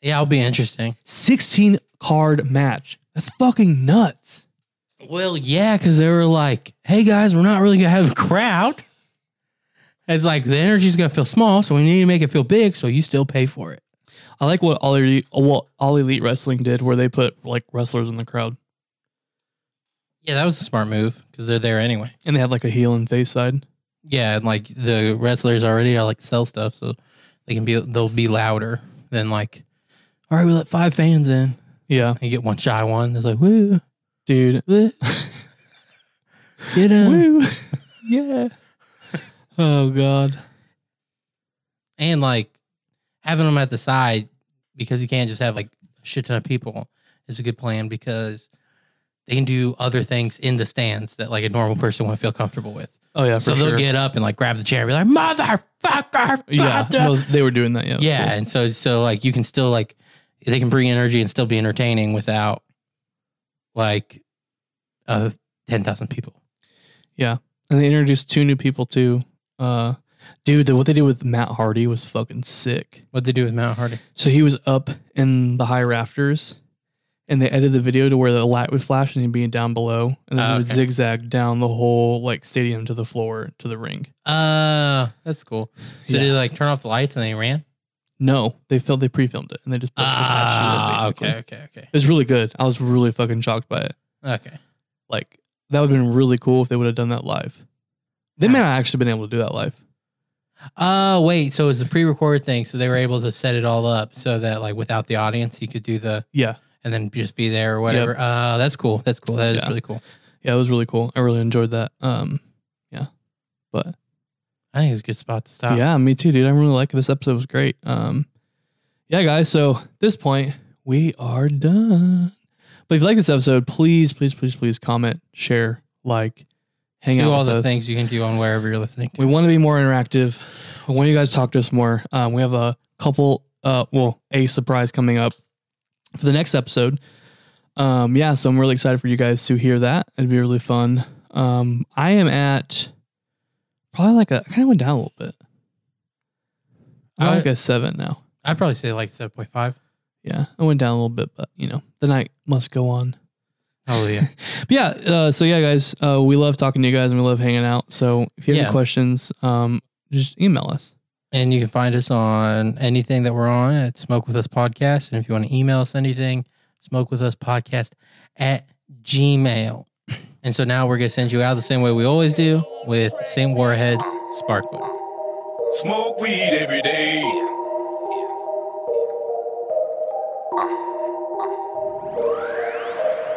[SPEAKER 3] Yeah, it'll be interesting.
[SPEAKER 2] 16 card match. That's fucking nuts.
[SPEAKER 3] Well, yeah, because they were like, hey guys, we're not really gonna have a crowd. It's like the energy's gonna feel small, so we need to make it feel big, so you still pay for it.
[SPEAKER 2] I like what all elite, what all elite wrestling did, where they put like wrestlers in the crowd
[SPEAKER 3] Yeah, that was a smart move because they're there anyway.
[SPEAKER 2] and they had like a heel and face side.
[SPEAKER 3] Yeah, and like the wrestlers already are like sell stuff, so they can be they'll be louder than like, all right, we let five fans in.
[SPEAKER 2] Yeah,
[SPEAKER 3] And you get one shy one. It's like woo,
[SPEAKER 2] dude.
[SPEAKER 3] woo. get him.
[SPEAKER 2] Woo. yeah. Oh god.
[SPEAKER 3] and like having them at the side because you can't just have like a shit ton of people is a good plan because they can do other things in the stands that like a normal person wouldn't feel comfortable with.
[SPEAKER 2] Oh yeah. For
[SPEAKER 3] so
[SPEAKER 2] sure.
[SPEAKER 3] they'll get up and like grab the chair and be like, motherfucker,
[SPEAKER 2] Yeah,
[SPEAKER 3] fucker."
[SPEAKER 2] no, they were doing that. Yeah.
[SPEAKER 3] yeah. And so, so like you can still like, they can bring energy and still be entertaining without like uh, 10,000 people.
[SPEAKER 2] And they introduced two new people too. Uh, dude, the, what they did with Matt Hardy was fucking sick.
[SPEAKER 3] What'd they do with Mount Hardy?
[SPEAKER 2] So he was up in the high rafters, and they edited the video to where the light would flash and he'd be down below, and then
[SPEAKER 3] Oh,
[SPEAKER 2] he would
[SPEAKER 3] okay.
[SPEAKER 2] zigzag down the whole like stadium to the floor to the ring.
[SPEAKER 3] Uh, that's cool. So
[SPEAKER 2] Yeah.
[SPEAKER 3] they like turn off the lights and they ran?
[SPEAKER 2] No, they filmed, they pre-filmed it, and they just put it in that
[SPEAKER 3] Ah,
[SPEAKER 2] shit,
[SPEAKER 3] okay,
[SPEAKER 2] basically.
[SPEAKER 3] okay, okay,
[SPEAKER 2] It was really good. I was really fucking shocked by it.
[SPEAKER 3] okay.
[SPEAKER 2] Like that would have been really cool if they would have done that live. They may not actually been able to do that live.
[SPEAKER 3] Oh wait, so it was the pre-recorded thing, so they were able to set it all up so that like without the audience, you could do the
[SPEAKER 2] Yeah,
[SPEAKER 3] and then just be there or whatever. Uh, that's cool. That's cool. That is
[SPEAKER 2] Yeah.
[SPEAKER 3] really cool.
[SPEAKER 2] yeah, it was really cool. I really enjoyed that. Um, yeah, but
[SPEAKER 3] I think it's a good spot to stop.
[SPEAKER 2] Yeah, me too, dude. I really like it. this episode. It was great. Um, yeah, guys. So at this point, we are done. But if you like this episode, please, please, please, please comment, share, like, hang
[SPEAKER 3] do
[SPEAKER 2] out.
[SPEAKER 3] all
[SPEAKER 2] with
[SPEAKER 3] the
[SPEAKER 2] us.
[SPEAKER 3] things you can do on wherever you're listening. To.
[SPEAKER 2] We want to be more interactive. We want you guys to talk to us more. Um, we have a couple, uh, well, a surprise coming up for the next episode. Um, yeah, so I'm really excited for you guys to hear that. It'd be really fun. Um, I am at probably like a, I kind of went down a little bit. I'm
[SPEAKER 3] I-
[SPEAKER 2] like a seven now.
[SPEAKER 3] I'd probably say like seven point five.
[SPEAKER 2] Yeah, I went down a little bit, but you know, the night must go on.
[SPEAKER 3] Oh yeah.
[SPEAKER 2] But yeah, uh, so yeah, guys, uh, we love talking to you guys and we love hanging out. So if you have
[SPEAKER 3] Yeah.
[SPEAKER 2] any questions, um, just email us.
[SPEAKER 3] And you can find us on anything that we're on at Smoke With Us Podcast. And if you want to email us anything, Smoke With Us Podcast at Gmail. And so now we're going to send you out the same way we always do with same warheads, sparkling.
[SPEAKER 4] Smoke weed every day.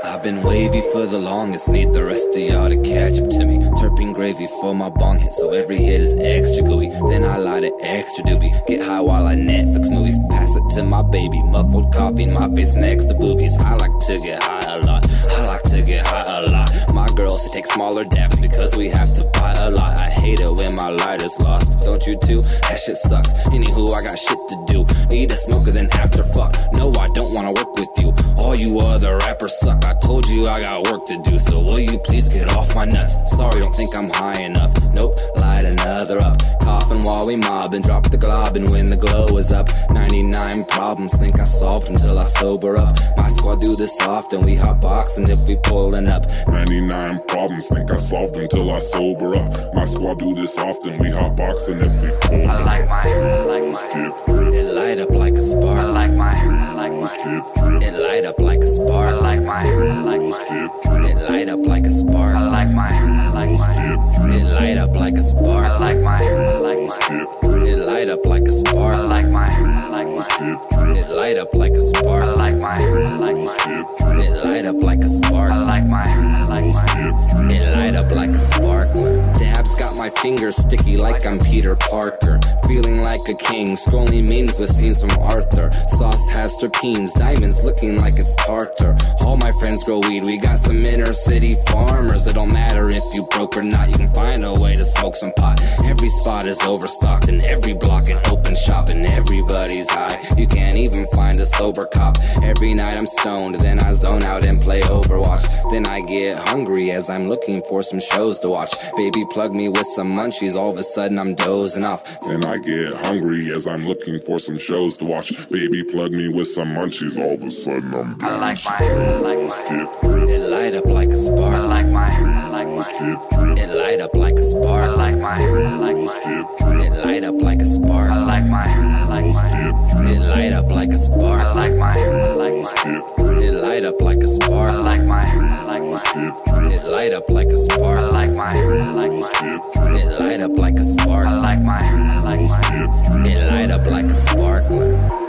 [SPEAKER 5] I've been wavy for the longest, need the rest of y'all to catch up to me. Turping gravy for my bong hit, so every hit is extra gooey. Then I light it extra doobie, get high while I Netflix movies. Pass it to my baby, muffled coffee, my face next to boobies. I like to get high a lot, I like to get high a lot. My girls, they take smaller dabs because we have to buy a lot. I hate it when my light is lost, don't you too? That shit sucks. Anywho, I got shit to do. Need a smoker, then after fuck. No, I don't wanna work with you. All you other rappers suck. I told you I got work to do, so will you please get off my nuts? Sorry, don't think I'm high enough. Nope, light another up. Coughing while we mob and drop the glob, and when the glow is up, 99 problems think I solved until I sober up. My squad do this often, we hot boxing if we pulling up.
[SPEAKER 1] 99 problems, think I solved them till I sober up. My squad do this often, we hot boxing if we pull
[SPEAKER 5] I
[SPEAKER 1] up.
[SPEAKER 5] like my, I like my.
[SPEAKER 1] Dip drip,
[SPEAKER 5] It light up like a spark. I like my, I like
[SPEAKER 1] Let's
[SPEAKER 5] my.
[SPEAKER 1] dip drip,
[SPEAKER 5] It light up like a spark. I like my, I like
[SPEAKER 1] Let's
[SPEAKER 5] my.
[SPEAKER 1] dip drip,
[SPEAKER 5] It light up like a spark. I like my, I like my.
[SPEAKER 1] dip drip,
[SPEAKER 5] It light up like a spark. I like my, I like my.
[SPEAKER 1] dip drip,
[SPEAKER 5] It light up like a spark. I like my, I like my.
[SPEAKER 1] rolls, dip, drip.
[SPEAKER 5] It light up like a spark. I like my
[SPEAKER 1] Pre-rolls, dip, drip.
[SPEAKER 5] It light up like a spark. I like my
[SPEAKER 1] Pre-rolls, dip, drip.
[SPEAKER 5] It light up like a spark. Dabs got my fingers sticky like I'm Peter Parker. Feeling like a king, scrolling memes with scenes from Arthur. Sauce has terpenes, diamonds looking like it's tartar. All my friends grow weed, we got some inner city farmers. It don't matter if you broke or not, you can find a way to smoke some pot. Every spot is overstocked, and every block an open shop, and everybody's high. You can't even find a sober cop. Every night I'm stoned, then I zone out and play Overwatch. Then I get hungry as I'm looking for some shows to watch. Baby, plug me with some munchies, all of a sudden I'm dozing off.
[SPEAKER 1] Then I get hungry as I'm looking for some shows to watch. Baby, plug me with some munchies. All of a sudden, I'm down.
[SPEAKER 5] like my- I like
[SPEAKER 1] Rolls,
[SPEAKER 5] my-
[SPEAKER 1] dip, drip.
[SPEAKER 5] It light up like a spark. I like my,
[SPEAKER 1] Rolls, dip, drip.
[SPEAKER 5] It light up like a spark. I like my,
[SPEAKER 1] Rolls, dip, drip.
[SPEAKER 5] It light up like a spark. I like my,
[SPEAKER 1] Rolls, dip, drip.
[SPEAKER 5] It light up like a spark. I like my,
[SPEAKER 1] Rolls, dip, drip.
[SPEAKER 5] It light up like a spark. I like my,
[SPEAKER 1] Rolls, dip, drip.
[SPEAKER 5] It light up like a spark. I like my,
[SPEAKER 1] Rolls, dip, drip.
[SPEAKER 5] It light up like a spark. I like my,
[SPEAKER 1] Rolls, dip, drip.
[SPEAKER 5] It light up like a spark.